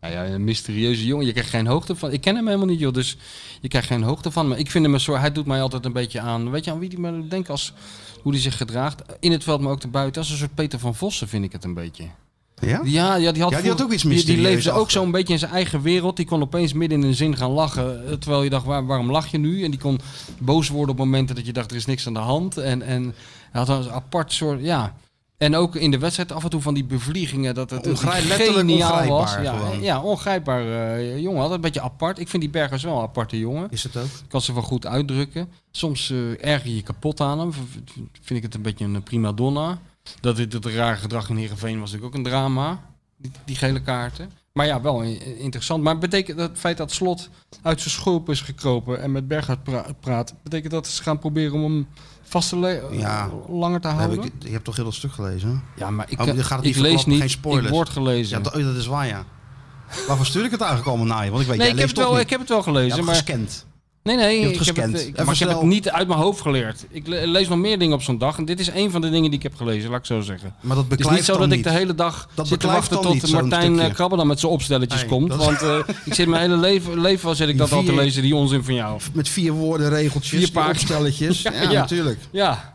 [SPEAKER 5] Nou ja, een mysterieuze jongen. Je krijgt geen hoogte van. Ik ken hem helemaal niet, joh. Dus je krijgt geen hoogte van. Maar ik vind hem een soort. Hij doet mij altijd een beetje aan. Weet je aan wie die me denkt als. Hoe die zich gedraagt. In het veld, maar ook erbuiten. Als een soort Peter van Vossen vind ik het een beetje.
[SPEAKER 4] Ja?
[SPEAKER 5] Ja, ja, die had,
[SPEAKER 4] Ja, die
[SPEAKER 5] voor-
[SPEAKER 4] had ook iets
[SPEAKER 5] die- Die,
[SPEAKER 4] mysterieus
[SPEAKER 5] leefde ook
[SPEAKER 4] achter.
[SPEAKER 5] zo'n beetje in zijn eigen wereld. Die kon opeens midden in een zin gaan lachen. eh, Terwijl je dacht, waar- waarom lach je nu? En die kon boos worden op momenten dat je dacht, er is niks aan de hand. En, en hij had een apart soort, ja... En ook in de wedstrijd af en toe van die bevliegingen. Dat het
[SPEAKER 4] Ongrij-
[SPEAKER 5] het
[SPEAKER 4] letterlijk
[SPEAKER 5] geniaal was.
[SPEAKER 4] ongrijpbaar
[SPEAKER 5] Ja,
[SPEAKER 4] gewoon.
[SPEAKER 5] ja, ongrijpbaar eh, jongen. Altijd een beetje apart. Ik vind die Bergers wel een aparte jongen.
[SPEAKER 4] Is het ook?
[SPEAKER 5] Ik kan ze wel goed uitdrukken. Soms eh, erger je je kapot aan hem. V- v- Vind ik het een beetje een eh, prima donna. Dat dit het rare gedrag in Heerenveen was natuurlijk ook een drama. Die, die gele kaarten. Maar ja, wel in- eh, interessant. Maar betekent dat het feit dat Slot uit zijn schulp is gekropen en met Berghuis pra- praat, betekent dat ze gaan proberen om hem vast te le- eh,
[SPEAKER 4] Ja.
[SPEAKER 5] langer te
[SPEAKER 4] Heb
[SPEAKER 5] houden?
[SPEAKER 4] ik, je hebt toch heel dat stuk gelezen? hè?
[SPEAKER 5] Ja, maar ik, eh,
[SPEAKER 4] Oh, je gaat het
[SPEAKER 5] ik
[SPEAKER 4] niet
[SPEAKER 5] lees
[SPEAKER 4] verklappen,
[SPEAKER 5] niet,
[SPEAKER 4] geen spoilers.
[SPEAKER 5] ik word gelezen.
[SPEAKER 4] Ja, dat, oh, dat is waar, ja. Waarvoor stuur ik het eigenlijk allemaal naar je? Want ik weet,
[SPEAKER 5] nee,
[SPEAKER 4] jij
[SPEAKER 5] ik heb,
[SPEAKER 4] leest
[SPEAKER 5] het
[SPEAKER 4] toch
[SPEAKER 5] wel,
[SPEAKER 4] niet.
[SPEAKER 5] ik heb het wel
[SPEAKER 4] Je hebt
[SPEAKER 5] gelezen,
[SPEAKER 4] het
[SPEAKER 5] maar...
[SPEAKER 4] gescand.
[SPEAKER 5] Nee, nee,
[SPEAKER 4] hebt
[SPEAKER 5] ik heb,
[SPEAKER 4] gescand.
[SPEAKER 5] het, eh, ik,
[SPEAKER 4] Even
[SPEAKER 5] maar ik heb
[SPEAKER 4] snel.
[SPEAKER 5] het niet uit mijn hoofd geleerd. Ik le- lees nog meer dingen op zo'n dag en dit is één van de dingen die ik heb gelezen, laat ik zo zeggen.
[SPEAKER 4] Maar dat
[SPEAKER 5] Het is niet
[SPEAKER 4] beklijft
[SPEAKER 5] zo dat
[SPEAKER 4] dan
[SPEAKER 5] ik de
[SPEAKER 4] niet.
[SPEAKER 5] hele dag
[SPEAKER 4] Dat
[SPEAKER 5] zit te
[SPEAKER 4] beklijft
[SPEAKER 5] wachten
[SPEAKER 4] dan
[SPEAKER 5] tot
[SPEAKER 4] niet, zo'n
[SPEAKER 5] Martijn
[SPEAKER 4] stukje.
[SPEAKER 5] eh, Krabbel met zijn opstelletjes
[SPEAKER 4] Nee,
[SPEAKER 5] komt.
[SPEAKER 4] dat-
[SPEAKER 5] Want eh, ik zit mijn hele leven, leven al zit ik
[SPEAKER 4] Die
[SPEAKER 5] dat al te
[SPEAKER 4] vier-
[SPEAKER 5] lezen, die onzin van jou.
[SPEAKER 4] Met vier woorden, regeltjes,
[SPEAKER 5] Vier pagina's.
[SPEAKER 4] opstelletjes. ja,
[SPEAKER 5] [LAUGHS] ja.
[SPEAKER 4] natuurlijk.
[SPEAKER 5] Ja,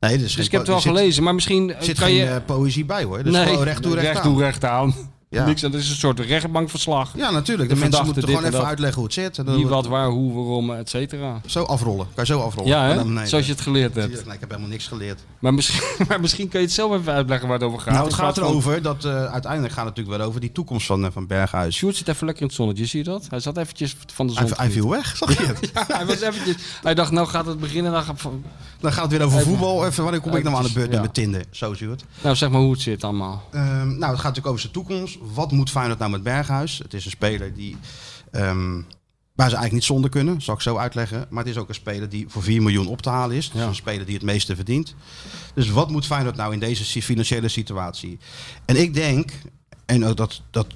[SPEAKER 4] Nee, dus
[SPEAKER 5] dus ik heb het wel gelezen, maar misschien eh,
[SPEAKER 4] Er zit
[SPEAKER 5] kan
[SPEAKER 4] geen
[SPEAKER 5] je...
[SPEAKER 4] eh, poëzie bij hoor. Dus gewoon recht toe, recht, aan.
[SPEAKER 5] toe, recht aan.
[SPEAKER 4] Ja.
[SPEAKER 5] Niks, dat is een soort rechtbankverslag.
[SPEAKER 4] Ja, natuurlijk.
[SPEAKER 5] De
[SPEAKER 4] De, mensen
[SPEAKER 5] verdachte,
[SPEAKER 4] moeten
[SPEAKER 5] dit
[SPEAKER 4] gewoon
[SPEAKER 5] en
[SPEAKER 4] even
[SPEAKER 5] dat.
[SPEAKER 4] uitleggen hoe het zit. En dan
[SPEAKER 5] Wie,
[SPEAKER 4] wordt-
[SPEAKER 5] wat, waar, hoe, waarom, et cetera.
[SPEAKER 4] Zo afrollen. Kan je zo afrollen.
[SPEAKER 5] Ja,
[SPEAKER 4] En
[SPEAKER 5] hè?
[SPEAKER 4] Oh, dan- nee,
[SPEAKER 5] zoals je het geleerd hebt.
[SPEAKER 4] natuurlijk. Nee, ik heb helemaal niks geleerd.
[SPEAKER 5] Maar misschien, [LAUGHS] maar misschien kan je het zelf even uitleggen waar het over gaat.
[SPEAKER 4] nou, het
[SPEAKER 5] In
[SPEAKER 4] gaat
[SPEAKER 5] plaats van-
[SPEAKER 4] erover dat eh, uiteindelijk gaat het natuurlijk wel over die toekomst van, eh, van Berghuis.
[SPEAKER 5] Sjoerd zit even lekker in het zonnetje, zie je dat? Hij zat eventjes van de zon.
[SPEAKER 4] Hij, hij viel weg, zag je
[SPEAKER 5] [LAUGHS]
[SPEAKER 4] het?
[SPEAKER 5] Hij was eventjes... Hij dacht, nou gaat het beginnen. Dan gaat van-
[SPEAKER 4] Dan gaat het weer over
[SPEAKER 5] Even-
[SPEAKER 4] voetbal. Even, wanneer kom ik nou aan de beurt
[SPEAKER 5] Ja.
[SPEAKER 4] met Tinder? Zo zie je het.
[SPEAKER 5] Nou, zeg maar hoe het zit allemaal.
[SPEAKER 4] Ehm, nou, het gaat natuurlijk over zijn toekomst. Wat moet Feyenoord nou met Berghuis? Het is een speler die, ehm, waar ze eigenlijk niet zonder kunnen, zal ik zo uitleggen. Maar het is ook een speler die voor 4 miljoen op te halen is. Dus
[SPEAKER 5] Ja.
[SPEAKER 4] een speler die het meeste verdient. Dus wat moet Feyenoord nou in deze si- financiële situatie? En ik denk, en ook dat, dat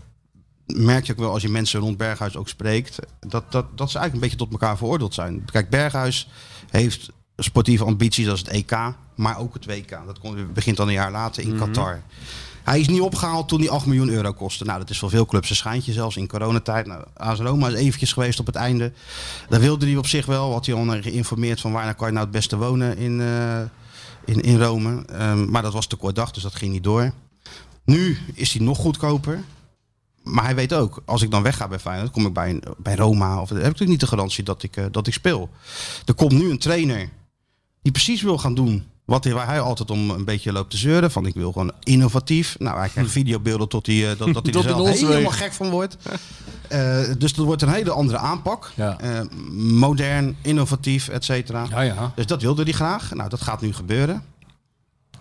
[SPEAKER 4] merk je ook wel als je mensen rond Berghuis ook spreekt, dat, dat, dat ze eigenlijk een beetje tot elkaar veroordeeld zijn. Kijk, Berghuis heeft sportieve ambities als het EK, maar ook het WK. Dat komt, begint dan een jaar later in Qatar. Hij is niet opgehaald toen die 8 miljoen euro kostte. Nou, dat is voor veel clubs een schijntje, zelfs in coronatijd. Nou, AS Roma is eventjes geweest op het einde. Daar wilde hij op zich wel. Had hij al naar geïnformeerd van waar kan je nou het beste wonen in, eh, in, in Rome. Ehm, maar dat was te kort dag, dus dat ging niet door. Nu is hij nog goedkoper. Maar hij weet ook, als ik dan wegga bij Feyenoord, kom ik bij, een- bij Roma. Of, dan heb ik natuurlijk niet de garantie dat ik, eh, dat ik speel. Er komt nu een trainer die precies wil gaan doen wat hij, waar hij altijd om een beetje loopt te zeuren. Van ik wil gewoon innovatief. Nou, hij krijgt videobeelden tot hij, eh, dat, dat hij
[SPEAKER 5] Hm. [LAUGHS] Tot
[SPEAKER 4] er
[SPEAKER 5] in
[SPEAKER 4] zelf
[SPEAKER 5] onze
[SPEAKER 4] helemaal
[SPEAKER 5] wegen.
[SPEAKER 4] gek van wordt. Eh, dus dat wordt een hele andere aanpak.
[SPEAKER 5] Ja.
[SPEAKER 4] Eh, modern, innovatief, et cetera.
[SPEAKER 5] Ja, ja.
[SPEAKER 4] Dus dat wilde hij graag. Nou, dat gaat nu gebeuren.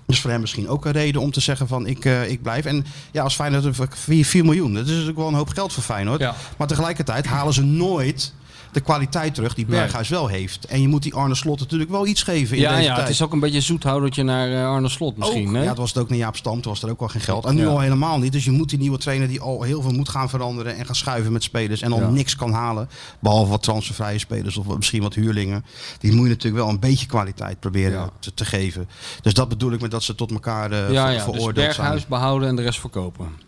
[SPEAKER 4] Dus voor hem misschien ook een reden om te zeggen van ik, eh, ik blijf. En ja, als Feyenoord 4, 4 miljoen, dat is natuurlijk wel een hoop geld voor Feyenoord.
[SPEAKER 5] Ja.
[SPEAKER 4] Maar tegelijkertijd halen ze nooit de kwaliteit terug die
[SPEAKER 5] Nee.
[SPEAKER 4] Berghuis wel heeft. En je moet die Arne Slot natuurlijk wel iets geven in
[SPEAKER 5] Ja,
[SPEAKER 4] deze
[SPEAKER 5] ja,
[SPEAKER 4] tijd.
[SPEAKER 5] het is ook een beetje een zoethoudertje naar eh, Arne Slot misschien,
[SPEAKER 4] Ook.
[SPEAKER 5] hè?
[SPEAKER 4] Ja, het was het ook een Jaap Stam, toen was er ook al geen geld. En nu
[SPEAKER 5] Ja.
[SPEAKER 4] al helemaal niet. Dus je moet die nieuwe trainer die al heel veel moet gaan veranderen en gaan schuiven met spelers en al
[SPEAKER 5] Ja.
[SPEAKER 4] niks kan halen. Behalve wat transfervrije spelers of wat- misschien wat huurlingen. Die moet je natuurlijk wel een beetje kwaliteit proberen
[SPEAKER 5] Ja.
[SPEAKER 4] te, te geven. Dus dat bedoel ik met dat ze tot elkaar eh,
[SPEAKER 5] ja,
[SPEAKER 4] ver-
[SPEAKER 5] ja. Dus
[SPEAKER 4] veroordeeld
[SPEAKER 5] Berghuis
[SPEAKER 4] zijn.
[SPEAKER 5] behouden en de rest verkopen.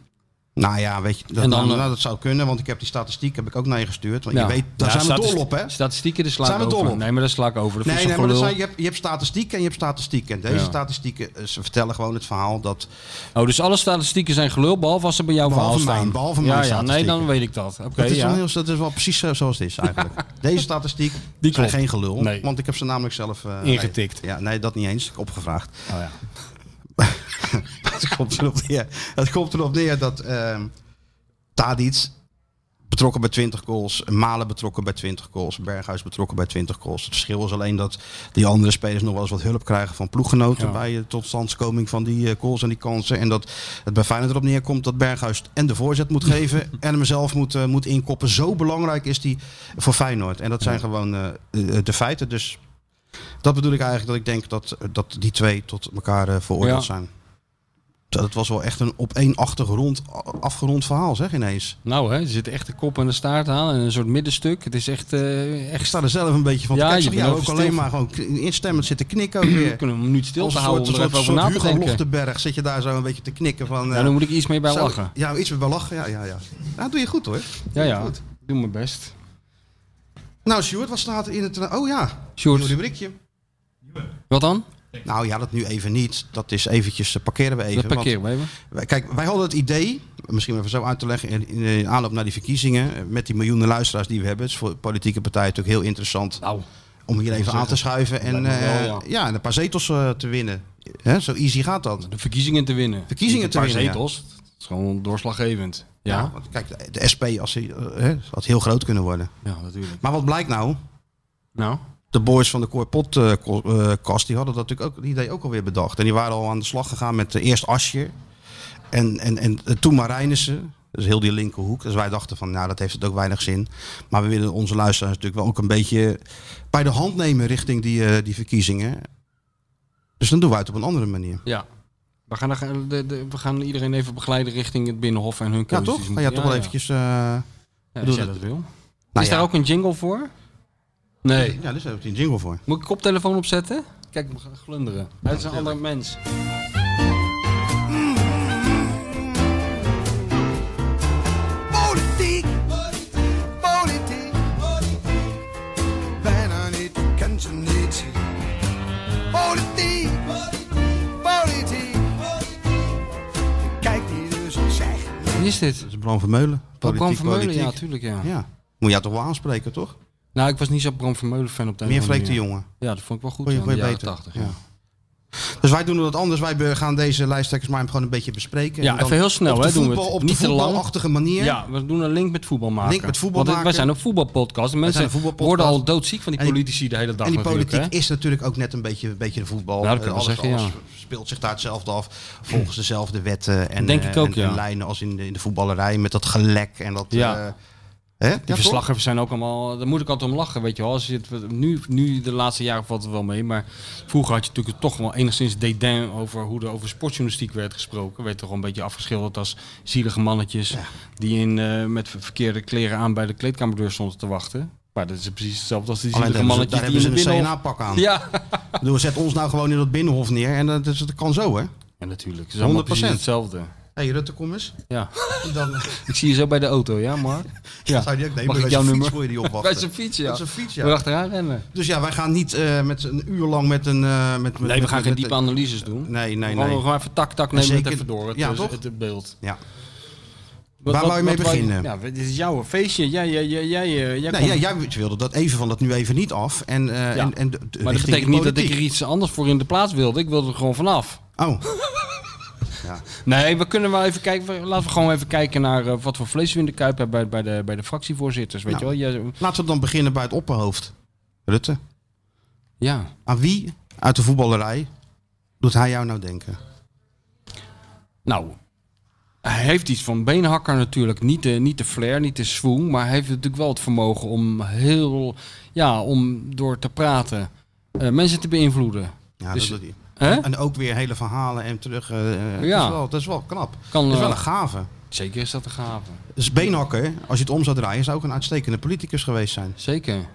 [SPEAKER 4] Nou ja, weet je, dat,
[SPEAKER 5] En dan,
[SPEAKER 4] nou,
[SPEAKER 5] eh,
[SPEAKER 4] nou, dat zou kunnen, want ik heb die statistiek heb ik ook naar je gestuurd. Want
[SPEAKER 5] Ja.
[SPEAKER 4] je weet, daar
[SPEAKER 5] Ja,
[SPEAKER 4] zijn we
[SPEAKER 5] statist-
[SPEAKER 4] dol op, hè?
[SPEAKER 5] Statistieken, daar sla
[SPEAKER 4] Zijn
[SPEAKER 5] ik
[SPEAKER 4] we dol
[SPEAKER 5] over.
[SPEAKER 4] op?
[SPEAKER 5] Nee, maar daar sla ik over. Dat
[SPEAKER 4] Nee,
[SPEAKER 5] vind ik
[SPEAKER 4] nee, maar
[SPEAKER 5] zo'n
[SPEAKER 4] dat
[SPEAKER 5] gelul.
[SPEAKER 4] zijn, je, hebt, je hebt statistieken en je hebt statistieken. En deze
[SPEAKER 5] Ja.
[SPEAKER 4] statistieken, eh, ze vertellen gewoon het verhaal dat
[SPEAKER 5] Oh, dus alle statistieken zijn gelul, behalve als ze bij jouw
[SPEAKER 4] Behalve
[SPEAKER 5] verhaal
[SPEAKER 4] mijn-
[SPEAKER 5] staan.
[SPEAKER 4] behalve
[SPEAKER 5] ja,
[SPEAKER 4] mijn
[SPEAKER 5] ja, nee,
[SPEAKER 4] statistieken.
[SPEAKER 5] dan weet ik dat. Oké,
[SPEAKER 4] dat, is
[SPEAKER 5] ja.
[SPEAKER 4] wel heel, dat is wel precies zo- zoals het is eigenlijk.
[SPEAKER 5] [LAUGHS]
[SPEAKER 4] Deze statistiek
[SPEAKER 5] Die
[SPEAKER 4] zijn
[SPEAKER 5] klopt.
[SPEAKER 4] geen gelul,
[SPEAKER 5] Nee.
[SPEAKER 4] want ik heb ze namelijk zelf... eh,
[SPEAKER 5] Ingetikt.
[SPEAKER 4] nee. ja, nee, dat niet eens. Opgevraagd. [LAUGHS]
[SPEAKER 5] Oh, ja.
[SPEAKER 4] het, komt erop neer, het komt erop neer dat ehm Tadic betrokken bij 20 goals, Malen betrokken bij 20 goals, Berghuis betrokken bij 20 goals. Het verschil is alleen dat die andere spelers nog wel eens wat hulp krijgen van ploeggenoten
[SPEAKER 5] Ja.
[SPEAKER 4] bij de totstandskoming van die eh, goals en die kansen. En dat het bij Feyenoord erop neerkomt dat Berghuis en de voorzet moet
[SPEAKER 5] [LAUGHS]
[SPEAKER 4] geven en hem zelf moet, eh, moet inkoppen. Zo belangrijk is die voor Feyenoord. En dat zijn gewoon eh, eh, de feiten. Dus dat bedoel ik eigenlijk dat ik denk dat, eh, dat die twee tot elkaar eh, veroordeeld
[SPEAKER 5] Ja.
[SPEAKER 4] zijn. Dat het was wel echt een opeenachtig rond, afgerond verhaal, zeg ineens.
[SPEAKER 5] Nou, hè, er zit echt de kop en de staart aan en een soort middenstuk. Het is echt... eh
[SPEAKER 4] Ik
[SPEAKER 5] echt
[SPEAKER 4] sta er zelf een beetje van te
[SPEAKER 5] Ja,
[SPEAKER 4] kijken.
[SPEAKER 5] je
[SPEAKER 4] Ik zag
[SPEAKER 5] bent
[SPEAKER 4] jou
[SPEAKER 5] wel
[SPEAKER 4] ook
[SPEAKER 5] stil
[SPEAKER 4] alleen
[SPEAKER 5] van.
[SPEAKER 4] maar gewoon k- instemmend zitten knikken.
[SPEAKER 5] [CLEARS THROAT]
[SPEAKER 4] Ook weer.
[SPEAKER 5] we kunnen hem nu niet stil
[SPEAKER 4] Als
[SPEAKER 5] te
[SPEAKER 4] een
[SPEAKER 5] houden om
[SPEAKER 4] soort,
[SPEAKER 5] er even
[SPEAKER 4] soort,
[SPEAKER 5] over na
[SPEAKER 4] soort
[SPEAKER 5] te
[SPEAKER 4] Hugo
[SPEAKER 5] denken.
[SPEAKER 4] Lochtenberg zit je daar zo een beetje te knikken van... eh,
[SPEAKER 5] Ja, dan moet ik iets meer bij
[SPEAKER 4] zo-
[SPEAKER 5] lachen.
[SPEAKER 4] Ja, iets meer bij lachen. Ja, ja, ja. Nou, doe je goed hoor.
[SPEAKER 5] Ja, ja.
[SPEAKER 4] Goed.
[SPEAKER 5] Doe mijn best.
[SPEAKER 4] Nou, Sjoerd, wat staat er in het... Oh ja,
[SPEAKER 5] Sjoerd.
[SPEAKER 4] nieuw rubriekje.
[SPEAKER 5] Wat dan?
[SPEAKER 4] Nou ja, dat nu even niet. Dat is eventjes, eh, parkeren we even.
[SPEAKER 5] Dat
[SPEAKER 4] want-
[SPEAKER 5] parkeer we even.
[SPEAKER 4] Wij- Kijk, wij hadden het idee, misschien even zo uit te leggen, in, in, eh, aanloop naar die verkiezingen, eh, met die miljoenen luisteraars die we hebben, het is voor politieke partijen natuurlijk heel interessant
[SPEAKER 5] Nou,
[SPEAKER 4] om hier even aan te schuiven en,
[SPEAKER 5] Lijkt me wel,
[SPEAKER 4] eh,
[SPEAKER 5] ja.
[SPEAKER 4] ja, en een paar zetels eh, te winnen. Hè, zo easy gaat dat.
[SPEAKER 5] de verkiezingen te winnen.
[SPEAKER 4] Verkiezingen
[SPEAKER 5] Niet
[SPEAKER 4] te
[SPEAKER 5] een paar
[SPEAKER 4] winnen, ja.
[SPEAKER 5] zetels. Dat is gewoon doorslaggevend. Ja,
[SPEAKER 4] want kijk, de- de SP als, ze, eh, hè, had heel groot kunnen worden.
[SPEAKER 5] ja natuurlijk.
[SPEAKER 4] Maar wat blijkt nou?
[SPEAKER 5] Nou,
[SPEAKER 4] De boys van de eh, Korpot-kast die hadden dat natuurlijk ook, die idee ook alweer bedacht. En die waren al aan de slag gegaan met eh, eerst Asje en, en, en eh, toen Marijnissen. Dus heel die linkerhoek. Dus wij dachten van, nou, dat heeft het ook weinig zin. Maar we willen onze luisteraars natuurlijk wel ook een beetje bij de hand nemen richting die, eh, die verkiezingen. Dus dan doen we het op een andere manier.
[SPEAKER 5] Ja. We gaan, er- de, de- we gaan iedereen even begeleiden richting het Binnenhof en hun
[SPEAKER 4] Ja,
[SPEAKER 5] keuzes.
[SPEAKER 4] toch? Ga
[SPEAKER 5] moeten-
[SPEAKER 4] je toch wel
[SPEAKER 5] ja.
[SPEAKER 4] eventjes... eh,
[SPEAKER 5] Ja,
[SPEAKER 4] bedoel
[SPEAKER 5] als jij
[SPEAKER 4] dat-
[SPEAKER 5] dat wil.
[SPEAKER 4] Nou
[SPEAKER 5] is daar
[SPEAKER 4] ja.
[SPEAKER 5] ook een jingle voor? Nee.
[SPEAKER 4] Ja, daar heeft hij een jingle voor.
[SPEAKER 5] Moet ik koptelefoon opzetten? Kijk, ik ga glunderen. Hij is een ander mens.
[SPEAKER 7] Politiek, politiek, politiek. Bijna niet, kent ze niet. Politiek, politiek, Kijk die dus, zeg.
[SPEAKER 5] Wie is dit?
[SPEAKER 4] Dat is Bram Vermeulen.
[SPEAKER 5] Oh, Bram
[SPEAKER 4] Politiek,
[SPEAKER 5] Vermeulen? Ja,
[SPEAKER 4] politiek.
[SPEAKER 5] tuurlijk, ja.
[SPEAKER 4] Ja. Moet je haar toch wel aanspreken, toch?
[SPEAKER 5] Nou, ik was niet zo'n Bram Vermeulen fan op de
[SPEAKER 4] Meer
[SPEAKER 5] andere
[SPEAKER 4] Freek de
[SPEAKER 5] manier.
[SPEAKER 4] Jongen.
[SPEAKER 5] Ja, dat vond ik wel goed.
[SPEAKER 4] Vond je,
[SPEAKER 5] ja,
[SPEAKER 4] vond je
[SPEAKER 5] in de
[SPEAKER 4] beter?
[SPEAKER 5] jaren 80, ja.
[SPEAKER 4] Dus wij doen dat anders. Wij be- gaan deze lijsttrekkers maar gewoon een beetje bespreken.
[SPEAKER 5] Ja,
[SPEAKER 4] En dan
[SPEAKER 5] even heel snel,
[SPEAKER 4] op de
[SPEAKER 5] hè, doen we het.
[SPEAKER 4] voetbal, Op
[SPEAKER 5] Niet
[SPEAKER 4] de
[SPEAKER 5] te lang.
[SPEAKER 4] voetbalachtige manier.
[SPEAKER 5] Ja, we doen een link met voetbal maken.
[SPEAKER 4] Link met voetbal
[SPEAKER 5] Want
[SPEAKER 4] maken.
[SPEAKER 5] wij zijn een voetbalpodcast. En mensen
[SPEAKER 4] zijn een voetbalpodcast.
[SPEAKER 5] worden al doodziek van die
[SPEAKER 4] En die-
[SPEAKER 5] politici de hele dag
[SPEAKER 4] en die
[SPEAKER 5] natuurlijk,
[SPEAKER 4] politiek
[SPEAKER 5] hè?
[SPEAKER 4] is natuurlijk ook net een beetje, een beetje de voetbal.
[SPEAKER 5] Nou, dat kan
[SPEAKER 4] Eh,
[SPEAKER 5] je wel
[SPEAKER 4] alles,
[SPEAKER 5] zeggen,
[SPEAKER 4] alles speelt zich daar hetzelfde af. Volgens dezelfde wetten en,
[SPEAKER 5] Denk
[SPEAKER 4] eh,
[SPEAKER 5] ik ook,
[SPEAKER 4] en,
[SPEAKER 5] ja.
[SPEAKER 4] en lijnen als in de, in de voetballerij. Met dat gelek en dat...
[SPEAKER 5] Ja.
[SPEAKER 4] eh, hè?
[SPEAKER 5] Die verslaggevers zijn ook allemaal, daar moet ik altijd om lachen, weet je wel. Als je het, nu, nu, de laatste jaren valt het wel mee, maar vroeger had je natuurlijk toch wel enigszins dédain over hoe er over sportjournalistiek werd gesproken. Werd toch een beetje afgeschilderd als zielige mannetjes die in, eh, met ver- verkeerde kleren aan bij de kleedkamerdeur stonden te wachten. Maar dat is precies hetzelfde als die
[SPEAKER 4] Alleen
[SPEAKER 5] zielige
[SPEAKER 4] daar hebben ze,
[SPEAKER 5] mannetjes
[SPEAKER 4] daar hebben ze een
[SPEAKER 5] die in de binnenhof...
[SPEAKER 4] CNA-pak aan.
[SPEAKER 5] Ja,
[SPEAKER 4] Ik bedoel, zet ons nou gewoon in dat binnenhof neer. En dat, is- dat kan zo, hè?
[SPEAKER 5] ja, [LAUGHS] natuurlijk. Het is allemaal precies
[SPEAKER 4] 100%.
[SPEAKER 5] hetzelfde.
[SPEAKER 4] Hé, hey, Rutte, kom eens.
[SPEAKER 5] Ja.
[SPEAKER 4] En dan
[SPEAKER 5] Ik zie je zo bij de auto, ja
[SPEAKER 4] [LAUGHS]
[SPEAKER 5] Mark? Ja.
[SPEAKER 4] zou je die ook nemen. Bij
[SPEAKER 5] Mag
[SPEAKER 4] zijn
[SPEAKER 5] ik jouw
[SPEAKER 4] fiets
[SPEAKER 5] nummer?
[SPEAKER 4] moet je
[SPEAKER 5] [LAUGHS]
[SPEAKER 4] die opwachten.
[SPEAKER 5] Bij zijn fiets, ja.
[SPEAKER 4] Bij zijn fiets, ja.
[SPEAKER 5] We achteraan rennen.
[SPEAKER 4] Dus ja, wij gaan niet eh, met een uur lang met een... eh, met, met,
[SPEAKER 5] Nee, we
[SPEAKER 4] met-
[SPEAKER 5] gaan geen
[SPEAKER 4] met-
[SPEAKER 5] diepe analyses doen.
[SPEAKER 4] Nee, nee,
[SPEAKER 5] Gewoon-
[SPEAKER 4] nee.
[SPEAKER 5] Gewoon even tak, tak, neem het
[SPEAKER 4] Zeker-
[SPEAKER 5] even door. Het,
[SPEAKER 4] ja,
[SPEAKER 5] het-
[SPEAKER 4] toch?
[SPEAKER 5] het, het beeld.
[SPEAKER 4] Ja. Waar
[SPEAKER 5] Wat- wat-
[SPEAKER 4] wou je mee
[SPEAKER 5] wat wou
[SPEAKER 4] beginnen?
[SPEAKER 5] Ja, dit is jouw feestje. Jij, jij, jij, jij, eh, jij
[SPEAKER 4] Nee,
[SPEAKER 5] komt-
[SPEAKER 4] ja, jij wilde dat even van dat nu even niet af. En, eh, en, en, de- de-
[SPEAKER 5] maar dat
[SPEAKER 4] richting
[SPEAKER 5] betekent niet dat
[SPEAKER 4] politiek.
[SPEAKER 5] ik er iets anders voor in de plaats wilde. Ik wilde er gewoon vanaf.
[SPEAKER 4] Oh,
[SPEAKER 5] Nee, we kunnen wel even kijken. we- Laten we gewoon even kijken naar eh, wat voor vlees we in de kuip hebben bij, bij, de, bij de fractievoorzitters. Weet
[SPEAKER 4] Nou.
[SPEAKER 5] je wel? Jij-
[SPEAKER 4] laten we dan beginnen bij het opperhoofd. Rutte,
[SPEAKER 5] ja.
[SPEAKER 4] aan wie uit de voetballerij doet hij jou nou denken?
[SPEAKER 5] Nou, hij heeft iets van beenhakker natuurlijk. Niet de, niet de flair, niet de swoon. Maar hij heeft natuurlijk wel het vermogen om heel... Ja, om door te praten eh, mensen te beïnvloeden.
[SPEAKER 4] Ja,
[SPEAKER 5] Dus-
[SPEAKER 4] dat doet hij.
[SPEAKER 5] Hè?
[SPEAKER 4] En ook weer hele verhalen en terug. eh,
[SPEAKER 5] Ja.
[SPEAKER 4] dat, is wel, dat is wel knap.
[SPEAKER 5] Kan,
[SPEAKER 4] dat is wel
[SPEAKER 5] eh,
[SPEAKER 4] een gave.
[SPEAKER 5] Zeker is dat een gave.
[SPEAKER 4] Dus Beenhakker, als je het om zou draaien, zou ook een uitstekende politicus geweest zijn.
[SPEAKER 5] Zeker.
[SPEAKER 4] Ik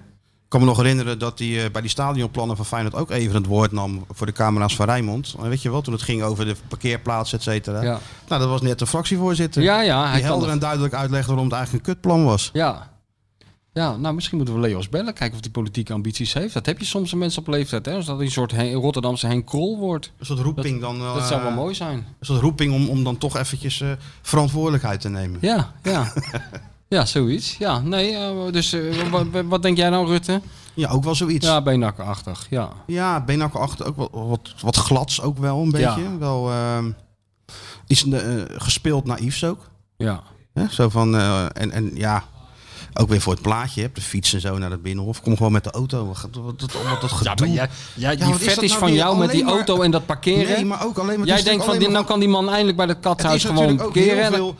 [SPEAKER 4] kan me nog herinneren dat hij eh, bij die stadionplannen van Feyenoord ook even het woord nam voor de camera's van Rijnmond. En weet je wel, toen het ging over de parkeerplaats, et cetera.
[SPEAKER 5] Ja.
[SPEAKER 4] Nou, dat was net de fractievoorzitter.
[SPEAKER 5] Ja, ja, hij
[SPEAKER 4] die
[SPEAKER 5] kan
[SPEAKER 4] helder
[SPEAKER 5] het.
[SPEAKER 4] en duidelijk uitlegde waarom het eigenlijk een kutplan was.
[SPEAKER 5] Ja. Ja, nou misschien moeten we Leo's bellen. Kijken of hij politieke ambities heeft. Dat heb je soms aan mensen op leeftijd. Hè? Dus dat hij een soort Hen- Rotterdamse Henk Krol wordt.
[SPEAKER 4] Een soort roeping dan. eh,
[SPEAKER 5] Dat zou wel mooi zijn.
[SPEAKER 4] Een soort roeping om, om dan toch eventjes eh, verantwoordelijkheid te nemen. [LAUGHS]
[SPEAKER 5] Ja, ja. ja, zoiets. Ja, nee. eh, dus eh, wa- wa- wat, denk jij nou, Rutte?
[SPEAKER 4] Ja, ook wel zoiets. Ja,
[SPEAKER 5] Ja, benakkerachtig. Ja.
[SPEAKER 4] Beenhakker achter ook wel wat, wat glads ook wel een beetje.
[SPEAKER 5] Ja.
[SPEAKER 4] Wel ehm, iets eh, gespeeld naïefs ook.
[SPEAKER 5] Ja.
[SPEAKER 4] Hè? Zo van, eh, en, en ja, ook weer voor het plaatje. hè, Op de fiets en zo naar het binnenhof. Kom gewoon met de auto. Wat, wat, wat, wat dat gedoe.
[SPEAKER 5] die
[SPEAKER 4] wat is
[SPEAKER 5] vet
[SPEAKER 4] dat
[SPEAKER 5] is
[SPEAKER 4] nou
[SPEAKER 5] van
[SPEAKER 4] weer?
[SPEAKER 5] jou met
[SPEAKER 4] Alleen
[SPEAKER 5] die
[SPEAKER 4] maar-
[SPEAKER 5] auto en dat parkeren.
[SPEAKER 4] Nee, maar ook alleen maar...
[SPEAKER 5] jij
[SPEAKER 4] het is
[SPEAKER 5] denkt van,
[SPEAKER 4] natuurlijk alleen
[SPEAKER 5] dit, nou kan die man eindelijk bij dat
[SPEAKER 4] maar- Het
[SPEAKER 5] kathuis
[SPEAKER 4] is
[SPEAKER 5] gewoon
[SPEAKER 4] natuurlijk ook
[SPEAKER 5] parkeren.
[SPEAKER 4] heel
[SPEAKER 5] en-
[SPEAKER 4] veel...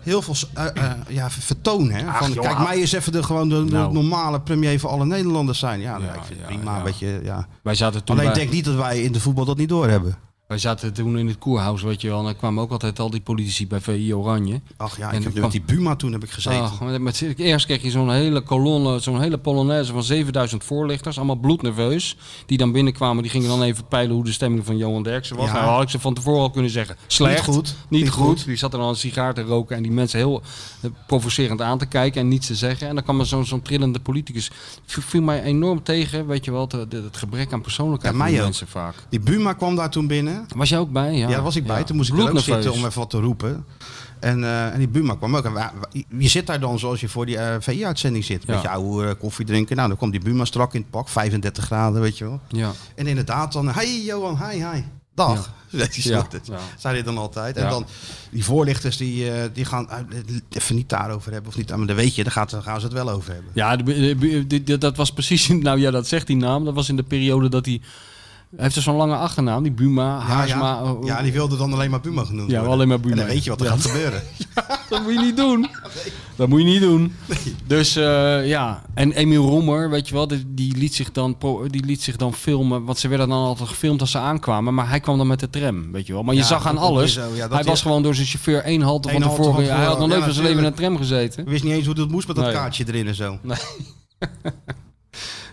[SPEAKER 4] Heel veel eh, eh, ja, vertoon. Hè?
[SPEAKER 5] Ach,
[SPEAKER 4] van,
[SPEAKER 5] joh,
[SPEAKER 4] kijk,
[SPEAKER 5] ah.
[SPEAKER 4] mij is even de, gewoon de, de
[SPEAKER 5] Nou.
[SPEAKER 4] normale premier van alle Nederlanders zijn. Ja, nou,
[SPEAKER 5] Ja,
[SPEAKER 4] ik vind het
[SPEAKER 5] ja,
[SPEAKER 4] prima.
[SPEAKER 5] ja.
[SPEAKER 4] Een beetje, ja.
[SPEAKER 5] Wij zaten toen
[SPEAKER 4] Alleen ik
[SPEAKER 5] bij-
[SPEAKER 4] denk niet dat wij in de voetbal dat niet doorhebben.
[SPEAKER 5] Wij zaten toen in het koerhuis, weet je wel. En daar kwamen ook altijd al die politici bij VI Oranje.
[SPEAKER 4] Ach ja,
[SPEAKER 5] En
[SPEAKER 4] ik heb
[SPEAKER 5] dan
[SPEAKER 4] met die
[SPEAKER 5] kwam-
[SPEAKER 4] Buma toen heb ik gezeten.
[SPEAKER 5] Ach, met, met, eerst kreeg je zo'n hele kolonne, zo'n hele polonaise van 7000 voorlichters. Allemaal bloednerveus. Die dan binnenkwamen, die gingen dan even peilen hoe de stemming van Johan Derksen was.
[SPEAKER 4] Ja.
[SPEAKER 5] Nou had ik ze van tevoren al kunnen zeggen. Slecht.
[SPEAKER 4] Niet goed.
[SPEAKER 5] Niet,
[SPEAKER 4] Niet
[SPEAKER 5] goed.
[SPEAKER 4] goed.
[SPEAKER 5] Die zat er dan een sigaar te roken en die mensen heel eh, provocerend aan te kijken en niets te zeggen. En dan kwam er zo'n zo'n trillende politicus. V- viel mij enorm tegen, weet je wel, de- de- het gebrek aan persoonlijkheid
[SPEAKER 4] Ja,
[SPEAKER 5] van
[SPEAKER 4] mij
[SPEAKER 5] die
[SPEAKER 4] ook.
[SPEAKER 5] mensen vaak.
[SPEAKER 4] Die Buma kwam daar toen binnen.
[SPEAKER 5] Was jij ook bij? Ja,
[SPEAKER 4] Ja, daar was ik bij.
[SPEAKER 5] Ja.
[SPEAKER 4] Toen moest ik er ook
[SPEAKER 5] Bloednerveus.
[SPEAKER 4] zitten om even wat te roepen. En, eh, en die Buma kwam ook. En wa- wa- je zit daar dan zoals je voor die VI-uitzending zit. Met
[SPEAKER 5] Ja.
[SPEAKER 4] je oude eh, koffie drinken. Nou, dan kwam die Buma strak in het pak. 35 graden, weet je wel.
[SPEAKER 5] Ja.
[SPEAKER 4] En inderdaad dan... Hey Johan, hi, hi. Dag. [LAUGHS] Weet je,
[SPEAKER 5] Ja,
[SPEAKER 4] zo, Dat
[SPEAKER 5] ja.
[SPEAKER 4] zei hij dan altijd.
[SPEAKER 5] Ja.
[SPEAKER 4] En dan die voorlichters die, eh, die gaan eh, even niet daarover hebben. Of niet, Ah, maar dan weet je, daar gaat- daar gaan ze het wel over hebben.
[SPEAKER 5] Ja, de- de- de- de- dat was precies. Nou ja, dat zegt die naam. Dat was in de periode dat hij Hij heeft dus zo'n lange achternaam, die Buma, Haarsma.
[SPEAKER 4] ja,
[SPEAKER 5] oh, oh.
[SPEAKER 4] ja, die wilde dan alleen maar Buma genoemd
[SPEAKER 5] Ja,
[SPEAKER 4] worden.
[SPEAKER 5] alleen maar Buma.
[SPEAKER 4] En dan weet je wat er
[SPEAKER 5] Ja.
[SPEAKER 4] gaat
[SPEAKER 5] [LAUGHS]
[SPEAKER 4] gebeuren.
[SPEAKER 5] Dat moet je niet
[SPEAKER 4] [LAUGHS]
[SPEAKER 5] doen. Dat moet je niet doen. Dus eh, ja, en Emiel Roemer, weet je wel, die, die, liet zich dan, pro- die liet zich dan filmen. Want ze werden dan altijd gefilmd als ze aankwamen. Maar hij kwam dan met de tram, weet je wel. Maar je
[SPEAKER 4] Ja,
[SPEAKER 5] zag aan
[SPEAKER 4] dat komt
[SPEAKER 5] alles.
[SPEAKER 4] weer zo, ja, dat
[SPEAKER 5] hij
[SPEAKER 4] hij-
[SPEAKER 5] was gewoon door zijn chauffeur één halte van
[SPEAKER 4] Eén halte
[SPEAKER 5] tevoren.
[SPEAKER 4] van
[SPEAKER 5] hij had
[SPEAKER 4] tevoren,
[SPEAKER 5] nog nooit
[SPEAKER 4] ja,
[SPEAKER 5] van zijn leven in een
[SPEAKER 4] natuurlijk.
[SPEAKER 5] tram gezeten.
[SPEAKER 4] Ik wist niet eens hoe dat moest met dat
[SPEAKER 5] Nee.
[SPEAKER 4] kaartje erin en zo.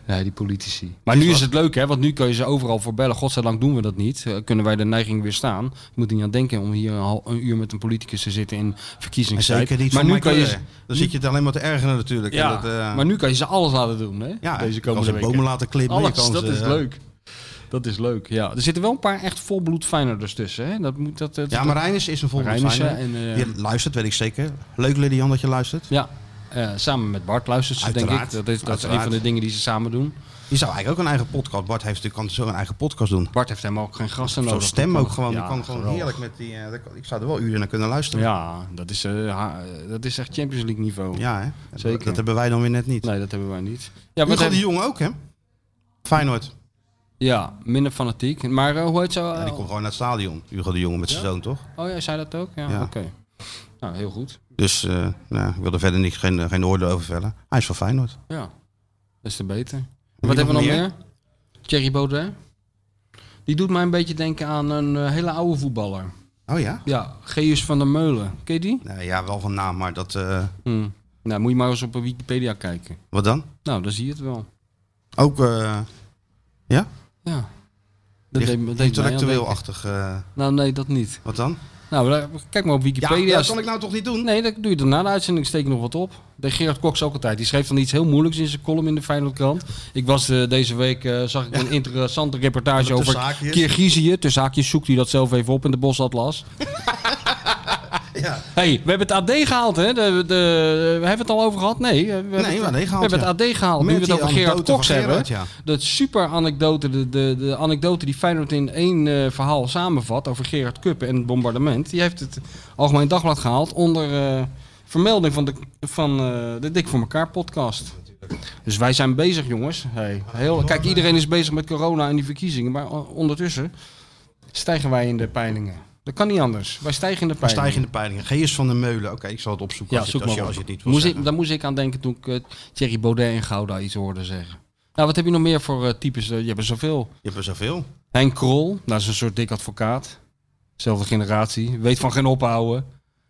[SPEAKER 5] Nee, die politici. Dus Maar nu is het leuk, hè? Want nu kun je ze overal voor bellen. Godzijdank doen we dat niet. Eh, kunnen wij de neiging weer staan? Je moet er niet aan denken om hier een, hal- een uur met een politicus te zitten in
[SPEAKER 4] En
[SPEAKER 5] verkiezingstijd.
[SPEAKER 4] zeker niet
[SPEAKER 5] maar
[SPEAKER 4] van
[SPEAKER 5] nu
[SPEAKER 4] Mike
[SPEAKER 5] kan je
[SPEAKER 4] Keur.
[SPEAKER 5] ze-
[SPEAKER 4] Dan zit je het alleen maar te ergeren natuurlijk.
[SPEAKER 5] Ja,
[SPEAKER 4] En dat, eh,
[SPEAKER 5] maar nu kan je ze alles laten doen, hè?
[SPEAKER 4] ja,
[SPEAKER 5] Deze
[SPEAKER 4] je kan
[SPEAKER 5] komende
[SPEAKER 4] ze
[SPEAKER 5] weken.
[SPEAKER 4] bomen laten klimmen. je
[SPEAKER 5] Alles,
[SPEAKER 4] kan
[SPEAKER 5] dat
[SPEAKER 4] ze-
[SPEAKER 5] is leuk. Dat is leuk, ja. Er zitten wel een paar echt volbloed Feyenoorders tussen, hè? Dat moet, dat, dat-
[SPEAKER 4] Ja, maar Reines is een volgende
[SPEAKER 5] Reinissen
[SPEAKER 4] fijne.
[SPEAKER 5] en, eh,
[SPEAKER 4] Die luistert, weet ik zeker. Leuk, Lilian, dat je luistert.
[SPEAKER 5] Ja, eh, samen met Bart luistert ze, denk ik.
[SPEAKER 4] Uiteraard.
[SPEAKER 5] Dat is, dat is een
[SPEAKER 4] Uiteraard.
[SPEAKER 5] van de dingen die ze samen doen.
[SPEAKER 4] Die zou eigenlijk ook een eigen podcast. Bart heeft natuurlijk kan zo een eigen podcast doen.
[SPEAKER 5] Bart heeft helemaal ook geen gasten
[SPEAKER 4] Zo'n
[SPEAKER 5] nodig.
[SPEAKER 4] stem
[SPEAKER 5] Dat
[SPEAKER 4] ook gewoon. die
[SPEAKER 5] ja,
[SPEAKER 4] kan gewoon
[SPEAKER 5] geweldig.
[SPEAKER 4] heerlijk met die. eh, dat kan- ik zou er wel uren naar kunnen luisteren.
[SPEAKER 5] Ja, dat is, eh, ha- dat is echt Champions League niveau.
[SPEAKER 4] Ja, hè? Dat-
[SPEAKER 5] Zeker.
[SPEAKER 4] Dat hebben wij dan weer net niet.
[SPEAKER 5] Nee, dat hebben wij niet. Ja, wat Oh.
[SPEAKER 4] Hugo de
[SPEAKER 5] hebben-
[SPEAKER 4] Jong ook, hè? Feyenoord.
[SPEAKER 5] ja minder fanatiek. Maar eh, hoe heet ze?
[SPEAKER 4] Ja, die komt gewoon naar het stadion. Hugo de Jong met zijn zoon, toch?
[SPEAKER 5] Oh, jij zei dat ook? Ja,
[SPEAKER 4] Ja.
[SPEAKER 5] oké. Nou, heel goed.
[SPEAKER 4] Dus eh, nou, ik wil er verder niks, geen, geen oordeel over vellen. Hij is van Feyenoord.
[SPEAKER 5] Ja, des te beter.
[SPEAKER 4] Wie
[SPEAKER 5] Wat hebben we nog
[SPEAKER 4] nog
[SPEAKER 5] meer?
[SPEAKER 4] meer?
[SPEAKER 5] Thierry Baudet. Die doet mij een beetje denken aan een eh, hele oude voetballer.
[SPEAKER 4] Oh ja?
[SPEAKER 5] Ja, Geus van der Meulen. Ken je die?
[SPEAKER 4] Nou ja, wel van naam, maar dat... eh,
[SPEAKER 5] Hm. Nou, moet je maar eens op Wikipedia kijken.
[SPEAKER 4] wat dan?
[SPEAKER 5] Nou, dan zie je het wel.
[SPEAKER 4] Ook eh
[SPEAKER 5] Ja. Dat
[SPEAKER 4] licht-
[SPEAKER 5] deed- dat deed mij aan denken.
[SPEAKER 4] intellectueel-achtig. eh,
[SPEAKER 5] Nou, nee, dat niet.
[SPEAKER 4] wat dan?
[SPEAKER 5] Nou, daar- kijk maar op
[SPEAKER 4] Ja,
[SPEAKER 5] Wikipedia.
[SPEAKER 4] dat kan ik nou toch niet doen?
[SPEAKER 5] Nee, dat doe je daarna de uitzending. Steek ik nog wat op. De Gerard Cox ook altijd. Die schreef dan iets heel moeilijks in zijn column in de Feyenoordkrant. Ik was eh, deze week, eh, zag ik een interessante reportage
[SPEAKER 4] Tussen
[SPEAKER 5] over
[SPEAKER 4] haakjes.
[SPEAKER 5] Kirgizië. Tussen haakjes zoekt hij dat zelf even op in de Bosatlas.
[SPEAKER 4] Ja.
[SPEAKER 5] hey, we hebben het AD gehaald, hè? De, de, hebben we het al over gehad? Nee, eh, we hebben,
[SPEAKER 4] we
[SPEAKER 5] het,
[SPEAKER 4] hebben het AD gehaald,
[SPEAKER 5] We hebben het AD gehaald. nu
[SPEAKER 4] Met
[SPEAKER 5] we het
[SPEAKER 4] die
[SPEAKER 5] over Gerard
[SPEAKER 4] anekdote
[SPEAKER 5] Cox
[SPEAKER 4] van
[SPEAKER 5] hebben.
[SPEAKER 4] Gerard, ja.
[SPEAKER 5] Dat super anekdote, de, de, de anekdote die Feyenoord in één eh, verhaal samenvat over Gerard Kuppen en het bombardement. Die heeft het Algemeen Dagblad gehaald onder eh, vermelding van de, van, eh, de Dik voor elkaar podcast. Dus wij zijn bezig, jongens. Hey, heel, kijk, iedereen is bezig met corona en die verkiezingen. Maar o- ondertussen stijgen wij in de peilingen. Dat kan niet anders. Wij stijgen in de
[SPEAKER 4] We
[SPEAKER 5] peilingen.
[SPEAKER 4] stijgen in de peilingen. Geus van der Meulen. Oké, ik zal het opzoeken
[SPEAKER 5] Ja,
[SPEAKER 4] als, je,
[SPEAKER 5] zoek
[SPEAKER 4] het- als,
[SPEAKER 5] maar
[SPEAKER 4] je,
[SPEAKER 5] op.
[SPEAKER 4] als je het niet wil
[SPEAKER 5] moest
[SPEAKER 4] zeggen.
[SPEAKER 5] ik, Daar moest ik aan denken toen ik eh, Thierry Baudet en Gouda iets hoorde zeggen. Nou, wat heb je nog meer voor eh, types? Eh, je hebt er zoveel.
[SPEAKER 4] Je hebt er zoveel.
[SPEAKER 5] Henk Krol, nou, dat is een soort dik advocaat. Zelfde generatie. Weet van geen ophouden.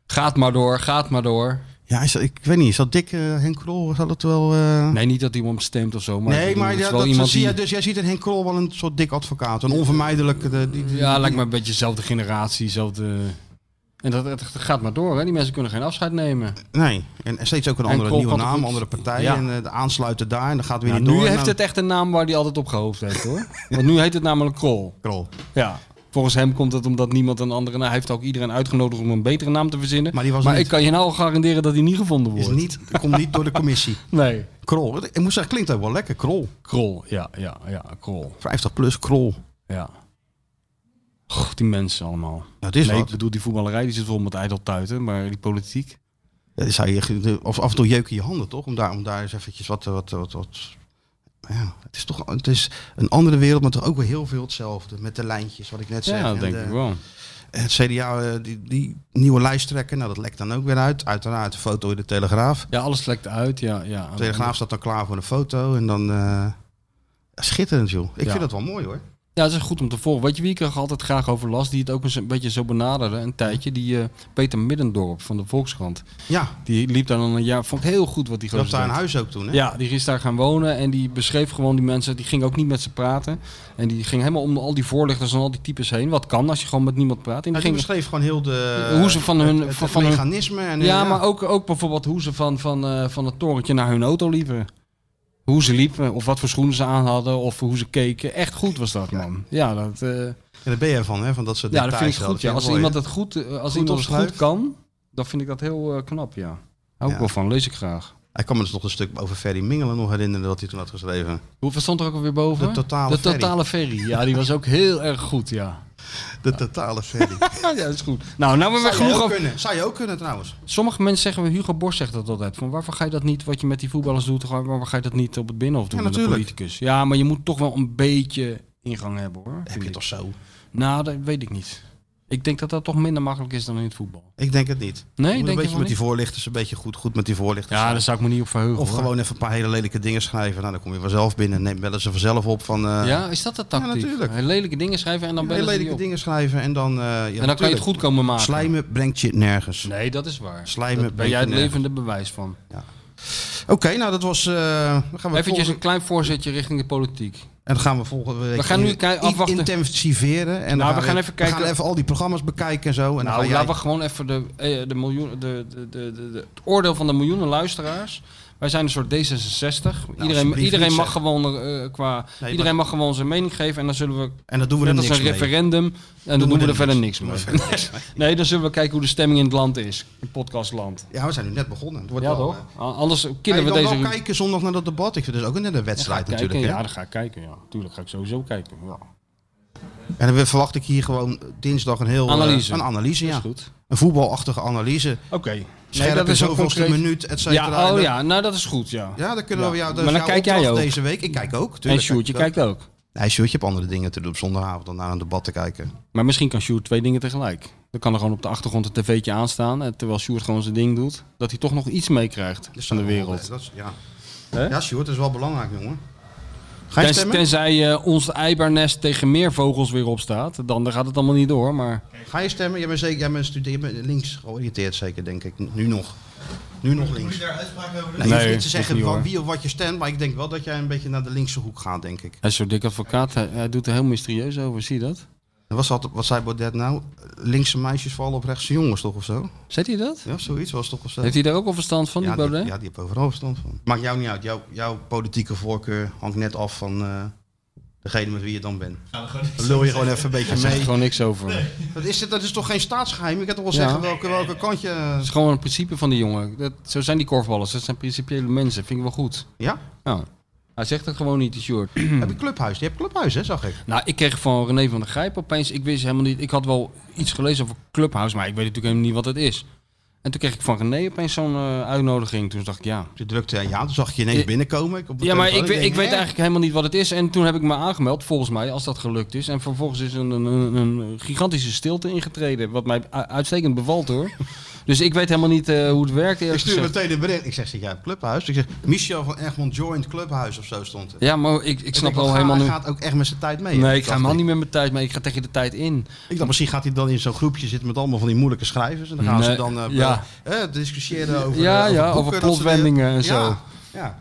[SPEAKER 5] Gaat maar door, gaat maar door.
[SPEAKER 4] Ja, is dat- ik weet niet. Is dat dik eh, Henk Krol? Zal dat wel... eh,
[SPEAKER 5] Nee, niet dat iemand stemt of zo. Maar
[SPEAKER 4] Nee,
[SPEAKER 5] ik bedoel,
[SPEAKER 4] maar
[SPEAKER 5] het is
[SPEAKER 4] ja,
[SPEAKER 5] wel
[SPEAKER 4] dat
[SPEAKER 5] iemand
[SPEAKER 4] zie
[SPEAKER 5] die...
[SPEAKER 4] jij, dus jij ziet in Henk Krol wel een soort dik advocaat. Een onvermijdelijke... eh, die, die-
[SPEAKER 5] Ja, lijkt me een beetje dezelfde generatie, dezelfde... En dat, dat gaat maar door, hè. Die mensen kunnen geen afscheid nemen.
[SPEAKER 4] Nee, en steeds ook een
[SPEAKER 5] En
[SPEAKER 4] andere
[SPEAKER 5] Krol
[SPEAKER 4] nieuwe
[SPEAKER 5] kan toch
[SPEAKER 4] naam,
[SPEAKER 5] goed-
[SPEAKER 4] andere partij.
[SPEAKER 5] Ja.
[SPEAKER 4] En eh, de aansluiten daar en dan gaat het weer
[SPEAKER 5] Nou,
[SPEAKER 4] niet door.
[SPEAKER 5] nu
[SPEAKER 4] en
[SPEAKER 5] heeft
[SPEAKER 4] dan-
[SPEAKER 5] het echt een naam waar die altijd op gehoofd heeft, hoor. Want nu heet het namelijk Krol.
[SPEAKER 4] Krol.
[SPEAKER 5] Ja. Volgens hem komt dat omdat niemand een andere... Nou, hij heeft ook iedereen uitgenodigd om een betere naam te verzinnen.
[SPEAKER 4] Maar die was niet.
[SPEAKER 5] ik kan je nou al garanderen dat hij niet gevonden
[SPEAKER 4] Is
[SPEAKER 5] wordt.
[SPEAKER 4] niet, komt niet door de commissie.
[SPEAKER 5] Nee.
[SPEAKER 4] Krol. Ik moet zeggen, klinkt ook wel lekker. Krol.
[SPEAKER 5] Krol, ja, ja, ja, Krol.
[SPEAKER 4] 50 plus, Krol.
[SPEAKER 5] Ja. Och, die mensen allemaal.
[SPEAKER 4] Dat is
[SPEAKER 5] nee,
[SPEAKER 4] wat.
[SPEAKER 5] ik bedoel, die voetballerij die zit vol met ijdeltuiten, maar die politiek.
[SPEAKER 4] Ja, zou je, eh, of af en toe jeuken je handen, toch? Om daar, om daar eens eventjes wat... eh, wat, wat, wat ja, het is toch het is een andere wereld, maar toch ook wel heel veel hetzelfde. Met de lijntjes, wat ik net zei.
[SPEAKER 5] Ja, dat
[SPEAKER 4] En
[SPEAKER 5] denk
[SPEAKER 4] de-
[SPEAKER 5] ik wel.
[SPEAKER 4] Het CDA, eh, die, die nieuwe lijsttrekker, nou dat lekt dan ook weer uit. Uiteraard de foto in de Telegraaf.
[SPEAKER 5] Ja, alles lekt uit, ja. ja.
[SPEAKER 4] De Telegraaf staat dan klaar voor een foto en dan... eh, schitterend, joh. Ik
[SPEAKER 5] Ja.
[SPEAKER 4] vind dat wel mooi, hoor.
[SPEAKER 5] Ja, het is goed om te volgen. Weet je wie ik er altijd graag over las, die het ook eens een beetje zo benaderde, een tijdje? Die eh, Peter Middendorp van de Volkskrant.
[SPEAKER 4] Ja,
[SPEAKER 5] Die liep daar dan een jaar, vond ik heel goed wat die
[SPEAKER 4] je had
[SPEAKER 5] gozer
[SPEAKER 4] daar een
[SPEAKER 5] deed.
[SPEAKER 4] huis ook toen, hè?
[SPEAKER 5] Ja, die is daar gaan wonen en die beschreef gewoon die mensen. Die ging ook niet met ze praten. En die ging helemaal om al die voorlichters en al die types heen. Wat kan als je gewoon met niemand praat? En die
[SPEAKER 4] Hij
[SPEAKER 5] ging
[SPEAKER 4] beschreef gewoon heel de...
[SPEAKER 5] Hoe ze van hun-
[SPEAKER 4] het- het
[SPEAKER 5] van- van hun-
[SPEAKER 4] mechanisme en... eh,
[SPEAKER 5] ja, maar ook, ook bijvoorbeeld hoe ze van, van, eh, van het torentje naar hun auto liepen. Hoe ze liepen, of wat voor schoenen ze aan hadden, of hoe ze keken. Echt goed was dat, man. Ja, dat, eh,
[SPEAKER 4] En daar ben je van, hè? Van dat soort
[SPEAKER 5] ja, dat
[SPEAKER 4] details
[SPEAKER 5] vind ik
[SPEAKER 4] wel.
[SPEAKER 5] goed. Ja.
[SPEAKER 4] vind
[SPEAKER 5] Als
[SPEAKER 4] ik wel
[SPEAKER 5] iemand
[SPEAKER 4] mooi.
[SPEAKER 5] het goed, eh, als
[SPEAKER 4] Goed
[SPEAKER 5] iemand het goed
[SPEAKER 4] opschrijft.
[SPEAKER 5] kan, dan vind ik dat heel eh, knap, ja. Hou ik
[SPEAKER 4] Ja.
[SPEAKER 5] wel van, lees ik graag.
[SPEAKER 4] Ik kan me dus nog een stuk over Ferry Mingelen nog herinneren dat hij toen had geschreven.
[SPEAKER 5] Hoeveel stond er ook alweer boven?
[SPEAKER 4] De totale
[SPEAKER 5] De totale ferry. Ja, die was ook heel erg goed, ja.
[SPEAKER 4] De totale Ferry.
[SPEAKER 5] [LAUGHS] Ja, dat is goed. Nou, nou hebben we genoeg over...
[SPEAKER 4] kunnen. Zou je ook kunnen trouwens.
[SPEAKER 5] Sommige mensen zeggen, Hugo Borst zegt dat altijd. Van waarvoor ga je dat niet, wat je met die voetballers doet, waar- waarvoor ga je dat niet op het binnenhof doen?
[SPEAKER 4] Ja,
[SPEAKER 5] met een
[SPEAKER 4] natuurlijk.
[SPEAKER 5] politicus? Ja, maar je moet toch wel een beetje ingang hebben hoor.
[SPEAKER 4] Heb je
[SPEAKER 5] Vind
[SPEAKER 4] toch
[SPEAKER 5] ik.
[SPEAKER 4] zo?
[SPEAKER 5] Nou, dat weet ik niet. Ik denk dat dat toch minder makkelijk is dan in het voetbal.
[SPEAKER 4] Ik denk het niet.
[SPEAKER 5] Nee,
[SPEAKER 4] Je moet
[SPEAKER 5] denk
[SPEAKER 4] een
[SPEAKER 5] je
[SPEAKER 4] beetje
[SPEAKER 5] van
[SPEAKER 4] met die
[SPEAKER 5] niet?
[SPEAKER 4] voorlichters, een beetje goed, goed met die voorlichters.
[SPEAKER 5] Ja,
[SPEAKER 4] zijn.
[SPEAKER 5] daar zou ik me niet op verheugen.
[SPEAKER 4] Of
[SPEAKER 5] hoor.
[SPEAKER 4] gewoon even een paar hele lelijke dingen schrijven. Nou, dan kom je vanzelf binnen. Neem bellen ze vanzelf op van. eh,
[SPEAKER 5] Ja, is dat de tactiek? Eh,
[SPEAKER 4] natuurlijk.
[SPEAKER 5] Lelijke dingen schrijven en dan
[SPEAKER 4] hele
[SPEAKER 5] bellen ze die
[SPEAKER 4] lelijke
[SPEAKER 5] op.
[SPEAKER 4] dingen schrijven en dan. eh, ja,
[SPEAKER 5] en dan kan je het goed komen maken.
[SPEAKER 4] Slijmen brengt je nergens.
[SPEAKER 5] Nee, dat is waar.
[SPEAKER 4] Slijmen
[SPEAKER 5] Daar ben
[SPEAKER 4] brengt
[SPEAKER 5] jij het
[SPEAKER 4] nergens.
[SPEAKER 5] levende bewijs van.
[SPEAKER 4] Oké, nou dat was. eh, dan gaan we
[SPEAKER 5] Eventjes
[SPEAKER 4] volgen-
[SPEAKER 5] een klein voorzetje richting de politiek.
[SPEAKER 4] En dan gaan we volgende week.
[SPEAKER 5] We gaan nu
[SPEAKER 4] in-
[SPEAKER 5] kei- afwachten.
[SPEAKER 4] intensiveren. En dan
[SPEAKER 5] Nou, we gaan even
[SPEAKER 4] We
[SPEAKER 5] kijken-
[SPEAKER 4] gaan even al die programma's bekijken en zo. En dan
[SPEAKER 5] Nou,
[SPEAKER 4] ga jij-
[SPEAKER 5] laten we gewoon even de, eh, de miljoen, de, de, de, de- de- het oordeel van de miljoenen luisteraars. Wij zijn een soort D66.
[SPEAKER 4] Nou,
[SPEAKER 5] iedereen
[SPEAKER 4] alsjeblieft
[SPEAKER 5] iedereen,
[SPEAKER 4] niet,
[SPEAKER 5] mag
[SPEAKER 4] zeg.
[SPEAKER 5] gewoon, eh, qua,
[SPEAKER 4] maar-
[SPEAKER 5] iedereen mag gewoon zijn mening geven. En dan zullen we.
[SPEAKER 4] En dat doen we
[SPEAKER 5] net
[SPEAKER 4] er
[SPEAKER 5] als
[SPEAKER 4] niks
[SPEAKER 5] een
[SPEAKER 4] mee.
[SPEAKER 5] referendum. En dan doen we er verder niks
[SPEAKER 4] Doen we
[SPEAKER 5] mee.
[SPEAKER 4] er verder niks mee.
[SPEAKER 5] [LAUGHS] Nee, dan zullen we kijken hoe de stemming in het land is. In podcastland.
[SPEAKER 4] Ja, we zijn nu net begonnen. Het wordt
[SPEAKER 5] Ja,
[SPEAKER 4] wel,
[SPEAKER 5] toch?
[SPEAKER 4] eh,
[SPEAKER 5] A- Anders
[SPEAKER 4] Kan
[SPEAKER 5] killen
[SPEAKER 4] je
[SPEAKER 5] we
[SPEAKER 4] dan
[SPEAKER 5] deze.
[SPEAKER 4] wel kijken zondag naar dat debat? Ik vind dus ook net een
[SPEAKER 5] Ga ik
[SPEAKER 4] wedstrijd
[SPEAKER 5] kijken?
[SPEAKER 4] natuurlijk. hè?
[SPEAKER 5] Ja, dan ga ik kijken. Ja, tuurlijk ga ik sowieso kijken. Ja.
[SPEAKER 4] En dan verwacht ik hier gewoon dinsdag een heel... eh,
[SPEAKER 5] Analyse.
[SPEAKER 4] een analyse,
[SPEAKER 5] Is
[SPEAKER 4] ja.
[SPEAKER 5] goed.
[SPEAKER 4] Een voetbalachtige analyse.
[SPEAKER 5] Oké.
[SPEAKER 4] Scherp nee, dat is
[SPEAKER 5] ook
[SPEAKER 4] zoveelste
[SPEAKER 5] concreet.
[SPEAKER 4] minuut, et cetera. En
[SPEAKER 5] Ja, oh
[SPEAKER 4] dan-
[SPEAKER 5] ja, nou dat is goed. Ja.
[SPEAKER 4] Ja, dan kunnen we
[SPEAKER 5] Ja.
[SPEAKER 4] jou, dat
[SPEAKER 5] Maar
[SPEAKER 4] is
[SPEAKER 5] dan
[SPEAKER 4] jouw
[SPEAKER 5] kijk jij
[SPEAKER 4] opdracht
[SPEAKER 5] ook.
[SPEAKER 4] deze week. Ik kijk ook.
[SPEAKER 5] en
[SPEAKER 4] tuurlijk
[SPEAKER 5] Sjoerd, je
[SPEAKER 4] kijk ik
[SPEAKER 5] kijkt ook.
[SPEAKER 4] ook. Nee, Sjoerd, je hebt andere dingen te doen op zondagavond dan naar een debat te kijken.
[SPEAKER 5] Maar misschien kan Sjoerd twee dingen tegelijk. Dan kan er gewoon op de achtergrond een tv'tje aanstaan. En terwijl Sjoerd gewoon zijn ding doet. Dat hij toch nog iets meekrijgt van de wereld.
[SPEAKER 4] Dat is, ja.
[SPEAKER 5] Hè?
[SPEAKER 4] ja, Sjoerd, dat is wel belangrijk, jongen. Ga je
[SPEAKER 5] Tenzij,
[SPEAKER 4] stemmen?
[SPEAKER 5] tenzij eh, ons eibernest tegen meer vogels weer opstaat. Dan, dan gaat het allemaal niet door. Maar
[SPEAKER 4] Ga je stemmen? Jij bent, zeker, jij bent, stude- jij bent links georiënteerd zeker, denk ik. Nu nog. Nu nog links.
[SPEAKER 8] daar uitspraak over
[SPEAKER 4] Nee, je hoeft
[SPEAKER 5] Nee,
[SPEAKER 4] niet te
[SPEAKER 5] hoeft
[SPEAKER 4] zeggen
[SPEAKER 5] niet,
[SPEAKER 4] van
[SPEAKER 5] hoor.
[SPEAKER 4] wie of wat je stemt, maar ik denk wel dat jij een beetje naar de linkse hoek gaat, denk ik.
[SPEAKER 5] hij is zo'n dik advocaat. Hij, hij doet er heel mysterieus over. Zie je dat?
[SPEAKER 4] En Was dat, wat zei Baudet nou? Linkse meisjes vallen op rechtse jongens, toch of zo?
[SPEAKER 5] Zet hij dat?
[SPEAKER 4] Ja, zoiets was toch of zo?
[SPEAKER 5] Heeft hij daar ook al verstand van,
[SPEAKER 4] ja,
[SPEAKER 5] die Baudet?
[SPEAKER 4] Die, ja, die heeft overal verstand van. Maakt jou niet uit. Jouw, jouw politieke voorkeur hangt net af van eh, degene met wie je dan bent.
[SPEAKER 8] gaan we gewoon
[SPEAKER 4] Dan lul je gewoon even een beetje
[SPEAKER 5] Hij zegt er
[SPEAKER 4] mee.
[SPEAKER 5] gewoon niks over. Het
[SPEAKER 4] Dat is, dit, dat is toch geen staatsgeheim? Ik kan toch wel
[SPEAKER 5] Ja.
[SPEAKER 4] zeggen welke, welke kant je...
[SPEAKER 5] is gewoon een principe van die jongen. Dat, zo zijn die korfballers. Dat zijn principiële mensen. Vind ik wel goed.
[SPEAKER 4] Ja?
[SPEAKER 5] Nou, hij zegt het gewoon niet, die Sjoerd.
[SPEAKER 4] Heb je clubhuis? Je hebt clubhuis, hè, zag ik.
[SPEAKER 5] Nou, ik kreeg van René van der Grijp opeens, ik wist helemaal niet, ik had wel iets gelezen over Clubhouse, maar ik weet natuurlijk helemaal niet wat het is. En toen kreeg ik van René opeens zo'n eh, uitnodiging. Toen dacht ik, ja.
[SPEAKER 4] Je drukte eh, ja, toen zag ik je ineens
[SPEAKER 5] Ja.
[SPEAKER 4] binnenkomen. Ik op de
[SPEAKER 5] Ja, maar ik,
[SPEAKER 4] telefoon.
[SPEAKER 5] weet- ik
[SPEAKER 4] denk,
[SPEAKER 5] weet
[SPEAKER 4] hè?
[SPEAKER 5] eigenlijk helemaal niet wat het is. En toen heb ik me aangemeld, volgens mij, als dat gelukt is. En vervolgens is een, een, een, een gigantische stilte ingetreden, wat mij u- uitstekend bevalt hoor. [LAUGHS] Dus ik weet helemaal niet eh, hoe het werkt
[SPEAKER 4] Ik
[SPEAKER 5] eerlijk
[SPEAKER 4] stuur
[SPEAKER 5] gezegd.
[SPEAKER 4] meteen een bericht. Ik zeg, zit jij op clubhuis? Ik zeg, Michel van Egmond joined clubhuis of zo stond er.
[SPEAKER 5] Ja, maar ik, ik snap
[SPEAKER 4] denk, wat
[SPEAKER 5] wel
[SPEAKER 4] ga-
[SPEAKER 5] helemaal
[SPEAKER 4] Hij
[SPEAKER 5] nu...
[SPEAKER 4] gaat ook echt met zijn tijd mee.
[SPEAKER 5] Nee, ik ga
[SPEAKER 4] hem
[SPEAKER 5] helemaal niet meer met tijd mee. Ik ga tegen de tijd in.
[SPEAKER 4] Ik dacht, misschien gaat hij dan in zo'n groepje zitten met allemaal van die moeilijke schrijvers. En dan gaan ze
[SPEAKER 5] Nee,
[SPEAKER 4] dan eh,
[SPEAKER 5] ja.
[SPEAKER 4] eh, discussiëren over,
[SPEAKER 5] Ja,
[SPEAKER 4] eh,
[SPEAKER 5] ja, over
[SPEAKER 4] boeken, dat soort dingen.
[SPEAKER 5] plotwendingen en
[SPEAKER 4] Ja,
[SPEAKER 5] zo.
[SPEAKER 4] ja.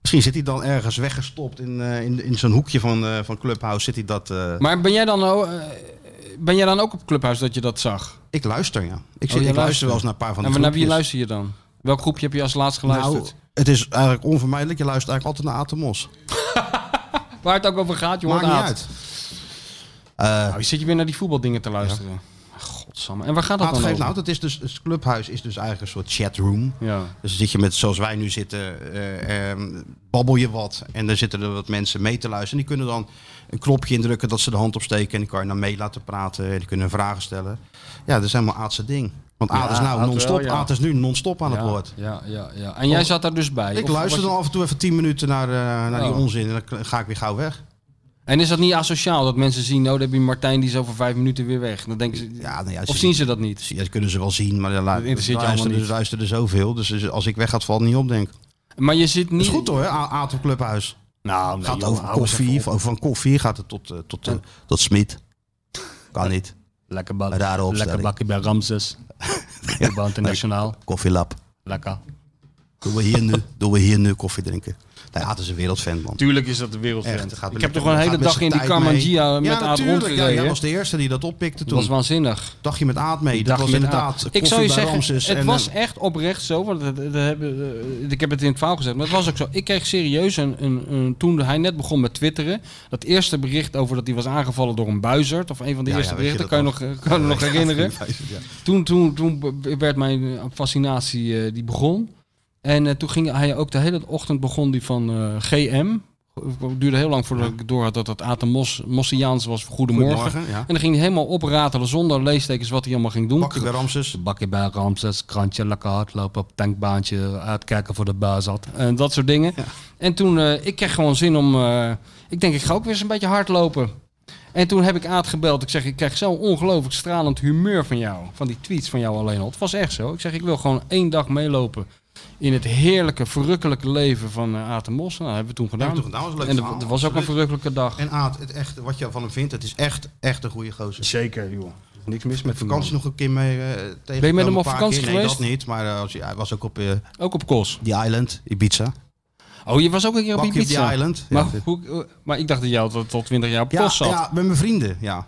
[SPEAKER 4] Misschien zit hij dan ergens weggestopt in, eh, in, in zo'n hoekje van, eh, van Clubhouse. Zit hij dat, eh,
[SPEAKER 5] Maar ben jij dan, oh, eh, ben jij dan ook op Clubhouse dat je dat zag?
[SPEAKER 4] Ik luister, ja. Ik,
[SPEAKER 5] Oh,
[SPEAKER 4] zit,
[SPEAKER 5] jij
[SPEAKER 4] ik
[SPEAKER 5] luistert.
[SPEAKER 4] luister Oh, wel eens naar een paar van
[SPEAKER 5] En
[SPEAKER 4] die
[SPEAKER 5] maar naar wie
[SPEAKER 4] groepjes.
[SPEAKER 5] luister je dan? Welk groepje heb je als laatst
[SPEAKER 4] Nou,
[SPEAKER 5] geluisterd?
[SPEAKER 4] het is eigenlijk onvermijdelijk. Je luistert eigenlijk altijd naar Atemos.
[SPEAKER 5] Waar het ook over gaat, jongen.
[SPEAKER 4] Maakt niet uit. Eh,
[SPEAKER 5] Nou, zit je weer naar die voetbaldingen te luisteren? Ah, Godsamme. En waar gaat dat
[SPEAKER 4] Laat
[SPEAKER 5] dan
[SPEAKER 4] geven,
[SPEAKER 5] over?
[SPEAKER 4] nou, dat is dus, het clubhuis is dus eigenlijk een soort chatroom.
[SPEAKER 5] Ja.
[SPEAKER 4] Dus dan zit je met, zoals wij nu zitten, eh, ehm, babbel je wat. En dan zitten er wat mensen mee te luisteren. En die kunnen dan een knopje indrukken dat ze de hand opsteken. En die kan je dan mee laten praten. En die kunnen vragen stellen. Ja, dat is helemaal Aadse ding. Want Aad is nou
[SPEAKER 5] Aad
[SPEAKER 4] non-stop.
[SPEAKER 5] wel, ja.
[SPEAKER 4] Aad is nu non-stop aan het
[SPEAKER 5] ja,
[SPEAKER 4] woord.
[SPEAKER 5] ja, ja, ja. En jij zat daar dus bij?
[SPEAKER 4] Ik
[SPEAKER 5] Of
[SPEAKER 4] luister
[SPEAKER 5] was
[SPEAKER 4] dan
[SPEAKER 5] je-
[SPEAKER 4] af en toe even tien minuten naar, eh, naar die
[SPEAKER 5] Oh.
[SPEAKER 4] onzin. En dan ga ik weer gauw weg.
[SPEAKER 5] En is dat niet asociaal dat mensen zien, oh, daar heb je Martijn, die is over vijf minuten weer weg. Dan denken ze,
[SPEAKER 4] Ja, nou ja,
[SPEAKER 5] of zien ze dat niet?
[SPEAKER 4] Dus Ja, dat kunnen ze wel zien, maar dan lu-
[SPEAKER 5] Dat interesseert je
[SPEAKER 4] luisteren,
[SPEAKER 5] allemaal
[SPEAKER 4] er-
[SPEAKER 5] niet.
[SPEAKER 4] luisteren er zoveel. Dus als ik weg ga, het valt niet op, denk ik.
[SPEAKER 5] Maar je zit niet...
[SPEAKER 4] is goed hoor, A- Aad op Clubhuis.
[SPEAKER 5] Nou, nee,
[SPEAKER 4] gaat
[SPEAKER 5] jongen,
[SPEAKER 4] over
[SPEAKER 5] hou eens
[SPEAKER 4] koffie.
[SPEAKER 5] even
[SPEAKER 4] Van, van koffie gaat het tot, eh, tot, eh, tot Smit. Kan niet.
[SPEAKER 5] op. Lekker, bak,
[SPEAKER 4] Rare
[SPEAKER 5] lekker
[SPEAKER 4] opstelling.
[SPEAKER 5] bakje bij
[SPEAKER 4] [LAUGHS]
[SPEAKER 5] Ramses. Lekker bij Internationaal.
[SPEAKER 4] Koffielab.
[SPEAKER 5] Lekker.
[SPEAKER 4] Doen we hier nu, doen we hier nu koffie drinken. Nee, Aad is een wereldfan, man.
[SPEAKER 5] Tuurlijk is dat de
[SPEAKER 4] Echt, het
[SPEAKER 5] wereldtrend.
[SPEAKER 4] gaat
[SPEAKER 5] Ik
[SPEAKER 4] met-
[SPEAKER 5] heb toch gewoon een
[SPEAKER 4] gaat
[SPEAKER 5] hele
[SPEAKER 4] met
[SPEAKER 5] dag
[SPEAKER 4] zijn
[SPEAKER 5] in die
[SPEAKER 4] tijd
[SPEAKER 5] Carmangia
[SPEAKER 4] mee.
[SPEAKER 5] met
[SPEAKER 4] ja,
[SPEAKER 5] Aad
[SPEAKER 4] natuurlijk. Ja,
[SPEAKER 5] rondgereden.
[SPEAKER 4] jij was de eerste die dat oppikte
[SPEAKER 5] Dat was
[SPEAKER 4] toen.
[SPEAKER 5] waanzinnig.
[SPEAKER 4] Dacht je met Aad mee. Dat
[SPEAKER 5] Dag
[SPEAKER 4] was
[SPEAKER 5] met
[SPEAKER 4] inderdaad
[SPEAKER 5] Aad.
[SPEAKER 4] koffie
[SPEAKER 5] Ik zou je
[SPEAKER 4] bij
[SPEAKER 5] zeggen,
[SPEAKER 4] Ramses
[SPEAKER 5] het
[SPEAKER 4] en eh,
[SPEAKER 5] was
[SPEAKER 4] een-
[SPEAKER 5] echt oprecht zo. Want dat, dat hebben, eh, ik heb het in het verhaal gezegd, maar het was ook zo. Ik kreeg serieus een, een, een- toen hij net begon met twitteren, dat eerste bericht over dat hij was aangevallen door een buizerd of een van de
[SPEAKER 4] Ja,
[SPEAKER 5] eerste
[SPEAKER 4] ja, weet je
[SPEAKER 5] berichten, kan
[SPEAKER 4] dat
[SPEAKER 5] je nog, eh, kan je nog herinneren.
[SPEAKER 4] Ja.
[SPEAKER 5] Toen, toen, toen be- werd mijn eh, fascinatie eh, die begon. En eh, toen ging hij ook de hele ochtend begon die van eh, GM. Het duurde heel lang voordat ik door had dat dat Aten Mos, Mossiaans was voor Goedemorgen.
[SPEAKER 4] Goedemorgen, ja.
[SPEAKER 5] En dan ging hij helemaal opratelen zonder leestekens wat hij allemaal ging
[SPEAKER 4] [LAUGHS]
[SPEAKER 5] doen.
[SPEAKER 4] Bakkie bij Ramses.
[SPEAKER 5] Bakje bij Ramses, krantje, lekker hardlopen op het tankbaantje, uitkijken voor de baas had. En dat soort dingen. En toen, eh, ik kreeg gewoon zin om, eh, ik denk ik ga ook weer eens een beetje hardlopen. En toen heb ik Aad gebeld. Ik zeg, ik krijg zo'n ongelooflijk stralend humeur van jou. Van die tweets van jou alleen al. Het was echt zo. Ik zeg, ik wil gewoon één dag meelopen in het heerlijke, verrukkelijke leven van eh Aad en Mos. Nou, dat hebben we toen gedaan.
[SPEAKER 4] we toen gedaan. Dat was een leuk
[SPEAKER 5] en
[SPEAKER 4] verhaal,
[SPEAKER 5] dat was ook een
[SPEAKER 4] absoluut.
[SPEAKER 5] verrukkelijke dag.
[SPEAKER 4] En Aad, het echt, wat je van hem vindt, het is echt, echt een goede gozer.
[SPEAKER 5] Zeker, joh. Niks mis met die
[SPEAKER 4] Vakantie
[SPEAKER 5] man.
[SPEAKER 4] nog een keer mee eh, tegen.
[SPEAKER 5] hem
[SPEAKER 4] een
[SPEAKER 5] op
[SPEAKER 4] paar
[SPEAKER 5] vakantie
[SPEAKER 4] keer. Nee,
[SPEAKER 5] geweest?
[SPEAKER 4] dat niet. Maar eh, als, hij- hij was ook op eh
[SPEAKER 5] Ook op Kos.
[SPEAKER 4] die island, Ibiza.
[SPEAKER 5] Oh, je was ook een keer op
[SPEAKER 4] Bakje op
[SPEAKER 5] Ibiza.
[SPEAKER 4] die island.
[SPEAKER 5] Maar,
[SPEAKER 4] Ja, dit-
[SPEAKER 5] hoe, eh, maar ik dacht dat jij al tot, tot 20 jaar op
[SPEAKER 4] ja,
[SPEAKER 5] Kos zat.
[SPEAKER 4] ja, met mijn vrienden. Ja.
[SPEAKER 5] Oh,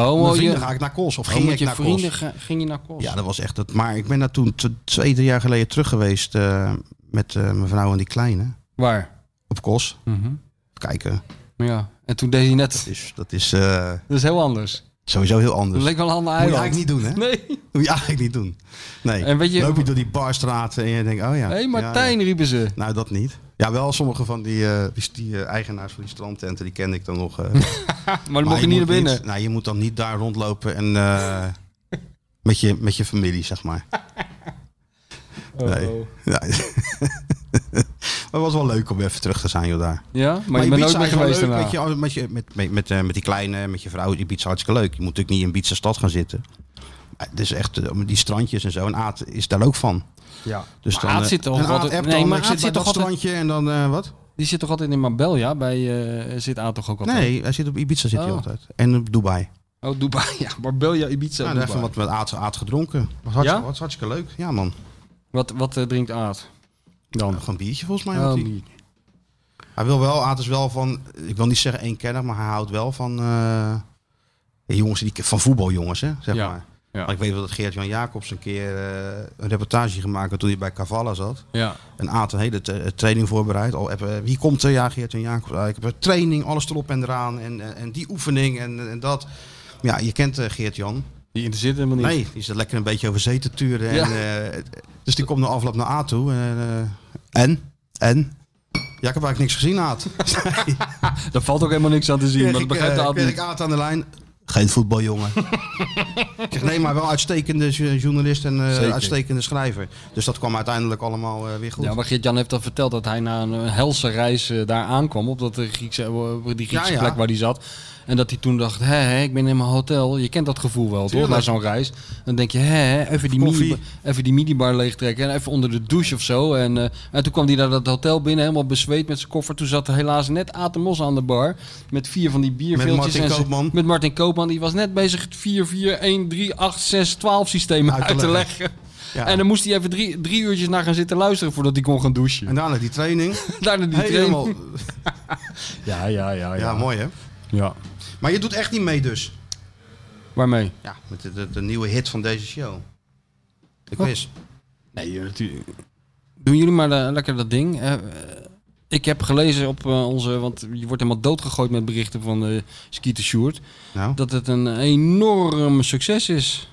[SPEAKER 4] Met
[SPEAKER 5] oh,
[SPEAKER 4] vrienden
[SPEAKER 5] je,
[SPEAKER 4] ga ik naar Kos. Of
[SPEAKER 5] oh,
[SPEAKER 4] ging
[SPEAKER 5] met
[SPEAKER 4] ik
[SPEAKER 5] je
[SPEAKER 4] naar Kos.
[SPEAKER 5] vrienden ga- ging je naar Kos.
[SPEAKER 4] Ja, dat was echt het. Maar ik ben daar toen t- twee, drie jaar geleden terug geweest eh, met eh, mijn vrouw en die kleine
[SPEAKER 5] Waar?
[SPEAKER 4] op Kos.
[SPEAKER 5] Mhm.
[SPEAKER 4] Kijken,
[SPEAKER 5] Ja. En toen deed hij net.
[SPEAKER 4] dus dat is eh,
[SPEAKER 5] Dat is heel anders.
[SPEAKER 4] sowieso heel
[SPEAKER 5] Dat
[SPEAKER 4] anders.
[SPEAKER 5] leek wel een ander
[SPEAKER 4] Moet je
[SPEAKER 5] eiland.
[SPEAKER 4] eigenlijk niet doen, hè?
[SPEAKER 5] Nee.
[SPEAKER 4] Moet je eigenlijk niet doen. Nee.
[SPEAKER 5] En weet je-
[SPEAKER 4] Loop je door die barstraten en je denkt, oh ja.
[SPEAKER 5] Hé,
[SPEAKER 4] ja,
[SPEAKER 5] hey,
[SPEAKER 4] ja.
[SPEAKER 5] Martijn riepen ze.
[SPEAKER 4] Nou, dat niet. Ja, wel sommige van die, eh, die, die, eh, eigenaars van die strandtenten, die kende ik dan nog. eh.
[SPEAKER 5] Maar dan mocht je
[SPEAKER 4] moet
[SPEAKER 5] niet naar binnen.
[SPEAKER 4] nou, je moet dan niet daar rondlopen en eh, met, je, met je familie, zeg
[SPEAKER 5] [LAUGHS]
[SPEAKER 4] maar. Nee.
[SPEAKER 5] Oh, oh.
[SPEAKER 4] Ja. [LAUGHS] maar het was wel leuk om even terug te zijn, joh, daar.
[SPEAKER 5] Ja, maar, je bent
[SPEAKER 4] Ibiza
[SPEAKER 5] nooit meer
[SPEAKER 4] is wel
[SPEAKER 5] geweest
[SPEAKER 4] leuk,
[SPEAKER 5] daarna.
[SPEAKER 4] weet je, met, je, met, met, met, eh, met die kleine, met je vrouw, Ibiza hartstikke leuk. Je moet natuurlijk niet in Ibiza stad gaan zitten. Maar Het is echt, eh, om die strandjes en zo. En Aad is daar ook van.
[SPEAKER 5] Ja.
[SPEAKER 4] Dus
[SPEAKER 5] Maar
[SPEAKER 4] dan,
[SPEAKER 5] Aad
[SPEAKER 4] eh,
[SPEAKER 5] zit toch
[SPEAKER 4] en Aad
[SPEAKER 5] altijd-
[SPEAKER 4] appt
[SPEAKER 5] nee,
[SPEAKER 4] dan,
[SPEAKER 5] maar
[SPEAKER 4] ik
[SPEAKER 5] Aad
[SPEAKER 4] zit
[SPEAKER 5] zit
[SPEAKER 4] bij dat
[SPEAKER 5] toch altijd-
[SPEAKER 4] strandje en dan, eh, wat?
[SPEAKER 5] Die zit toch altijd in Marbella? Bij, eh, zit Aad toch ook altijd?
[SPEAKER 4] Nee, hij zit op Ibiza zit hij
[SPEAKER 5] Oh.
[SPEAKER 4] altijd. En op Dubai.
[SPEAKER 5] Oh, Dubai. Ja, Marbella, Ibiza,
[SPEAKER 4] Nou, daar
[SPEAKER 5] Dubai.
[SPEAKER 4] even
[SPEAKER 5] Wat,
[SPEAKER 4] wat met Aad, Aad gedronken. Was hartstikke,
[SPEAKER 5] Ja?
[SPEAKER 4] was hartstikke leuk. Ja, man.
[SPEAKER 5] wat, eh, drinkt Aad? Dan.
[SPEAKER 4] Gewoon een biertje volgens mij.
[SPEAKER 5] Oh,
[SPEAKER 4] had hij. Hij wil wel, Aad is wel van, ik wil niet zeggen één kenner, maar hij houdt wel van eh, jongens die van voetbaljongens, hè, zeg
[SPEAKER 5] Ja,
[SPEAKER 4] maar.
[SPEAKER 5] ja.
[SPEAKER 4] Maar ik weet wel dat Geert-Jan Jacobs een keer eh, een reportage gemaakt had toen hij bij Cavalla zat.
[SPEAKER 5] ja.
[SPEAKER 4] En Aad een hele te- training voorbereid. Al heb, eh, wie komt er? Ja, Geert-Jan Jacobs. Ah, ik heb een training, alles erop en eraan. En, eh, en, en die oefening en, en dat. Ja, je kent eh, Geert-Jan.
[SPEAKER 5] Die interesseert helemaal niet.
[SPEAKER 4] Nee, die zit lekker een beetje over zee te turen.
[SPEAKER 5] Ja.
[SPEAKER 4] En, eh, dus die komt na afloop naar Aad toe. En, eh, en? En? Ja, ik heb eigenlijk niks gezien,
[SPEAKER 5] [LAUGHS]
[SPEAKER 4] Aad.
[SPEAKER 5] Daar valt ook helemaal niks aan te zien, maar dat
[SPEAKER 4] ik,
[SPEAKER 5] begrijpt
[SPEAKER 4] eh,
[SPEAKER 5] Aad
[SPEAKER 4] kreeg
[SPEAKER 5] niet.
[SPEAKER 4] ik Aad aan de lijn. Geen voetbaljongen. [LAUGHS] Ik zeg, nee, maar wel uitstekende jo- journalist en eh,
[SPEAKER 5] Zeker.
[SPEAKER 4] uitstekende schrijver. Dus dat kwam uiteindelijk allemaal eh, weer goed.
[SPEAKER 5] Ja, maar Geert-Jan heeft al verteld dat hij na een eh, helse reis eh, daar aankwam. Op dat eh, Griekse, eh, die Griekse
[SPEAKER 4] Ja, ja.
[SPEAKER 5] plek waar hij zat. En dat hij toen dacht, hè, hè, ik ben in mijn hotel. Je kent dat gevoel wel, toch?
[SPEAKER 4] Tuurlijk.
[SPEAKER 5] Na zo'n reis. Dan denk je, hè, hè, even die,
[SPEAKER 4] Koffie.
[SPEAKER 5] minibar, even die minibar leegtrekken. En even onder de douche of zo. En, eh, en toen kwam hij daar dat hotel binnen, helemaal bezweet met zijn koffer. Toen zat helaas net Atemos aan de bar. Met vier van die bierveeltjes.
[SPEAKER 4] Martin
[SPEAKER 5] en ze-
[SPEAKER 4] Koopman.
[SPEAKER 5] Met Martin Koopman. Die was net bezig het 4, 4, 1, 3, 8, 6, 12 systeem uit te leggen.
[SPEAKER 4] Ja.
[SPEAKER 5] En dan moest hij even drie, drie uurtjes naar gaan zitten luisteren voordat hij kon gaan douchen.
[SPEAKER 4] En daarna die training.
[SPEAKER 5] [LAUGHS] Daarna die
[SPEAKER 4] Helemaal.
[SPEAKER 5] training. [LAUGHS] Ja, ja, ja,
[SPEAKER 4] Ja, mooi hè.
[SPEAKER 5] Ja.
[SPEAKER 4] Maar je doet echt niet mee dus.
[SPEAKER 5] Waarmee?
[SPEAKER 4] Ja, met de, de, de nieuwe hit van deze show. De
[SPEAKER 5] Oh.
[SPEAKER 4] quiz.
[SPEAKER 5] Nee,
[SPEAKER 4] eh,
[SPEAKER 5] Doen jullie maar eh, lekker dat ding. Eh, eh, ik heb gelezen op eh, onze, want je wordt helemaal doodgegooid met berichten van eh Skeeter Sjoerd,
[SPEAKER 4] Nou,
[SPEAKER 5] dat het een enorm succes is.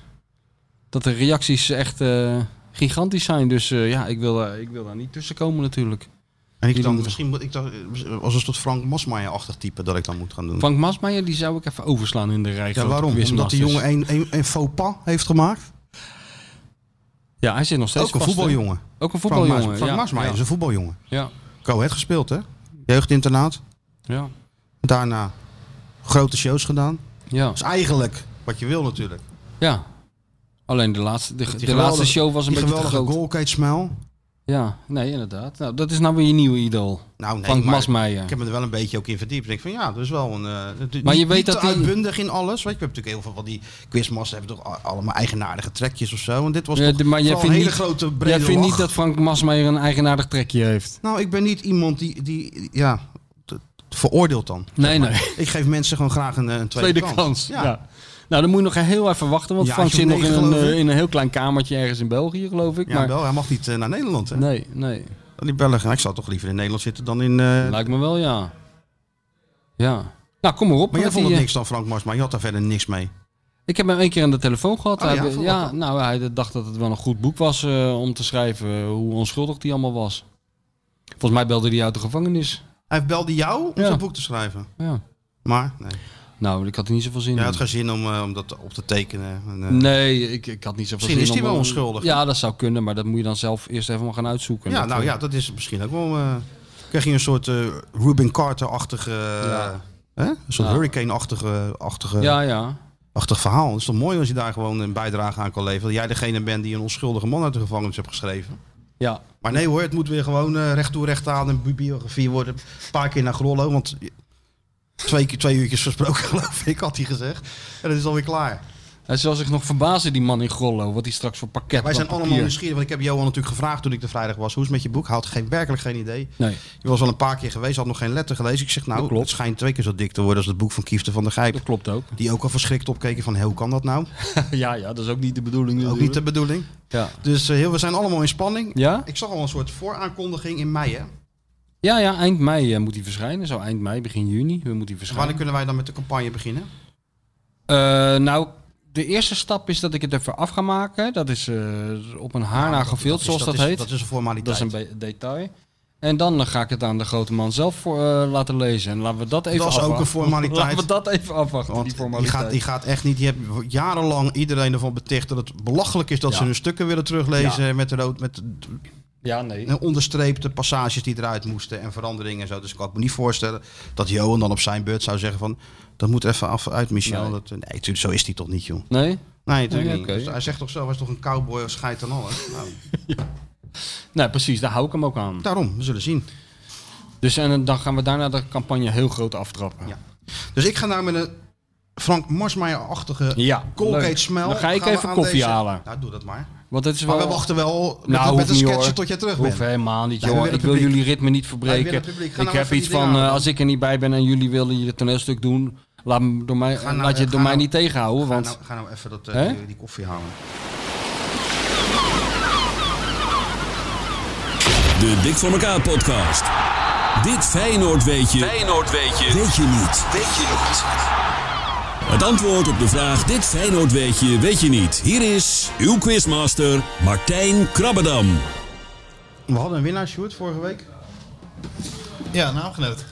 [SPEAKER 5] Dat de reacties echt eh, gigantisch zijn. Dus eh, ja, ik wil, daar- ik wil daar niet tussen komen natuurlijk.
[SPEAKER 4] en ik
[SPEAKER 5] jullie
[SPEAKER 4] dan,
[SPEAKER 5] moeten-
[SPEAKER 4] misschien moet ik dan eh, als een soort Frank Mosmaier-achtig type dat ik dan moet gaan doen.
[SPEAKER 5] Frank Masmaier, die zou ik even overslaan in de rij.
[SPEAKER 4] ja,
[SPEAKER 5] grote
[SPEAKER 4] waarom? Omdat die
[SPEAKER 5] quizmasters.
[SPEAKER 4] jongen een, een, een faux pas heeft gemaakt.
[SPEAKER 5] Ja, hij zit nog steeds
[SPEAKER 4] Ook een
[SPEAKER 5] vast, hè?
[SPEAKER 4] voetbaljongen.
[SPEAKER 5] Ook een
[SPEAKER 4] Frank
[SPEAKER 5] voetbaljongen,
[SPEAKER 4] Maas- Frank
[SPEAKER 5] ja.
[SPEAKER 4] Maasmaier
[SPEAKER 5] ja.
[SPEAKER 4] is een voetbaljongen.
[SPEAKER 5] Ja,
[SPEAKER 4] Coët gespeeld hè? Jeugdinternaat.
[SPEAKER 5] ja,
[SPEAKER 4] Daarna grote shows gedaan.
[SPEAKER 5] ja.
[SPEAKER 4] Dat is eigenlijk wat je wil natuurlijk.
[SPEAKER 5] ja. Alleen de laatste, de, de
[SPEAKER 4] geweldige-
[SPEAKER 5] laatste show was een
[SPEAKER 4] Die
[SPEAKER 5] beetje te
[SPEAKER 4] geweldige
[SPEAKER 5] groot.
[SPEAKER 4] goalkate-smile.
[SPEAKER 5] Ja, nee, inderdaad. Nou, dat is nou weer je nieuwe idool.
[SPEAKER 4] Nou, nee,
[SPEAKER 5] Frank
[SPEAKER 4] maar
[SPEAKER 5] Masmeijer.
[SPEAKER 4] Ik heb me er wel een beetje ook in verdiept. Ik denk van ja, dat is wel een. eh, het-
[SPEAKER 5] Maar je
[SPEAKER 4] niet-
[SPEAKER 5] weet
[SPEAKER 4] niet
[SPEAKER 5] dat
[SPEAKER 4] te
[SPEAKER 5] die-
[SPEAKER 4] uitbundig in alles. Weet je, we hebben natuurlijk heel veel van die quizmassen hebben toch a- allemaal eigenaardige trekjes of zo. En dit was
[SPEAKER 5] Ja,
[SPEAKER 4] toch
[SPEAKER 5] de- maar jij
[SPEAKER 4] vooral een
[SPEAKER 5] vindt,
[SPEAKER 4] hele
[SPEAKER 5] niet,
[SPEAKER 4] grote brede
[SPEAKER 5] jij vindt
[SPEAKER 4] lach.
[SPEAKER 5] niet dat Frank Masmeijer een eigenaardig trekje heeft?
[SPEAKER 4] Nou, ik ben niet iemand die, die ja, te- te veroordeelt dan.
[SPEAKER 5] Nee, nee.
[SPEAKER 4] Ik geef mensen gewoon graag een, eh, een tweede,
[SPEAKER 5] Tweede kans. Ja.
[SPEAKER 4] Ja.
[SPEAKER 5] Nou, dan moet je nog heel even wachten, want
[SPEAKER 4] Ja,
[SPEAKER 5] Frank
[SPEAKER 4] als je
[SPEAKER 5] zit
[SPEAKER 4] om
[SPEAKER 5] nog in
[SPEAKER 4] negen,
[SPEAKER 5] een,
[SPEAKER 4] geloof
[SPEAKER 5] eh,
[SPEAKER 4] ik.
[SPEAKER 5] in een heel klein kamertje ergens in België, geloof ik.
[SPEAKER 4] Ja,
[SPEAKER 5] maar
[SPEAKER 4] wel. Hij mag niet eh, naar Nederland. Hè?
[SPEAKER 5] nee, nee.
[SPEAKER 4] Die Belgen. Ik zou toch liever in Nederland zitten dan in. eh,
[SPEAKER 5] Nou,
[SPEAKER 4] maar
[SPEAKER 5] Lijkt me wel, ja. Ja. Nou, kom maar op.
[SPEAKER 4] jij
[SPEAKER 5] met
[SPEAKER 4] vond
[SPEAKER 5] die,
[SPEAKER 4] het
[SPEAKER 5] eh,
[SPEAKER 4] niks dan, Frank Mars. Maar je had daar verder niks mee.
[SPEAKER 5] Ik heb hem één keer aan de telefoon gehad.
[SPEAKER 4] Oh
[SPEAKER 5] hij,
[SPEAKER 4] ja,
[SPEAKER 5] be-
[SPEAKER 4] voor wat
[SPEAKER 5] ja
[SPEAKER 4] dan?
[SPEAKER 5] nou, hij dacht dat het wel een goed boek was eh, om te schrijven eh, hoe onschuldig die allemaal was. Volgens mij belde hij uit de gevangenis.
[SPEAKER 4] Hij belde jou om
[SPEAKER 5] Ja.
[SPEAKER 4] zijn boek te schrijven.
[SPEAKER 5] Ja.
[SPEAKER 4] Maar nee.
[SPEAKER 5] Nou, ik had er niet zoveel zin
[SPEAKER 4] Jij
[SPEAKER 5] in.
[SPEAKER 4] had geen zin om, eh, om dat op te tekenen. En, eh,
[SPEAKER 5] Nee, ik, ik had niet zoveel
[SPEAKER 4] Misschien
[SPEAKER 5] zin
[SPEAKER 4] is hij
[SPEAKER 5] om-
[SPEAKER 4] wel onschuldig.
[SPEAKER 5] Ja, dat zou kunnen, maar dat moet je dan zelf eerst even maar gaan uitzoeken.
[SPEAKER 4] Ja,
[SPEAKER 5] Dat,
[SPEAKER 4] nou
[SPEAKER 5] eh,
[SPEAKER 4] ja, dat is misschien ook wel. eh krijg je een soort eh Ruben Carter-achtige. eh,
[SPEAKER 5] Ja.
[SPEAKER 4] Hè? Zo'n
[SPEAKER 5] Ja.
[SPEAKER 4] hurricane-achtige achtige,
[SPEAKER 5] Ja, ja.
[SPEAKER 4] achtig verhaal. Het is toch mooi als je daar gewoon een bijdrage aan kan leveren. Dat jij degene bent die een onschuldige man uit de gevangenis hebt geschreven.
[SPEAKER 5] Ja,
[SPEAKER 4] Maar nee hoor, het moet weer gewoon eh, recht toe recht aan een bi- biografie worden. Een paar keer naar Grollo, want twee, keer- twee uurtjes versproken [LAUGHS] geloof ik, had hij gezegd. En dat is alweer klaar.
[SPEAKER 5] hij zal zich nog verbazen, die man in Grollo, wat hij straks voor
[SPEAKER 4] Wij
[SPEAKER 5] pakket wat
[SPEAKER 4] zijn allemaal
[SPEAKER 5] papier-
[SPEAKER 4] nieuwsgierig, want ik heb Johan natuurlijk gevraagd toen ik de vrijdag was. Hoe is het met je boek? Hij had geen, werkelijk geen idee.
[SPEAKER 5] Nee.
[SPEAKER 4] Je was al een paar keer geweest, had nog geen letter gelezen. Ik zeg
[SPEAKER 5] Dat
[SPEAKER 4] nou,
[SPEAKER 5] klopt.
[SPEAKER 4] het schijnt twee keer zo dik te worden als het boek van Kiefte van der Gijp.
[SPEAKER 5] Dat
[SPEAKER 4] [LAUGHS]
[SPEAKER 5] klopt ook.
[SPEAKER 4] Die ook al verschrikt opkeken van, hé, hoe kan dat nou?
[SPEAKER 5] ja, ja, dat is ook niet de bedoeling.
[SPEAKER 4] Ook niet de bedoeling.
[SPEAKER 5] Ja.
[SPEAKER 4] Dus eh, heel, we zijn allemaal in spanning.
[SPEAKER 5] Ja?
[SPEAKER 4] Ik zag al een soort vooraankondiging in mei, hè?
[SPEAKER 5] Ja, ja, eind mei eh, moet hij verschijnen. Zo eind mei, begin juni eh, moet hij verschijnen.
[SPEAKER 4] Wanneer kunnen wij dan met de campagne beginnen?
[SPEAKER 5] Eh, nou, de eerste stap is dat ik het even af ga maken. Dat is eh, op een haarna gevild,
[SPEAKER 4] is-
[SPEAKER 5] zoals dat,
[SPEAKER 4] is-
[SPEAKER 5] heet.
[SPEAKER 4] Ah, Dat is een formaliteit.
[SPEAKER 5] Dat is een be- detail. En dan eh, ga ik het aan de grote man zelf voor, eh, laten lezen. En laten we dat even
[SPEAKER 4] Dat is ook
[SPEAKER 5] afwachten.
[SPEAKER 4] een formaliteit.
[SPEAKER 5] [LAUGHS] Laten we dat even afwachten,
[SPEAKER 4] Want
[SPEAKER 5] die
[SPEAKER 4] die,
[SPEAKER 5] formaliteit.
[SPEAKER 4] gaat, die gaat echt niet. Je hebt jarenlang iedereen ervan beticht dat het belachelijk is dat
[SPEAKER 5] Ja.
[SPEAKER 4] ze hun stukken willen teruglezen met, de rood, met
[SPEAKER 5] Ja, nee.
[SPEAKER 4] de onderstreepte passages die eruit moesten en veranderingen en zo. Dus ik kan me niet voorstellen dat Johan dan op zijn beurt zou zeggen van dat moet even af uit Michel.
[SPEAKER 5] Nee.
[SPEAKER 4] Dat, eh, nee, natuurlijk, zo is hij toch niet, joh.
[SPEAKER 5] Nee?
[SPEAKER 4] Nee, natuurlijk
[SPEAKER 5] Nee,
[SPEAKER 4] niet.
[SPEAKER 5] oké.
[SPEAKER 4] Dus hij zegt toch zo, hij is toch een cowboy of scheidt en alles. Nou,
[SPEAKER 5] Nee, precies. Daar hou ik hem ook aan.
[SPEAKER 4] daarom, we zullen zien.
[SPEAKER 5] Dus en dan gaan we daarna de campagne heel groot aftrappen.
[SPEAKER 4] Ja. Dus ik ga nou met een Frank Marsmeijer-achtige
[SPEAKER 5] Ja,
[SPEAKER 4] Colgate
[SPEAKER 5] leuk.
[SPEAKER 4] smel.
[SPEAKER 5] Dan ga ik
[SPEAKER 4] gaan we
[SPEAKER 5] even
[SPEAKER 4] aan
[SPEAKER 5] koffie
[SPEAKER 4] deze-
[SPEAKER 5] halen.
[SPEAKER 4] Nou, doe dat maar.
[SPEAKER 5] Want het is wel...
[SPEAKER 4] Maar we wachten wel met,
[SPEAKER 5] Nou,
[SPEAKER 4] een- met
[SPEAKER 5] hoeft
[SPEAKER 4] een
[SPEAKER 5] niet,
[SPEAKER 4] sketchje
[SPEAKER 5] hoor.
[SPEAKER 4] tot je terug
[SPEAKER 5] Hoeft
[SPEAKER 4] bent.
[SPEAKER 5] helemaal niet,
[SPEAKER 4] Nee, we
[SPEAKER 5] joh. Ik
[SPEAKER 4] willen
[SPEAKER 5] wil
[SPEAKER 4] publiek.
[SPEAKER 5] jullie ritme niet
[SPEAKER 4] Wij willen
[SPEAKER 5] verbreken.
[SPEAKER 4] publiek. Ga
[SPEAKER 5] Ik
[SPEAKER 4] nou
[SPEAKER 5] heb
[SPEAKER 4] even
[SPEAKER 5] iets
[SPEAKER 4] die dingen
[SPEAKER 5] van, eh,
[SPEAKER 4] halen.
[SPEAKER 5] als ik er niet bij ben en jullie willen je toneelstuk doen, laat, me door mij,
[SPEAKER 4] Ga nou-
[SPEAKER 5] laat je het
[SPEAKER 4] ga
[SPEAKER 5] door mij
[SPEAKER 4] nou-
[SPEAKER 5] niet tegenhouden.
[SPEAKER 4] Ga
[SPEAKER 5] Want
[SPEAKER 4] nou, ga nou even dat, eh,
[SPEAKER 5] Hè?
[SPEAKER 4] die, die koffie halen.
[SPEAKER 8] De Dik voor elkaar podcast. Dit Feyenoord weet je. Feyenoord weet je. Weet je niet. Weet je niet. Het antwoord op de vraag Dit Feyenoord weet je, weet je niet. Hier is uw quizmaster Martijn Krabbedam.
[SPEAKER 4] We hadden een winnaar, Sjoerd, vorige week.
[SPEAKER 9] Ja, naamgenoot.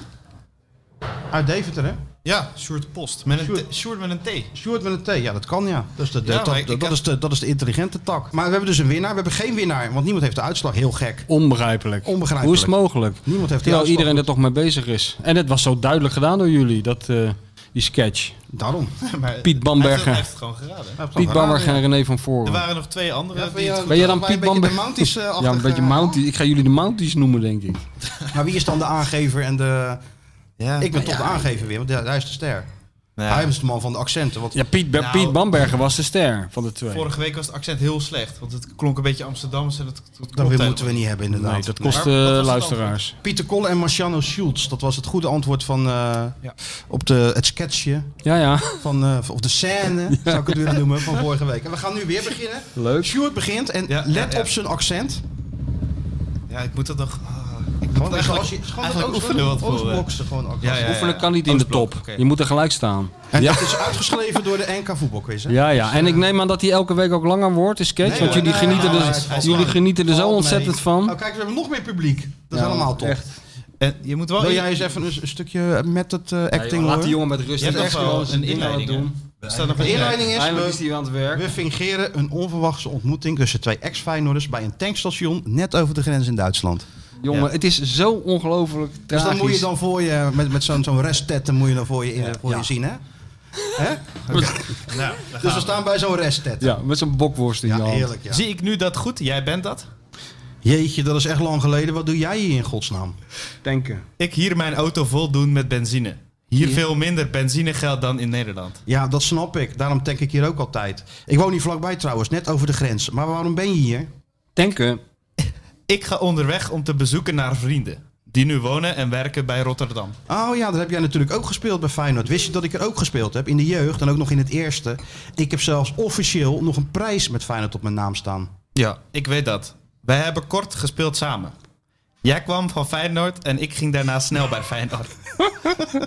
[SPEAKER 4] Uit Deventer, hè?
[SPEAKER 9] Ja, Sjoerd Post. Met een
[SPEAKER 4] Sjoerd.
[SPEAKER 9] T- Sjoerd met een T.
[SPEAKER 4] Sjoerd met een T. Ja, dat kan, ja. Dat is de, de-
[SPEAKER 9] Ja, maar
[SPEAKER 4] dat,
[SPEAKER 9] ik- ik
[SPEAKER 4] dat,
[SPEAKER 9] heb-
[SPEAKER 4] is de, dat is de intelligente tak. Maar we hebben dus een winnaar. We hebben geen winnaar, want niemand heeft de uitslag. Heel gek.
[SPEAKER 5] onbegrijpelijk.
[SPEAKER 4] Onbegrijpelijk.
[SPEAKER 5] Hoe is het mogelijk?
[SPEAKER 4] Niemand heeft die
[SPEAKER 5] Terwijl
[SPEAKER 4] uitslag.
[SPEAKER 5] iedereen er toch mee bezig is. En het was zo duidelijk gedaan door jullie, dat, eh, die sketch.
[SPEAKER 4] Daarom.
[SPEAKER 9] Maar
[SPEAKER 5] Piet Bamberger.
[SPEAKER 9] hij heeft- Hij heeft het gewoon geraden.
[SPEAKER 5] Piet Bamberger en René van
[SPEAKER 9] Er
[SPEAKER 5] Voren.
[SPEAKER 9] waren nog twee andere.
[SPEAKER 4] Ja,
[SPEAKER 9] die het
[SPEAKER 5] Ben je dan
[SPEAKER 4] Een
[SPEAKER 5] Piet
[SPEAKER 4] beetje de
[SPEAKER 5] Bamberger?
[SPEAKER 4] Mounties, eh,
[SPEAKER 5] ja, een
[SPEAKER 4] achtige-
[SPEAKER 5] beetje Mounties. Ik ga jullie de Mounties noemen, denk ik.
[SPEAKER 4] Maar wie is dan de aangever en de...
[SPEAKER 9] Ja.
[SPEAKER 4] Ik ben toch de aangever weer, want hij hij is de ster.
[SPEAKER 9] Nou,
[SPEAKER 4] Hij is de man van de accenten. Want
[SPEAKER 5] Ja, Piet, Ba-
[SPEAKER 9] Nou.
[SPEAKER 5] Piet Bamberger was de ster van de twee.
[SPEAKER 9] Vorige week was het accent heel slecht, want het klonk een beetje Amsterdams en het, het klopte
[SPEAKER 4] dat weer
[SPEAKER 9] helemaal
[SPEAKER 4] moeten we niet hebben, inderdaad.
[SPEAKER 5] nee, dat kost
[SPEAKER 9] Maar wat was
[SPEAKER 5] eh,
[SPEAKER 9] het
[SPEAKER 5] luisteraars.
[SPEAKER 4] Pieter Kolle en Marciano Schulz. Dat was het goede antwoord van, eh, op de, het sketchje.
[SPEAKER 5] Ja, ja.
[SPEAKER 4] Van, eh, of de
[SPEAKER 9] [LAUGHS]
[SPEAKER 4] scène, zou ik het willen noemen, van vorige week. En we gaan nu weer beginnen.
[SPEAKER 5] Leuk.
[SPEAKER 4] Stuart begint en
[SPEAKER 9] Ja,
[SPEAKER 4] let
[SPEAKER 9] ja, ja.
[SPEAKER 4] op zijn accent.
[SPEAKER 9] niet. Ja, ik moet dat nog... ah, ik moet
[SPEAKER 4] Gewoon,
[SPEAKER 9] eigenlijk,
[SPEAKER 4] als je, gewoon
[SPEAKER 9] eigenlijk
[SPEAKER 4] Oost-
[SPEAKER 9] oefenen wat voor... eh,
[SPEAKER 4] Oostblokse gewoon accent.
[SPEAKER 9] ja, ja, ja.
[SPEAKER 5] Oefenen kan niet in de
[SPEAKER 9] Oostblok,
[SPEAKER 5] top.
[SPEAKER 9] oké.
[SPEAKER 5] Je moet er gelijk staan. Dus,
[SPEAKER 4] En dat is uitgeschreven door de NK voetbalquiz. hè?
[SPEAKER 5] Ja, ja. En ik neem aan dat hij elke week ook langer wordt, de sketch.
[SPEAKER 4] Nee,
[SPEAKER 5] want
[SPEAKER 4] hoor,
[SPEAKER 5] jullie,
[SPEAKER 4] nee,
[SPEAKER 5] genieten
[SPEAKER 4] nee,
[SPEAKER 5] er,
[SPEAKER 4] nee, hij valt
[SPEAKER 5] jullie
[SPEAKER 4] mee.
[SPEAKER 5] genieten er zo
[SPEAKER 4] Valt mee.
[SPEAKER 5] ontzettend van.
[SPEAKER 4] Oh, kijk, we hebben nog meer publiek. Dat is
[SPEAKER 5] Ja,
[SPEAKER 4] allemaal top.
[SPEAKER 5] echt.
[SPEAKER 9] En Eh, je moet wel...
[SPEAKER 4] Wil jij eens even een, een stukje met het eh,
[SPEAKER 5] Ja,
[SPEAKER 4] acting
[SPEAKER 5] joh, laat die
[SPEAKER 4] horen?
[SPEAKER 5] jongen met rust.
[SPEAKER 9] Je hebt
[SPEAKER 5] Die
[SPEAKER 9] echt
[SPEAKER 5] is gewoon
[SPEAKER 9] wel
[SPEAKER 5] zijn
[SPEAKER 9] een
[SPEAKER 5] ding aan het
[SPEAKER 9] inleiding, hè? Er staat nog
[SPEAKER 4] De
[SPEAKER 9] een
[SPEAKER 4] inleiding is...
[SPEAKER 5] Eindelijk
[SPEAKER 4] we-
[SPEAKER 5] is hij aan het werk.
[SPEAKER 4] We fingeren een onverwachte ontmoeting tussen twee ex-Feyenoorders bij een tankstation net over de grens in Duitsland.
[SPEAKER 5] Jongen,
[SPEAKER 9] Ja.
[SPEAKER 5] het is zo ongelooflijk
[SPEAKER 4] Dus
[SPEAKER 5] tragisch.
[SPEAKER 4] dan moet je dan voor je, met, met zo'n zo'n resttetten moet je dan voor je, in, voor
[SPEAKER 5] Ja.
[SPEAKER 4] je zien, hè? Hè?
[SPEAKER 9] Nou, daar
[SPEAKER 4] Dus
[SPEAKER 9] gaan
[SPEAKER 4] we staan bij zo'n restet.
[SPEAKER 5] Ja, met zo'n bokworst in
[SPEAKER 4] Ja,
[SPEAKER 5] je hand.
[SPEAKER 4] heerlijk,
[SPEAKER 9] we.
[SPEAKER 4] ja.
[SPEAKER 9] Zie ik nu dat goed? Jij bent dat?
[SPEAKER 4] Jeetje, dat is echt lang geleden. Wat doe jij hier in godsnaam?
[SPEAKER 5] Denken.
[SPEAKER 9] Ik hier mijn auto vol doen met benzine. Hier veel minder benzinegeld dan in Nederland.
[SPEAKER 4] Ja, dat snap ik. Daarom tank ik hier ook altijd. Ik woon hier vlakbij trouwens, net over de grens. Maar waarom ben je hier?
[SPEAKER 5] Denken.
[SPEAKER 9] Ik ga onderweg om te bezoeken naar vrienden. Die nu wonen en werken bij Rotterdam.
[SPEAKER 4] Oh ja, daar heb jij natuurlijk ook gespeeld bij Feyenoord. Wist je dat ik er ook gespeeld heb? In de jeugd en ook nog in het eerste. Ik heb zelfs officieel nog een prijs met Feyenoord op mijn naam staan.
[SPEAKER 9] Ja, ik weet dat. Wij hebben kort gespeeld samen. Jij kwam van Feyenoord en ik ging daarna snel bij Feyenoord. [LAUGHS]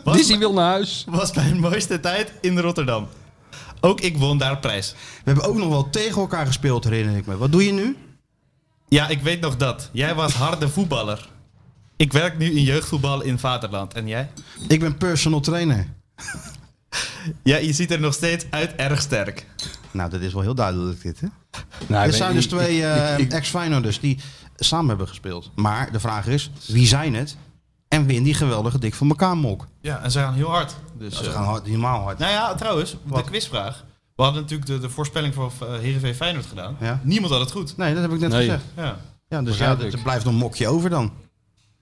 [SPEAKER 9] was,
[SPEAKER 5] Dizzy wil naar huis.
[SPEAKER 9] was mijn mooiste tijd in Rotterdam. Ook ik won daar prijs.
[SPEAKER 4] We hebben ook nog wel tegen elkaar gespeeld, herinner ik me. Wat doe je nu?
[SPEAKER 9] Ja, ik weet nog dat. Jij was harde voetballer. Ik werk nu in jeugdvoetbal in Vaderland. En jij?
[SPEAKER 4] Ik ben personal trainer.
[SPEAKER 9] Ja, je ziet er nog steeds uit erg sterk.
[SPEAKER 4] Nou, dat is wel heel duidelijk dit, hè?
[SPEAKER 5] Nou,
[SPEAKER 4] Dit zijn dus twee eh ex-Feyenoorders die samen hebben gespeeld. Maar de vraag is, wie zijn het En win die geweldige dik van elkaar mok.
[SPEAKER 9] Ja, en ze gaan heel hard. Dus,
[SPEAKER 4] Ze
[SPEAKER 9] eh,
[SPEAKER 4] gaan hard, helemaal hard.
[SPEAKER 9] Nou ja, trouwens, de quizvraag. We hadden natuurlijk de, de voorspelling voor eh, Heerenveen Feyenoord gedaan.
[SPEAKER 4] Ja.
[SPEAKER 9] Niemand had het goed.
[SPEAKER 4] Nee, dat heb ik net
[SPEAKER 5] Nee.
[SPEAKER 4] gezegd.
[SPEAKER 9] Ja.
[SPEAKER 4] Ja, dus ja,
[SPEAKER 5] Begrijp
[SPEAKER 4] er
[SPEAKER 5] ik.
[SPEAKER 4] blijft nog een mokje over dan.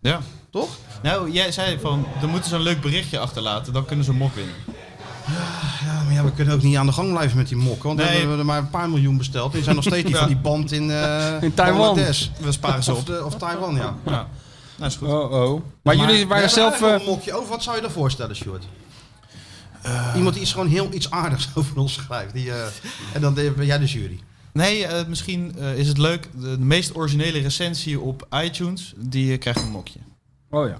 [SPEAKER 9] ja.
[SPEAKER 4] Toch?
[SPEAKER 9] Nou, jij zei van, dan moeten ze een leuk berichtje achterlaten. Dan kunnen ze een mok winnen.
[SPEAKER 4] Ja, maar ja, we kunnen ook niet aan de gang blijven met die mokken. Want
[SPEAKER 9] Nee.
[SPEAKER 4] we hebben er maar een paar miljoen besteld. Die zijn nog steeds die
[SPEAKER 9] Ja.
[SPEAKER 4] van die band in, eh,
[SPEAKER 5] In Taiwan.
[SPEAKER 4] Bangladesh.
[SPEAKER 9] We sparen ze
[SPEAKER 4] Of, [LAUGHS]
[SPEAKER 9] op.
[SPEAKER 4] de, of Taiwan, ja.
[SPEAKER 9] Ja. Nou, is goed.
[SPEAKER 5] Oh, oh. Maar, jullie
[SPEAKER 4] we hebben
[SPEAKER 5] waren zelf...
[SPEAKER 4] eigenlijk
[SPEAKER 5] eh,
[SPEAKER 4] nog een mokje over. Wat zou je daarvoor voorstellen, Sjoerd?
[SPEAKER 9] Eh.
[SPEAKER 4] Iemand die iets gewoon heel iets aardigs [LAUGHS] over ons schrijft. Die, eh, en dan de- ben jij de jury.
[SPEAKER 9] Nee, eh, misschien eh, is het leuk. De, de meest originele recensie op iTunes, die eh, krijgt een mokje.
[SPEAKER 5] Oh ja.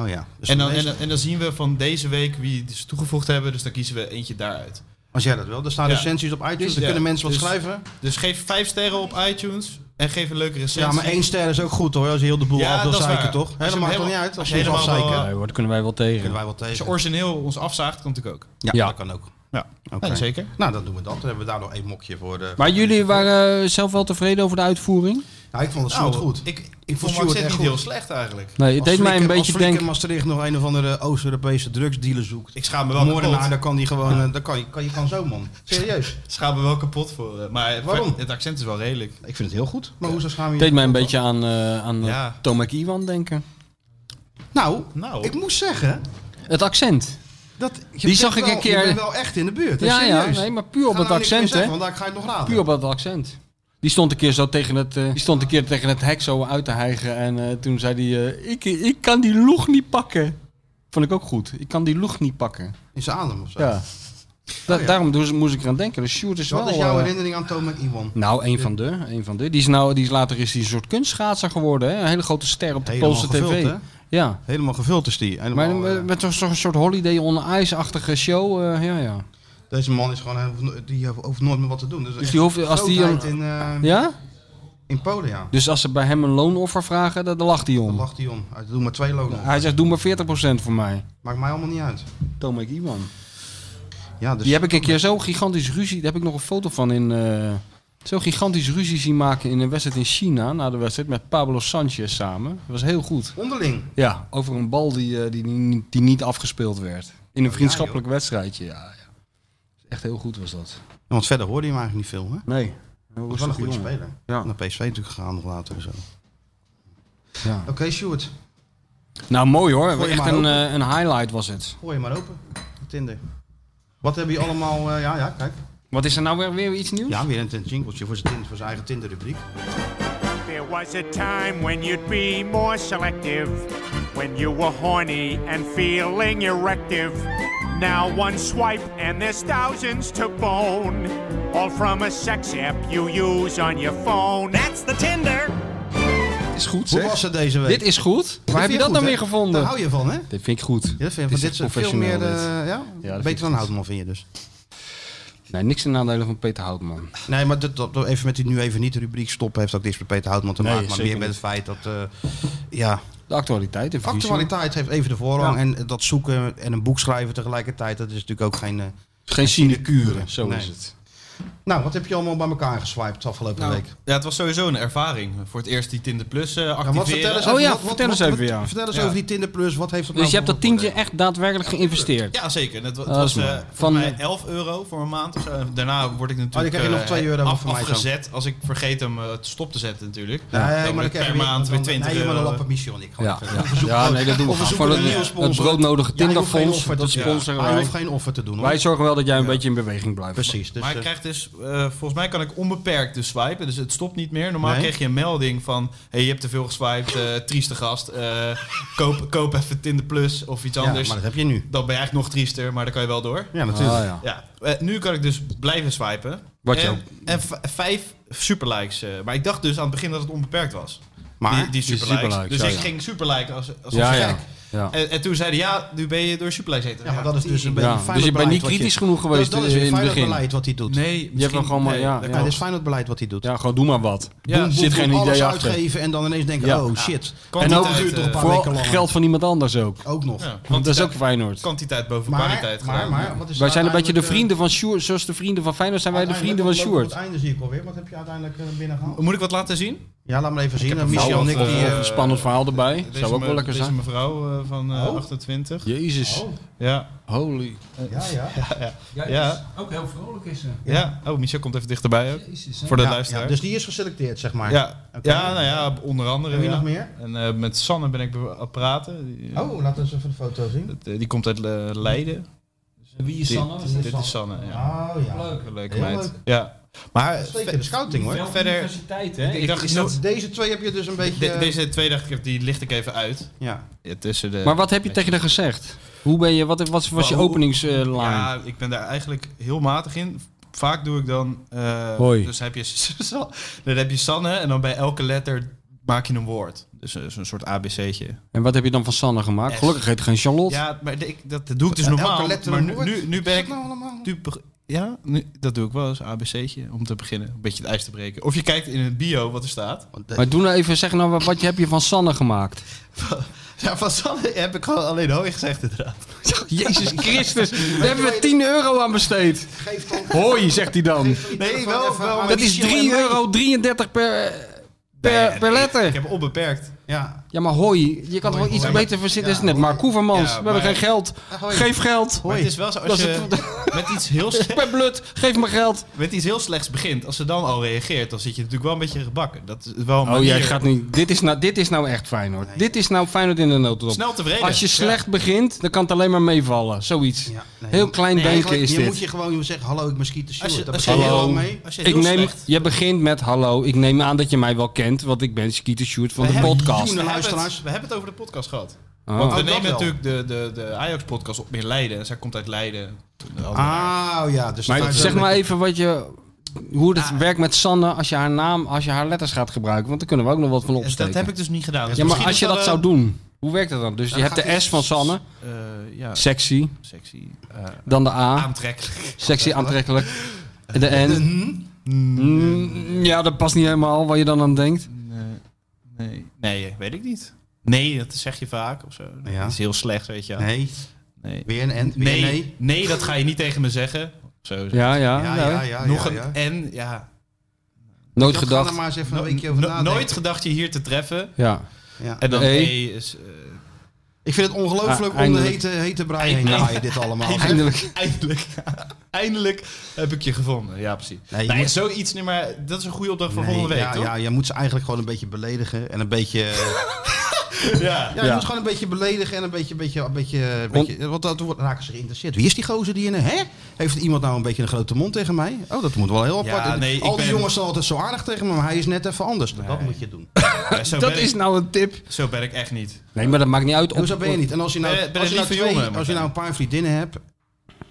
[SPEAKER 4] Oh ja. Dus
[SPEAKER 9] En dan,
[SPEAKER 4] meestal-
[SPEAKER 9] en, dan- en dan zien we van deze week wie ze toegevoegd hebben. Dus dan kiezen we eentje daaruit.
[SPEAKER 4] als jij dat wil. Er staan
[SPEAKER 9] Ja.
[SPEAKER 4] recensies op iTunes.
[SPEAKER 9] Dus-
[SPEAKER 4] Dan
[SPEAKER 9] ja.
[SPEAKER 4] kunnen mensen wat
[SPEAKER 9] Dus-
[SPEAKER 4] schrijven.
[SPEAKER 9] Dus geef vijf sterren op iTunes en geef een leuke recensie.
[SPEAKER 4] Ja, maar één ster is ook goed hoor. Als je heel de boel
[SPEAKER 9] Ja,
[SPEAKER 4] af wil
[SPEAKER 9] dat is waar.
[SPEAKER 4] zeiken, toch?
[SPEAKER 9] Als je
[SPEAKER 4] Helemaal
[SPEAKER 9] hem
[SPEAKER 4] toch niet
[SPEAKER 9] helemaal-
[SPEAKER 4] uit. Als
[SPEAKER 9] als
[SPEAKER 4] je
[SPEAKER 9] je
[SPEAKER 4] ons
[SPEAKER 9] helemaal
[SPEAKER 4] afzeiken,
[SPEAKER 9] wel,
[SPEAKER 5] Nee hoor, dat kunnen wij wel tegen.
[SPEAKER 4] kunnen wij wel
[SPEAKER 9] Als je
[SPEAKER 4] tegen.
[SPEAKER 9] origineel ons afzaagt, komt ik ook.
[SPEAKER 4] Ja,
[SPEAKER 5] Ja.
[SPEAKER 4] dat kan ook.
[SPEAKER 9] Ja,
[SPEAKER 4] Oké.
[SPEAKER 9] Ja, zeker.
[SPEAKER 4] Nou, dan doen we dat. Dan hebben we daar nog één mokje voor. De,
[SPEAKER 5] Maar jullie waren eh, zelf wel tevreden over de uitvoering?
[SPEAKER 4] Nou, ik vond het Sjoerd goed.
[SPEAKER 9] Ik, ik,
[SPEAKER 4] vond
[SPEAKER 9] vond
[SPEAKER 4] Stuart
[SPEAKER 9] Max Zet
[SPEAKER 4] echt
[SPEAKER 9] niet
[SPEAKER 4] goed.
[SPEAKER 9] heel slecht eigenlijk.
[SPEAKER 5] Nee, het
[SPEAKER 4] Als
[SPEAKER 5] deed mij een
[SPEAKER 4] Flikker-
[SPEAKER 5] beetje
[SPEAKER 4] Als Flikker
[SPEAKER 5] denken...
[SPEAKER 4] Maastricht nog een of andere Oost-Europese drugsdealer zoekt.
[SPEAKER 9] Ik schaam me wel
[SPEAKER 4] Moordenaar,
[SPEAKER 9] kapot.
[SPEAKER 4] dan kan die gewoon... eh, Dan kan, je- kan, je kan zo, man. Serieus.
[SPEAKER 9] Ik schaam me wel kapot voor. eh, Maar
[SPEAKER 4] Waarom?
[SPEAKER 9] het accent is wel redelijk.
[SPEAKER 4] Ik vind het heel goed. Maar hoezo schaam je
[SPEAKER 5] Het
[SPEAKER 4] je
[SPEAKER 5] deed mij een
[SPEAKER 4] kapot
[SPEAKER 5] beetje aan, eh aan eh,
[SPEAKER 9] Ja.
[SPEAKER 5] Tomek Iwan denken.
[SPEAKER 4] dan? Nou,
[SPEAKER 9] Nou.
[SPEAKER 4] ik moest zeggen...
[SPEAKER 5] Het accent.
[SPEAKER 4] Dat, je
[SPEAKER 5] Die
[SPEAKER 4] bent
[SPEAKER 5] zag ik
[SPEAKER 4] wel-
[SPEAKER 5] een keer-
[SPEAKER 4] Je bent wel echt in de buurt. hè?
[SPEAKER 5] Ja, ja,
[SPEAKER 4] serieus.
[SPEAKER 5] nee, maar puur
[SPEAKER 4] Ga
[SPEAKER 5] op dat
[SPEAKER 4] nou niks meer
[SPEAKER 5] accent,
[SPEAKER 4] zeggen,
[SPEAKER 5] hè?
[SPEAKER 4] Want daar ga je het nog raden.
[SPEAKER 5] Puur op dat accent. Die stond een keer zo tegen het, eh, die stond een keer tegen het hek zo uit te hijgen. En eh, toen zei hij, eh, ik, ik kan die loeg niet pakken. Vond ik ook goed. Ik kan die loeg niet pakken.
[SPEAKER 4] In zijn adem of zo.
[SPEAKER 5] Ja. Da- Daarom doe- moest ik eraan denken. Dus Sjoerd is
[SPEAKER 4] Wat
[SPEAKER 5] wel...
[SPEAKER 4] is jouw
[SPEAKER 5] eh,
[SPEAKER 4] herinnering aan Tom McEwan?
[SPEAKER 5] nou, een van de. Een van de. Die is nou, die is later is die een soort kunstschaatser geworden. Hè? Een hele grote ster op de
[SPEAKER 4] Helemaal
[SPEAKER 5] Poolse tv.
[SPEAKER 4] gevuld, hè?
[SPEAKER 5] Ja.
[SPEAKER 4] Helemaal gevuld is die. Helemaal,
[SPEAKER 5] Maar
[SPEAKER 4] eh,
[SPEAKER 5] met, met zo'n zo'n soort Holiday on Ice-achtige show. eh, ja, ja.
[SPEAKER 4] Deze man is gewoon, hij hoeft- die hoeft nooit meer wat te doen. Dus,
[SPEAKER 5] die hoeft- als die-
[SPEAKER 4] in, eh,
[SPEAKER 5] ja?
[SPEAKER 4] in Polen, ja.
[SPEAKER 5] Dus als ze bij hem een loonoffer vragen, dan, dan lacht hij
[SPEAKER 4] Dan
[SPEAKER 5] om.
[SPEAKER 4] lacht hij om. Hij doet maar twee lonen.
[SPEAKER 5] Hij zegt, doe maar 40% voor mij.
[SPEAKER 4] Maakt mij allemaal niet uit.
[SPEAKER 5] Tomek Iwan.
[SPEAKER 4] Ja, dus
[SPEAKER 5] Die heb ik een keer zo gigantisch ruzie. Daar heb ik nog een foto van in. eh, zo gigantisch ruzie zien maken in een wedstrijd in China. Na de wedstrijd met Pablo Sanchez samen. Dat was heel goed.
[SPEAKER 4] onderling.
[SPEAKER 5] Ja, over een bal die, eh, die, die, die niet afgespeeld werd. In een vriendschappelijk wedstrijdje. Ja, ja. Echt heel goed was dat.
[SPEAKER 4] Ja, Want verder hoorde je hem eigenlijk niet veel, hè?
[SPEAKER 5] Nee.
[SPEAKER 4] Dat was wel een goede speler.
[SPEAKER 5] Ja.
[SPEAKER 4] Naar PSV natuurlijk gegaan nog later en zo.
[SPEAKER 5] Ja.
[SPEAKER 4] Oké, Stuart.
[SPEAKER 5] Nou, mooi hoor.
[SPEAKER 4] Gooi je
[SPEAKER 5] Echt
[SPEAKER 4] maar
[SPEAKER 5] een, eh, een highlight was het.
[SPEAKER 4] Gooi je maar open. Tinder. Wat hebben je allemaal... eh, ja, ja, kijk.
[SPEAKER 5] Wat is er nou weer, weer iets nieuws?
[SPEAKER 4] Ja, weer een jingletje voor zijn, tin- voor zijn eigen Tinder-rubriek.
[SPEAKER 10] There was a time when you'd be more selective, when you were horny and feeling erective. Now one swipe and there's thousands to bone, all from a sex app you use on your phone.
[SPEAKER 4] Oh,
[SPEAKER 10] That's the Tinder.
[SPEAKER 5] is goed
[SPEAKER 4] Hoe was het deze week?
[SPEAKER 5] Dit is goed. Waar heb je dat dan weer
[SPEAKER 4] Daar
[SPEAKER 5] gevonden?
[SPEAKER 4] hou je van, hè?
[SPEAKER 5] Dit vind ik goed.
[SPEAKER 4] Nou, Ja, dat vind
[SPEAKER 5] Dit
[SPEAKER 4] je
[SPEAKER 5] is
[SPEAKER 4] van dit
[SPEAKER 5] echt
[SPEAKER 4] soort veel meer... eh,
[SPEAKER 5] professioneel, dit.
[SPEAKER 4] ja?
[SPEAKER 5] vind ik
[SPEAKER 4] Beter dan
[SPEAKER 5] goed.
[SPEAKER 4] Houtman vind je dus.
[SPEAKER 5] Nee, niks ten nadele van Peter Houtman.
[SPEAKER 4] Nee, maar dat, dat- even met die nu even niet de rubriek stoppen heeft ook niks met Peter Houtman te
[SPEAKER 5] Nee,
[SPEAKER 4] maken. Maar
[SPEAKER 5] zeker
[SPEAKER 4] meer met het feit dat... eh, ja,
[SPEAKER 5] De actualiteit. De verkiezingen.
[SPEAKER 4] actualiteit heeft even de voorrang.
[SPEAKER 5] Ja.
[SPEAKER 4] En dat zoeken en een boek schrijven tegelijkertijd, dat is natuurlijk ook geen... eh,
[SPEAKER 5] Geen sinecure. Zo
[SPEAKER 4] Nee.
[SPEAKER 5] is het.
[SPEAKER 4] Nou, wat heb je allemaal bij elkaar geswiped afgelopen
[SPEAKER 9] Nou,
[SPEAKER 4] week?
[SPEAKER 9] ja, het was sowieso een ervaring. Voor het eerst die Tinder Plus eh activeren.
[SPEAKER 4] wat vertel eens
[SPEAKER 5] Oh
[SPEAKER 4] over-
[SPEAKER 5] ja,
[SPEAKER 4] wat- wat-
[SPEAKER 5] vertel eens
[SPEAKER 4] wat-
[SPEAKER 5] even,
[SPEAKER 4] wat-
[SPEAKER 5] ja.
[SPEAKER 4] Vertel eens
[SPEAKER 9] Ja.
[SPEAKER 4] over die Tinder Plus. Wat heeft dat
[SPEAKER 5] Dus
[SPEAKER 4] nou
[SPEAKER 5] je hebt dat
[SPEAKER 4] voor voordeel?
[SPEAKER 5] tientje echt daadwerkelijk geïnvesteerd.
[SPEAKER 9] Ja, zeker. Het, wa- het
[SPEAKER 5] Dat
[SPEAKER 9] was
[SPEAKER 5] is mooi.
[SPEAKER 9] eh
[SPEAKER 5] Van-
[SPEAKER 9] van mij 11 euro voor een maand of zo. En Daarna word ik
[SPEAKER 4] Oh, dan
[SPEAKER 9] natuurlijk
[SPEAKER 4] krijg je nog
[SPEAKER 9] eh,
[SPEAKER 4] 2 euro
[SPEAKER 9] af-
[SPEAKER 4] van mij zo.
[SPEAKER 9] afgezet als ik vergeet hem eh, stop te zetten natuurlijk.
[SPEAKER 4] Nee,
[SPEAKER 9] Dan
[SPEAKER 4] maar
[SPEAKER 9] ben
[SPEAKER 4] dan
[SPEAKER 9] ik
[SPEAKER 4] krijg
[SPEAKER 9] per
[SPEAKER 4] je weer-
[SPEAKER 9] maand weer
[SPEAKER 4] dan-
[SPEAKER 9] 20
[SPEAKER 4] Nee, maar dan
[SPEAKER 9] euro.
[SPEAKER 4] lappen Michel en ik gewoon.
[SPEAKER 5] Ja,
[SPEAKER 4] even.
[SPEAKER 5] ja. ja, nee, dat doen we.
[SPEAKER 4] Of we
[SPEAKER 5] gewoon.
[SPEAKER 4] zoeken
[SPEAKER 5] Voor
[SPEAKER 4] een nieuwe
[SPEAKER 5] het, het
[SPEAKER 4] sponsor.
[SPEAKER 5] broodnodige
[SPEAKER 4] Ja, je hoeft geen
[SPEAKER 5] Tinderfonds,
[SPEAKER 4] offer te
[SPEAKER 5] dat
[SPEAKER 4] doen.
[SPEAKER 5] sponsoren
[SPEAKER 4] Hij
[SPEAKER 5] wij.
[SPEAKER 4] hoeft geen offer te doen. hoor.
[SPEAKER 5] Wij zorgen wel dat jij een beetje in beweging blijft.
[SPEAKER 4] Precies. Dus,
[SPEAKER 9] maar ik
[SPEAKER 4] eh,
[SPEAKER 9] krijg dus, eh, volgens mij kan ik onbeperkt dus swipen, dus het stopt niet meer. Normaal
[SPEAKER 4] Nee.
[SPEAKER 9] kreeg je een melding van, hey, je hebt te veel geswiped, eh, trieste gast, eh, koop, koop even Tinder Plus of iets
[SPEAKER 4] ja, maar
[SPEAKER 9] anders.
[SPEAKER 4] dat heb je nu.
[SPEAKER 9] Dan ben je eigenlijk nog triester, maar dan kan je wel door.
[SPEAKER 4] Ja,
[SPEAKER 5] Ah,
[SPEAKER 4] natuurlijk.
[SPEAKER 5] ja.
[SPEAKER 9] Ja, eh, nu kan ik dus blijven swipen.
[SPEAKER 5] Wat je
[SPEAKER 9] en,
[SPEAKER 5] ook-
[SPEAKER 9] en v- vijf superlikes. eh, maar ik dacht dus aan het begin dat het onbeperkt was.
[SPEAKER 4] Maar,
[SPEAKER 9] die, die
[SPEAKER 5] die
[SPEAKER 9] superlikes.
[SPEAKER 5] superlikes,
[SPEAKER 9] dus
[SPEAKER 5] ja,
[SPEAKER 9] ik
[SPEAKER 5] ja.
[SPEAKER 9] ging superliken als, als
[SPEAKER 5] Ja,
[SPEAKER 9] een
[SPEAKER 5] ja.
[SPEAKER 9] gek.
[SPEAKER 5] ja.
[SPEAKER 9] En, en toen zeiden ja, nu ben je door superlikes heten.
[SPEAKER 4] ja, maar dat is dus een beetje
[SPEAKER 5] Ja,
[SPEAKER 4] een
[SPEAKER 5] dus
[SPEAKER 4] veilig
[SPEAKER 5] je bent
[SPEAKER 4] beleid
[SPEAKER 5] niet
[SPEAKER 4] wat je-
[SPEAKER 5] kritisch genoeg geweest
[SPEAKER 4] Dat is weer
[SPEAKER 5] in het
[SPEAKER 4] veilig
[SPEAKER 5] begin.
[SPEAKER 4] beleid wat hij doet.
[SPEAKER 9] Nee, misschien,
[SPEAKER 5] hebt hem gewoon maar- ja,
[SPEAKER 9] dat
[SPEAKER 5] ja.
[SPEAKER 4] Ja,
[SPEAKER 9] kan.
[SPEAKER 4] dit is fijn dat beleid wat hij doet.
[SPEAKER 5] ja, gewoon doe maar wat.
[SPEAKER 9] Ja.
[SPEAKER 5] Er zit geen
[SPEAKER 4] alles
[SPEAKER 5] idee achter.
[SPEAKER 4] uitgeven en dan ineens denken,
[SPEAKER 5] Ja.
[SPEAKER 4] oh shit.
[SPEAKER 5] En ook
[SPEAKER 9] Kwantiteit,
[SPEAKER 4] duurt toch een
[SPEAKER 9] eh,
[SPEAKER 4] paar
[SPEAKER 5] Vooral
[SPEAKER 4] weken langer.
[SPEAKER 5] geld van iemand anders ook.
[SPEAKER 4] Ook nog.
[SPEAKER 9] ja,
[SPEAKER 5] Want
[SPEAKER 4] eh,
[SPEAKER 5] dat is ook
[SPEAKER 9] kwantiteit-
[SPEAKER 5] Feyenoord.
[SPEAKER 9] Kwantiteit boven
[SPEAKER 4] Maar,
[SPEAKER 9] kwaliteit.
[SPEAKER 4] maar,
[SPEAKER 9] gedaan.
[SPEAKER 4] maar, wat is
[SPEAKER 5] Wij zijn een beetje de
[SPEAKER 4] uiteindelijk, eh,
[SPEAKER 5] vrienden van Sjoerd. Zoals de vrienden van Feyenoord zijn wij de vrienden van
[SPEAKER 4] Uiteindelijk
[SPEAKER 5] Sjoerd.
[SPEAKER 4] loopt Het einde zie ik alweer. Wat heb je uiteindelijk eh, binnengehaald?
[SPEAKER 9] Moet ik wat laten zien?
[SPEAKER 4] Ja, laat maar even zien.
[SPEAKER 9] een
[SPEAKER 5] Nou,
[SPEAKER 4] Michel
[SPEAKER 9] vrouw
[SPEAKER 4] Nick
[SPEAKER 9] of,
[SPEAKER 4] die...
[SPEAKER 9] eh,
[SPEAKER 4] eh,
[SPEAKER 5] Spannend verhaal erbij.
[SPEAKER 9] Deze
[SPEAKER 5] Zou ook
[SPEAKER 9] me-
[SPEAKER 5] wel lekker
[SPEAKER 9] deze
[SPEAKER 5] zijn.
[SPEAKER 9] mevrouw eh, van eh, 28.
[SPEAKER 5] Jezus.
[SPEAKER 9] Ja.
[SPEAKER 5] Holy.
[SPEAKER 4] ja, ja.
[SPEAKER 9] Ja.
[SPEAKER 5] Ook heel vrolijk is ze.
[SPEAKER 9] ja. Oh, Michel komt even dichterbij ook.
[SPEAKER 5] Jezus.
[SPEAKER 9] Voor de
[SPEAKER 4] Ja,
[SPEAKER 9] luisteraar.
[SPEAKER 4] ja, dus die is geselecteerd, zeg maar.
[SPEAKER 9] ja.
[SPEAKER 4] Oké.
[SPEAKER 9] ja, nou ja, onder andere.
[SPEAKER 4] En wie
[SPEAKER 9] ja.
[SPEAKER 4] nog meer?
[SPEAKER 9] En eh, met Sanne ben ik be- aan het praten. Die,
[SPEAKER 4] Oh, laten we eens even de foto zien.
[SPEAKER 9] dat, eh, die komt uit eh, Leiden.
[SPEAKER 5] Wie is
[SPEAKER 9] Dit-
[SPEAKER 5] Sanne?
[SPEAKER 9] dit is Sanne, ja.
[SPEAKER 4] Oh ja.
[SPEAKER 5] Leuk.
[SPEAKER 9] Een leuke
[SPEAKER 4] Heel
[SPEAKER 9] meid.
[SPEAKER 4] leuk.
[SPEAKER 9] Ja. Maar
[SPEAKER 4] Zeker de scouting hoor.
[SPEAKER 9] Wel verder-
[SPEAKER 5] Universiteit, hè?
[SPEAKER 9] ik dacht, is
[SPEAKER 4] Nou,
[SPEAKER 9] dat-
[SPEAKER 4] Deze twee heb je dus een beetje...
[SPEAKER 9] de- deze twee dacht ik, die licht ik even uit.
[SPEAKER 4] ja.
[SPEAKER 9] Ja, tussen de...
[SPEAKER 5] Maar wat heb je tegen haar gezegd? Hoe ben je, wat was, was je
[SPEAKER 9] Hoe-
[SPEAKER 5] openingslijn?
[SPEAKER 9] Ja, ik ben daar eigenlijk heel matig in. Vaak doe ik dan... eh,
[SPEAKER 5] Hoi.
[SPEAKER 9] Dus heb je, [LAUGHS] San- dan heb je Sanne en dan bij elke letter maak je een woord. Dus eh, zo'n soort ABC'tje.
[SPEAKER 5] En wat heb je dan van Sanne gemaakt?
[SPEAKER 9] Yes.
[SPEAKER 5] Gelukkig heet het geen Charlotte.
[SPEAKER 9] Ja, maar ik, dat doe ik dus
[SPEAKER 4] Elke
[SPEAKER 9] normaal.
[SPEAKER 4] letter
[SPEAKER 9] Maar
[SPEAKER 4] een
[SPEAKER 9] nu,
[SPEAKER 4] woord.
[SPEAKER 9] nu, nu
[SPEAKER 4] Wat
[SPEAKER 9] ben
[SPEAKER 4] is
[SPEAKER 9] ik...
[SPEAKER 4] dat nou allemaal?
[SPEAKER 9] Nu beg- ja, nu, dat doe ik wel eens. ABC'tje, om te beginnen. Een beetje het ijs te breken. Of je kijkt in het bio wat er staat.
[SPEAKER 4] Want de-
[SPEAKER 5] Maar doe nou even, zeg nou, wat- wat heb je van Sanne gemaakt?
[SPEAKER 9] [LAUGHS] Ja, van Sanne heb ik gewoon alleen hooi gezegd inderdaad.
[SPEAKER 5] Jezus Christus, daar hebben we 10 euro aan besteed.
[SPEAKER 4] Geef dan...
[SPEAKER 5] Hoi, zegt hij dan.
[SPEAKER 9] Nee,
[SPEAKER 4] telefoon
[SPEAKER 9] wel...
[SPEAKER 4] even
[SPEAKER 9] wel
[SPEAKER 4] aan
[SPEAKER 9] met-
[SPEAKER 5] Dat is 3,33 euro per,
[SPEAKER 9] Nee,
[SPEAKER 5] per,
[SPEAKER 9] nee,
[SPEAKER 5] per
[SPEAKER 9] Ik
[SPEAKER 5] letter.
[SPEAKER 9] heb onbeperkt.
[SPEAKER 4] eh, Ja.
[SPEAKER 5] Ja, maar hoi, je kan toch wel iets
[SPEAKER 4] hoi.
[SPEAKER 5] beter verzinnen.
[SPEAKER 4] Ja,
[SPEAKER 5] is net
[SPEAKER 4] hoi.
[SPEAKER 5] Mark Koevermans,
[SPEAKER 9] Ja,
[SPEAKER 5] we hebben
[SPEAKER 9] maar-
[SPEAKER 5] geen geld.
[SPEAKER 4] hoi.
[SPEAKER 5] Geef geld.
[SPEAKER 9] Maar het is wel zo, als
[SPEAKER 5] Dat
[SPEAKER 9] je
[SPEAKER 5] is
[SPEAKER 9] met, iets heel
[SPEAKER 5] Ik
[SPEAKER 9] slecht,
[SPEAKER 5] ben blut, geef me geld.
[SPEAKER 9] met iets heel slechts begint, als ze dan al reageert, dan zit je natuurlijk wel een beetje gebakken. Dat is wel een
[SPEAKER 5] Oh, jij
[SPEAKER 9] manier.
[SPEAKER 5] gaat niet. Dit is nou, dit is nou echt Feyenoord. Dit is nou Feyenoord in de notendop.
[SPEAKER 9] Snel tevreden.
[SPEAKER 5] Als je
[SPEAKER 9] Ja.
[SPEAKER 5] slecht begint, dan kan het alleen maar meevallen. Zoiets.
[SPEAKER 4] Ja, nee.
[SPEAKER 5] Heel klein
[SPEAKER 4] Nee,
[SPEAKER 5] denken
[SPEAKER 4] eigenlijk,
[SPEAKER 5] is
[SPEAKER 4] je moet
[SPEAKER 5] dit.
[SPEAKER 4] je gewoon je zeggen, hallo, ik ben Skeeter
[SPEAKER 9] Als je,
[SPEAKER 4] Stewart.
[SPEAKER 9] als je,
[SPEAKER 4] Daar begin je
[SPEAKER 5] Hallo.
[SPEAKER 9] heel,
[SPEAKER 4] gewoon mee.
[SPEAKER 9] Als je
[SPEAKER 5] Ik
[SPEAKER 9] heel
[SPEAKER 5] neem,
[SPEAKER 9] slecht...
[SPEAKER 5] je begint met hallo. Ik neem aan dat je mij wel kent, want ik ben Skeeter Sjoerd van
[SPEAKER 4] We
[SPEAKER 5] de
[SPEAKER 4] hebben toen-
[SPEAKER 5] podcast.
[SPEAKER 9] We hebben,
[SPEAKER 4] luisteraars.
[SPEAKER 9] het, we hebben het over de podcast gehad.
[SPEAKER 5] Oh.
[SPEAKER 9] Want we
[SPEAKER 4] Oh, dat
[SPEAKER 9] nemen
[SPEAKER 4] wel.
[SPEAKER 9] natuurlijk de, de, de Ajax-podcast op in Leiden. En zij komt uit Leiden. De andere-
[SPEAKER 4] Ah, ja. Ah. Dus
[SPEAKER 5] Maar
[SPEAKER 4] daar-
[SPEAKER 5] zeg maar even wat je, hoe het werkt met Sanne als je haar naam, als je haar letters gaat gebruiken. Want daar kunnen we ook nog wat van
[SPEAKER 9] Dus
[SPEAKER 5] opsteken.
[SPEAKER 9] dat heb ik dus niet gedaan. Dus
[SPEAKER 5] ja, maar
[SPEAKER 9] misschien
[SPEAKER 5] als
[SPEAKER 9] is
[SPEAKER 5] je dat
[SPEAKER 9] wel
[SPEAKER 5] zou
[SPEAKER 9] een-
[SPEAKER 5] doen, hoe werkt dat dan? Dus je hebt
[SPEAKER 4] eh, gaat
[SPEAKER 5] de
[SPEAKER 4] hij-
[SPEAKER 5] S van Sanne,
[SPEAKER 9] Eh, ja,
[SPEAKER 5] sexy.
[SPEAKER 9] sexy. eh,
[SPEAKER 5] Dan de A,
[SPEAKER 4] Ah,
[SPEAKER 9] aantrekkelijk.
[SPEAKER 5] sexy, aantrekkelijk.
[SPEAKER 4] [LAUGHS]
[SPEAKER 5] En de N. Mm, ja, dat past niet helemaal wat je dan aan denkt.
[SPEAKER 9] Nee, nee. nee, weet ik niet. Nee, dat zeg je vaak of zo.
[SPEAKER 4] Ja.
[SPEAKER 9] Dat is heel slecht, weet je. wel.
[SPEAKER 4] Nee,
[SPEAKER 9] Nee.
[SPEAKER 4] weer een end. Weer
[SPEAKER 9] Nee,
[SPEAKER 4] een
[SPEAKER 9] nee. dat ga je niet tegen me zeggen. Zo, zo.
[SPEAKER 5] Ja, ja.
[SPEAKER 4] Ja,
[SPEAKER 5] ja.
[SPEAKER 4] ja, ja.
[SPEAKER 9] Nog
[SPEAKER 4] ja,
[SPEAKER 9] een
[SPEAKER 4] ja.
[SPEAKER 9] en, ja.
[SPEAKER 5] Nooit
[SPEAKER 4] Dat Ga er
[SPEAKER 5] gedacht.
[SPEAKER 4] maar eens even een
[SPEAKER 9] No-
[SPEAKER 4] weekje over
[SPEAKER 9] no-
[SPEAKER 5] Nou,
[SPEAKER 4] nadenken.
[SPEAKER 9] nooit gedacht je hier te treffen.
[SPEAKER 5] Ja.
[SPEAKER 4] Ja.
[SPEAKER 9] En dan
[SPEAKER 5] E.
[SPEAKER 9] E, is... eh, [LAUGHS]
[SPEAKER 4] Ik vind het ongelooflijk
[SPEAKER 5] Ah,
[SPEAKER 4] om de
[SPEAKER 5] eindelijk.
[SPEAKER 4] hete, hete braai heen
[SPEAKER 9] Eindelijk.
[SPEAKER 4] draaien, dit [LAUGHS] allemaal.
[SPEAKER 5] Eindelijk.
[SPEAKER 9] eindelijk. eindelijk heb ik je gevonden. Ja, precies.
[SPEAKER 4] Nee, je
[SPEAKER 9] nou,
[SPEAKER 4] moet-
[SPEAKER 9] Zoiets, nee, maar dat is een goede opdracht voor
[SPEAKER 4] Nee,
[SPEAKER 9] volgende week,
[SPEAKER 4] ja,
[SPEAKER 9] toch?
[SPEAKER 4] ja, je moet ze eigenlijk gewoon een beetje beledigen en een beetje...
[SPEAKER 9] [LAUGHS]
[SPEAKER 4] eh,
[SPEAKER 9] Ja.
[SPEAKER 4] Ja, je moet gewoon een beetje beledigen en een beetje, beetje, een beetje, een beetje want dat wordt, raken ze geïnteresseerd. Wie is die gozer die in een, hè? Heeft iemand nou een beetje een grote mond tegen mij? Oh, dat moet wel heel
[SPEAKER 9] Ja,
[SPEAKER 4] apart.
[SPEAKER 9] nee,
[SPEAKER 4] Al
[SPEAKER 9] ik
[SPEAKER 4] die
[SPEAKER 9] ben-
[SPEAKER 4] jongens zijn altijd zo aardig tegen me, maar hij is net even anders. Dat moet je
[SPEAKER 9] [LAUGHS]
[SPEAKER 4] doen.
[SPEAKER 9] Ja, zo,
[SPEAKER 5] Dat
[SPEAKER 9] ben
[SPEAKER 5] is
[SPEAKER 9] ik,
[SPEAKER 5] nou een tip.
[SPEAKER 9] zo ben ik echt niet.
[SPEAKER 5] Nee, maar dat maakt niet uit. Op-
[SPEAKER 4] Hoezo ben je niet? En als je nou,
[SPEAKER 9] Ben je- ben je
[SPEAKER 4] als je nou,
[SPEAKER 9] lieve
[SPEAKER 4] twee-
[SPEAKER 9] jongen,
[SPEAKER 4] als je nou een paar vriendinnen hebt,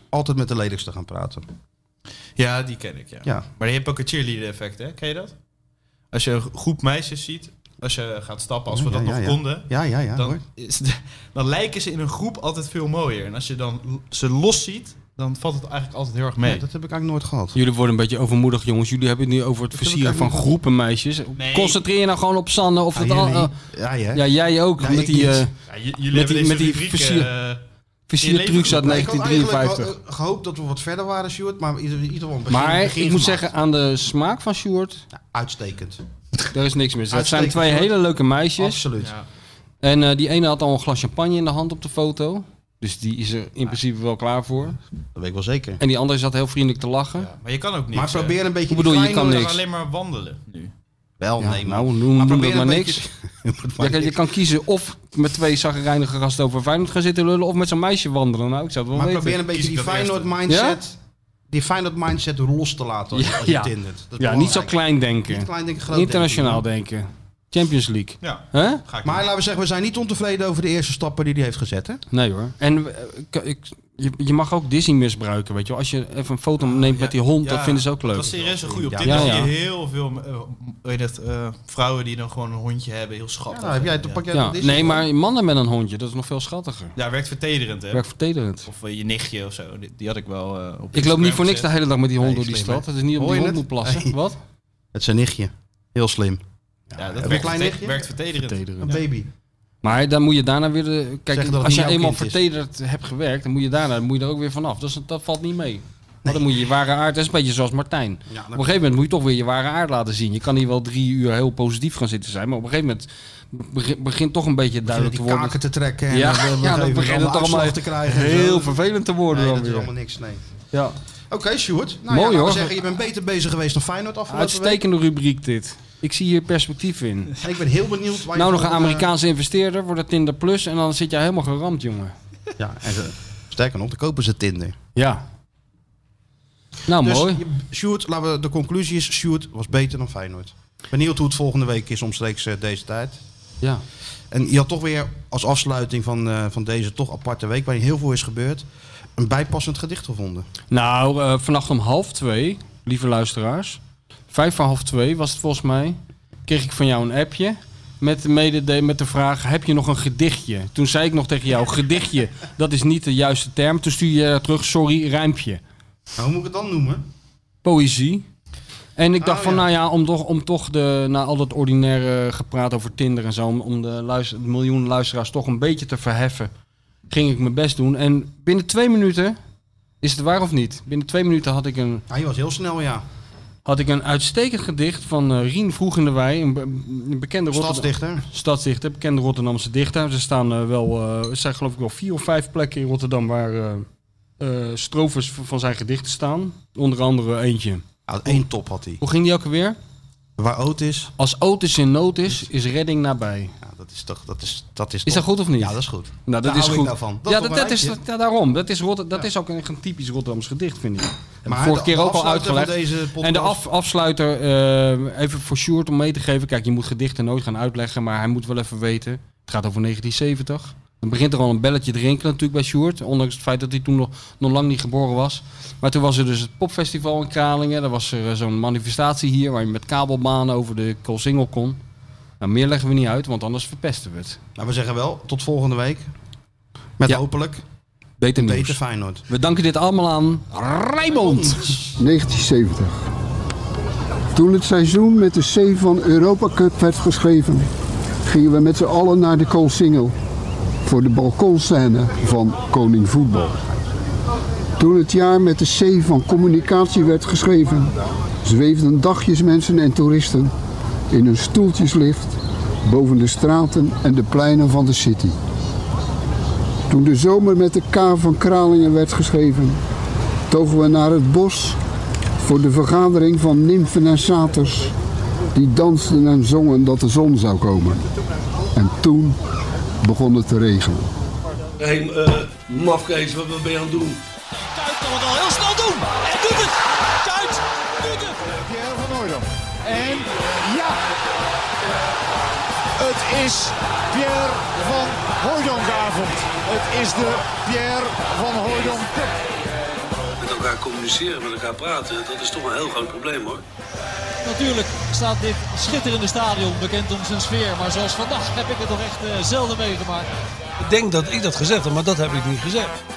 [SPEAKER 4] altijd met de lelijkste gaan praten.
[SPEAKER 9] Ja, die ken ik, ja.
[SPEAKER 4] Ja.
[SPEAKER 9] Maar je hebt ook een cheerleader effect, hè? Ken je dat? Als je een groep meisjes ziet, als je gaat stappen, als we
[SPEAKER 4] Ja,
[SPEAKER 9] dat
[SPEAKER 4] ja,
[SPEAKER 9] nog
[SPEAKER 4] ja.
[SPEAKER 9] konden...
[SPEAKER 4] Ja, ja, ja.
[SPEAKER 9] Dan,
[SPEAKER 4] hoor.
[SPEAKER 9] is de- dan lijken ze in een groep altijd veel mooier. En als je dan l- ze los ziet, dan valt het eigenlijk altijd heel erg mee.
[SPEAKER 4] Nee, dat heb ik eigenlijk nooit gehad.
[SPEAKER 5] Jullie worden een beetje overmoedig, jongens. Jullie hebben het nu over het
[SPEAKER 4] heb ik
[SPEAKER 5] versieren van
[SPEAKER 4] eigenlijk
[SPEAKER 5] groepen meisjes.
[SPEAKER 9] Nee.
[SPEAKER 5] Concentreer je nou gewoon op Sanne of dat al.
[SPEAKER 4] jullie?
[SPEAKER 5] eh,
[SPEAKER 4] ja, ja.
[SPEAKER 5] ja, jij ook.
[SPEAKER 4] Nee,
[SPEAKER 5] met
[SPEAKER 4] ik
[SPEAKER 5] die
[SPEAKER 4] niet.
[SPEAKER 5] eh,
[SPEAKER 9] Ja, j- jullie
[SPEAKER 5] Met die-
[SPEAKER 9] hebben
[SPEAKER 5] met die
[SPEAKER 9] rubriek,
[SPEAKER 5] versier-
[SPEAKER 9] eh,
[SPEAKER 5] versiertrucs uit
[SPEAKER 9] Nee,
[SPEAKER 4] Ik had eigenlijk
[SPEAKER 5] 1953.
[SPEAKER 4] wel, eh, gehoopt dat we wat verder waren, Stuart, maar in ieder in ieder geval een begin,
[SPEAKER 5] Maar
[SPEAKER 4] begin
[SPEAKER 5] ik moet
[SPEAKER 4] gemaakt.
[SPEAKER 5] zeggen, aan de smaak van Sjoerd,
[SPEAKER 4] Ja, uitstekend.
[SPEAKER 5] daar is niks mis. Het zijn
[SPEAKER 4] Uitstekend,
[SPEAKER 5] twee
[SPEAKER 4] Sjoerd.
[SPEAKER 5] hele leuke meisjes.
[SPEAKER 4] Absoluut.
[SPEAKER 9] ja.
[SPEAKER 5] En eh, die ene had al een glas champagne in de hand op de foto. Dus die is er in principe wel klaar voor.
[SPEAKER 4] Dat weet ik wel zeker.
[SPEAKER 5] En die andere zat heel vriendelijk te lachen.
[SPEAKER 9] Ja, maar je kan ook niks.
[SPEAKER 4] maar probeer een beetje
[SPEAKER 5] Hoe bedoel je, je
[SPEAKER 4] die
[SPEAKER 5] kan
[SPEAKER 9] hè.
[SPEAKER 4] kleine-
[SPEAKER 9] Je
[SPEAKER 5] niks?
[SPEAKER 9] kan alleen maar wandelen nu.
[SPEAKER 4] Wel,
[SPEAKER 5] Ja,
[SPEAKER 4] nee, [LAUGHS] maar...
[SPEAKER 5] nou, noem, noem
[SPEAKER 4] probeer
[SPEAKER 5] dat maar
[SPEAKER 4] een
[SPEAKER 5] niks.
[SPEAKER 4] beetje- Noem het maar
[SPEAKER 5] Je kan, je
[SPEAKER 4] niks.
[SPEAKER 5] kan kiezen of met twee zagrijnige gasten over Feyenoord gaan zitten lullen... of met zo'n meisje wandelen. Nou, ik zou het wel
[SPEAKER 4] Maar
[SPEAKER 5] weten.
[SPEAKER 4] probeer een beetje
[SPEAKER 9] Kies ik
[SPEAKER 4] die
[SPEAKER 9] dat
[SPEAKER 4] Feyenoord
[SPEAKER 9] eerste.
[SPEAKER 4] mindset... Die Feyenoord mindset los te laten als je-
[SPEAKER 5] Ja,
[SPEAKER 4] als je
[SPEAKER 5] ja.
[SPEAKER 4] het hindert. Dat is
[SPEAKER 5] ja, niet zo
[SPEAKER 4] belangrijk.
[SPEAKER 5] klein denken.
[SPEAKER 4] Oh, Niet klein denken, groot
[SPEAKER 5] Internationaal
[SPEAKER 4] denken.
[SPEAKER 5] denken. Champions League.
[SPEAKER 9] Ja,
[SPEAKER 5] Hè?
[SPEAKER 9] ga ik
[SPEAKER 4] Maar laten we zeggen, we zijn niet ontevreden over de eerste stappen die hij heeft gezet, hè?
[SPEAKER 5] Nee hoor. En eh, ik- ik- je, je mag ook Disney misbruiken, weet je wel. Als je even een
[SPEAKER 4] Ah,
[SPEAKER 5] foto neemt met die hond,
[SPEAKER 9] Ja,
[SPEAKER 5] dat vinden ze ook
[SPEAKER 9] Dat is
[SPEAKER 5] leuk.
[SPEAKER 9] serieus een goede op
[SPEAKER 4] Ja,
[SPEAKER 9] dit
[SPEAKER 5] ja,
[SPEAKER 9] zie
[SPEAKER 5] ja.
[SPEAKER 9] je heel veel eh, hoe heet dat, eh, vrouwen die dan gewoon een hondje hebben, heel
[SPEAKER 4] Ja,
[SPEAKER 9] schattig.
[SPEAKER 4] nou, heb jij, dan pak jij
[SPEAKER 5] Ja,
[SPEAKER 4] dat Disney
[SPEAKER 5] nee,
[SPEAKER 4] dan.
[SPEAKER 5] maar mannen met een hondje, dat is nog veel schattiger.
[SPEAKER 9] Ja, werkt vertederend hè.
[SPEAKER 5] Werkt vertederend.
[SPEAKER 9] Of eh, je nichtje of zo. Die, die had ik wel eh, op
[SPEAKER 5] Ik loop niet
[SPEAKER 9] Instagram
[SPEAKER 5] voor niks de
[SPEAKER 9] gezet.
[SPEAKER 5] hele dag met die hond
[SPEAKER 4] Nee,
[SPEAKER 5] door die
[SPEAKER 4] slim, hè?
[SPEAKER 5] stad. Het is niet op
[SPEAKER 4] Hoor
[SPEAKER 5] die
[SPEAKER 4] je
[SPEAKER 5] hond
[SPEAKER 4] het?
[SPEAKER 5] moet plassen.
[SPEAKER 4] Nee.
[SPEAKER 5] Wat?
[SPEAKER 4] Het zijn nichtje. Heel slim.
[SPEAKER 9] Ja, dat
[SPEAKER 4] een klein
[SPEAKER 9] werkt, verte-
[SPEAKER 4] nichtje?
[SPEAKER 9] werkt vertederend.
[SPEAKER 4] Een
[SPEAKER 5] Vertederend.
[SPEAKER 4] baby.
[SPEAKER 5] Maar dan moet je daarna weer... de-
[SPEAKER 4] Zeggen
[SPEAKER 5] Kijk,
[SPEAKER 4] dat het
[SPEAKER 5] als je
[SPEAKER 4] niet jouw
[SPEAKER 5] eenmaal
[SPEAKER 4] kind is.
[SPEAKER 5] vertederd hebt gewerkt, dan moet je daarna moet je er ook weer vanaf. Dus dat valt niet mee. Maar dan moet je je ware aard, dat is een beetje zoals Martijn.
[SPEAKER 4] dat
[SPEAKER 5] op een gegeven moment moet je toch weer je ware aard laten zien. Je kan hier wel drie uur heel positief gaan zitten zijn, maar op een gegeven moment beg- begint toch een beetje duidelijk
[SPEAKER 4] die
[SPEAKER 5] te worden.
[SPEAKER 4] kaken te trekken en
[SPEAKER 5] [LAUGHS] ja,
[SPEAKER 4] dan, eh, op een
[SPEAKER 5] ja, dan
[SPEAKER 4] gegeven moment
[SPEAKER 5] begint het
[SPEAKER 4] allemaal
[SPEAKER 5] allemaal
[SPEAKER 4] afslag te krijgen en
[SPEAKER 5] heel
[SPEAKER 4] zo.
[SPEAKER 5] vervelend te worden.
[SPEAKER 4] Nee,
[SPEAKER 5] dan
[SPEAKER 4] dat is
[SPEAKER 5] weer.
[SPEAKER 4] helemaal niks, nee.
[SPEAKER 5] ja.
[SPEAKER 4] Oké, Sjoerd. Nou,
[SPEAKER 5] Mooi,
[SPEAKER 4] ja, laten we
[SPEAKER 5] hoor.
[SPEAKER 4] zeggen, je bent beter bezig geweest dan Feyenoord afgelopen
[SPEAKER 5] Uitstekende rubriek dit. Ik zie hier perspectief in.
[SPEAKER 4] week. En ik ben heel benieuwd waar
[SPEAKER 5] Nou
[SPEAKER 4] je
[SPEAKER 5] nog een
[SPEAKER 4] volgende-
[SPEAKER 5] Amerikaanse investeerder, wordt het Tinder Plus en dan zit jij helemaal geramd, jongen.
[SPEAKER 4] eh, Ja, en ze- sterker nog, dan kopen ze Tinder.
[SPEAKER 5] Ja. Nou,
[SPEAKER 4] Dus
[SPEAKER 5] mooi.
[SPEAKER 4] je- Sjoerd, laten we, de conclusie is, Sjoerd was beter dan Feyenoord. Benieuwd hoe het volgende week is omstreeks eh, deze tijd.
[SPEAKER 5] Ja.
[SPEAKER 4] En je had toch weer als afsluiting van, eh, van deze toch aparte week, waarin heel veel is gebeurd, een bijpassend gedicht gevonden.
[SPEAKER 5] Nou, eh, vannacht om half twee, lieve luisteraars. Vijf voor half twee was het volgens mij. Kreeg ik van jou een appje. Met de, medede- met de vraag, heb je nog een gedichtje? Toen zei ik nog tegen jou, gedichtje, dat is niet de juiste term. Toen stuur je terug, sorry, rijmpje.
[SPEAKER 4] Nou, hoe moet ik het dan noemen?
[SPEAKER 5] Poëzie. En ik dacht
[SPEAKER 4] Oh,
[SPEAKER 5] van,
[SPEAKER 4] ja.
[SPEAKER 5] nou ja, om toch, om toch de, na al dat ordinaire gepraat over Tinder en zo... om, om de, luister, de miljoenen luisteraars toch een beetje te verheffen... ging ik mijn best doen. En binnen twee minuten, is het waar of niet? Binnen twee minuten had ik een
[SPEAKER 4] Hij was heel snel, ja.
[SPEAKER 5] had ik een uitstekend gedicht van eh, Rien Vroeg in de Wei, een, be- een bekende Rotterdam-
[SPEAKER 4] Stadsdichter.
[SPEAKER 5] stadsdichter, bekende Rotterdamse dichter. Er staan eh, wel, eh, er zijn geloof ik wel vier of vijf plekken in Rotterdam waar eh eh, strofes v- van zijn gedichten staan. Onder andere eentje.
[SPEAKER 4] Ja, één top had hij.
[SPEAKER 5] Hoe ging die ook alweer?
[SPEAKER 4] Waar oud is,
[SPEAKER 5] Als Otis in nood is, is redding nabij.
[SPEAKER 4] ja, dat is toch... Dat is, dat is,
[SPEAKER 5] Is dat
[SPEAKER 4] toch-
[SPEAKER 5] goed of niet?
[SPEAKER 4] Ja, dat is goed.
[SPEAKER 5] Nou, dat
[SPEAKER 4] Daar
[SPEAKER 5] is
[SPEAKER 4] hou ik
[SPEAKER 5] goed.
[SPEAKER 4] nou van. Dat
[SPEAKER 5] ja,
[SPEAKER 4] is
[SPEAKER 5] dat,
[SPEAKER 4] op een
[SPEAKER 5] dat is,
[SPEAKER 4] rijtje.
[SPEAKER 5] ja, daarom. Dat, is, Rotter- dat is ook een, een typisch Rotterdams gedicht, vind ik. Maar vorige
[SPEAKER 4] de-
[SPEAKER 5] keer
[SPEAKER 4] de
[SPEAKER 5] ook al
[SPEAKER 4] afsluiter van
[SPEAKER 5] uitgelegd.
[SPEAKER 4] deze podcast-
[SPEAKER 5] en de af, afsluiter, eh, even voor Sjoerd om mee te geven. Kijk, je moet gedichten nooit gaan uitleggen, maar hij moet wel even weten. Het gaat over 1970. Dan begint er al een belletje te rinkelen natuurlijk bij Sjoerd. Ondanks het feit dat hij toen nog, nog lang niet geboren was. Maar toen was er dus het popfestival in Kralingen. Er was er eh, zo'n manifestatie hier waar je met kabelbanen over de Koolsingel kon. Nou, meer leggen we niet uit, want anders verpesten we het.
[SPEAKER 4] Nou, we zeggen wel, tot volgende week. Met
[SPEAKER 5] Ja.
[SPEAKER 4] hopelijk
[SPEAKER 5] Beter nieuws.
[SPEAKER 4] beter Feyenoord.
[SPEAKER 5] We danken dit allemaal aan Rijmond.
[SPEAKER 11] 1970. Toen het seizoen met de C van Europa Cup werd geschreven, gingen we met z'n allen naar de Koolsingel voor de balkonscène van Koning Voetbal. Toen het jaar met de C van communicatie werd geschreven, zweefden dagjes mensen en toeristen in hun stoeltjeslift boven de straten en de pleinen van de city. Toen de zomer met de K van Kralingen werd geschreven, togen we naar het bos voor de vergadering van nymfen en saters. Die dansten en zongen dat de zon zou komen. En toen begon het te regenen.
[SPEAKER 1] Hé, hey, eh, mafkees, wat, wat ben je aan het doen?
[SPEAKER 2] Kuit kan het al heel snel doen. En doet het. Kuit doet het.
[SPEAKER 3] Pierre van Hooydonk. En ja, het is Pierre van Hooydonkavond. Het is de Pierre van Hooydonk Cup.
[SPEAKER 1] Met elkaar communiceren, met elkaar praten, dat is toch een heel groot probleem hoor.
[SPEAKER 2] Natuurlijk staat dit schitterende stadion bekend om zijn sfeer. Maar zoals vandaag heb ik het toch echt eh, zelden meegemaakt.
[SPEAKER 12] Ik denk dat ik dat gezegd heb, maar dat heb ik niet gezegd.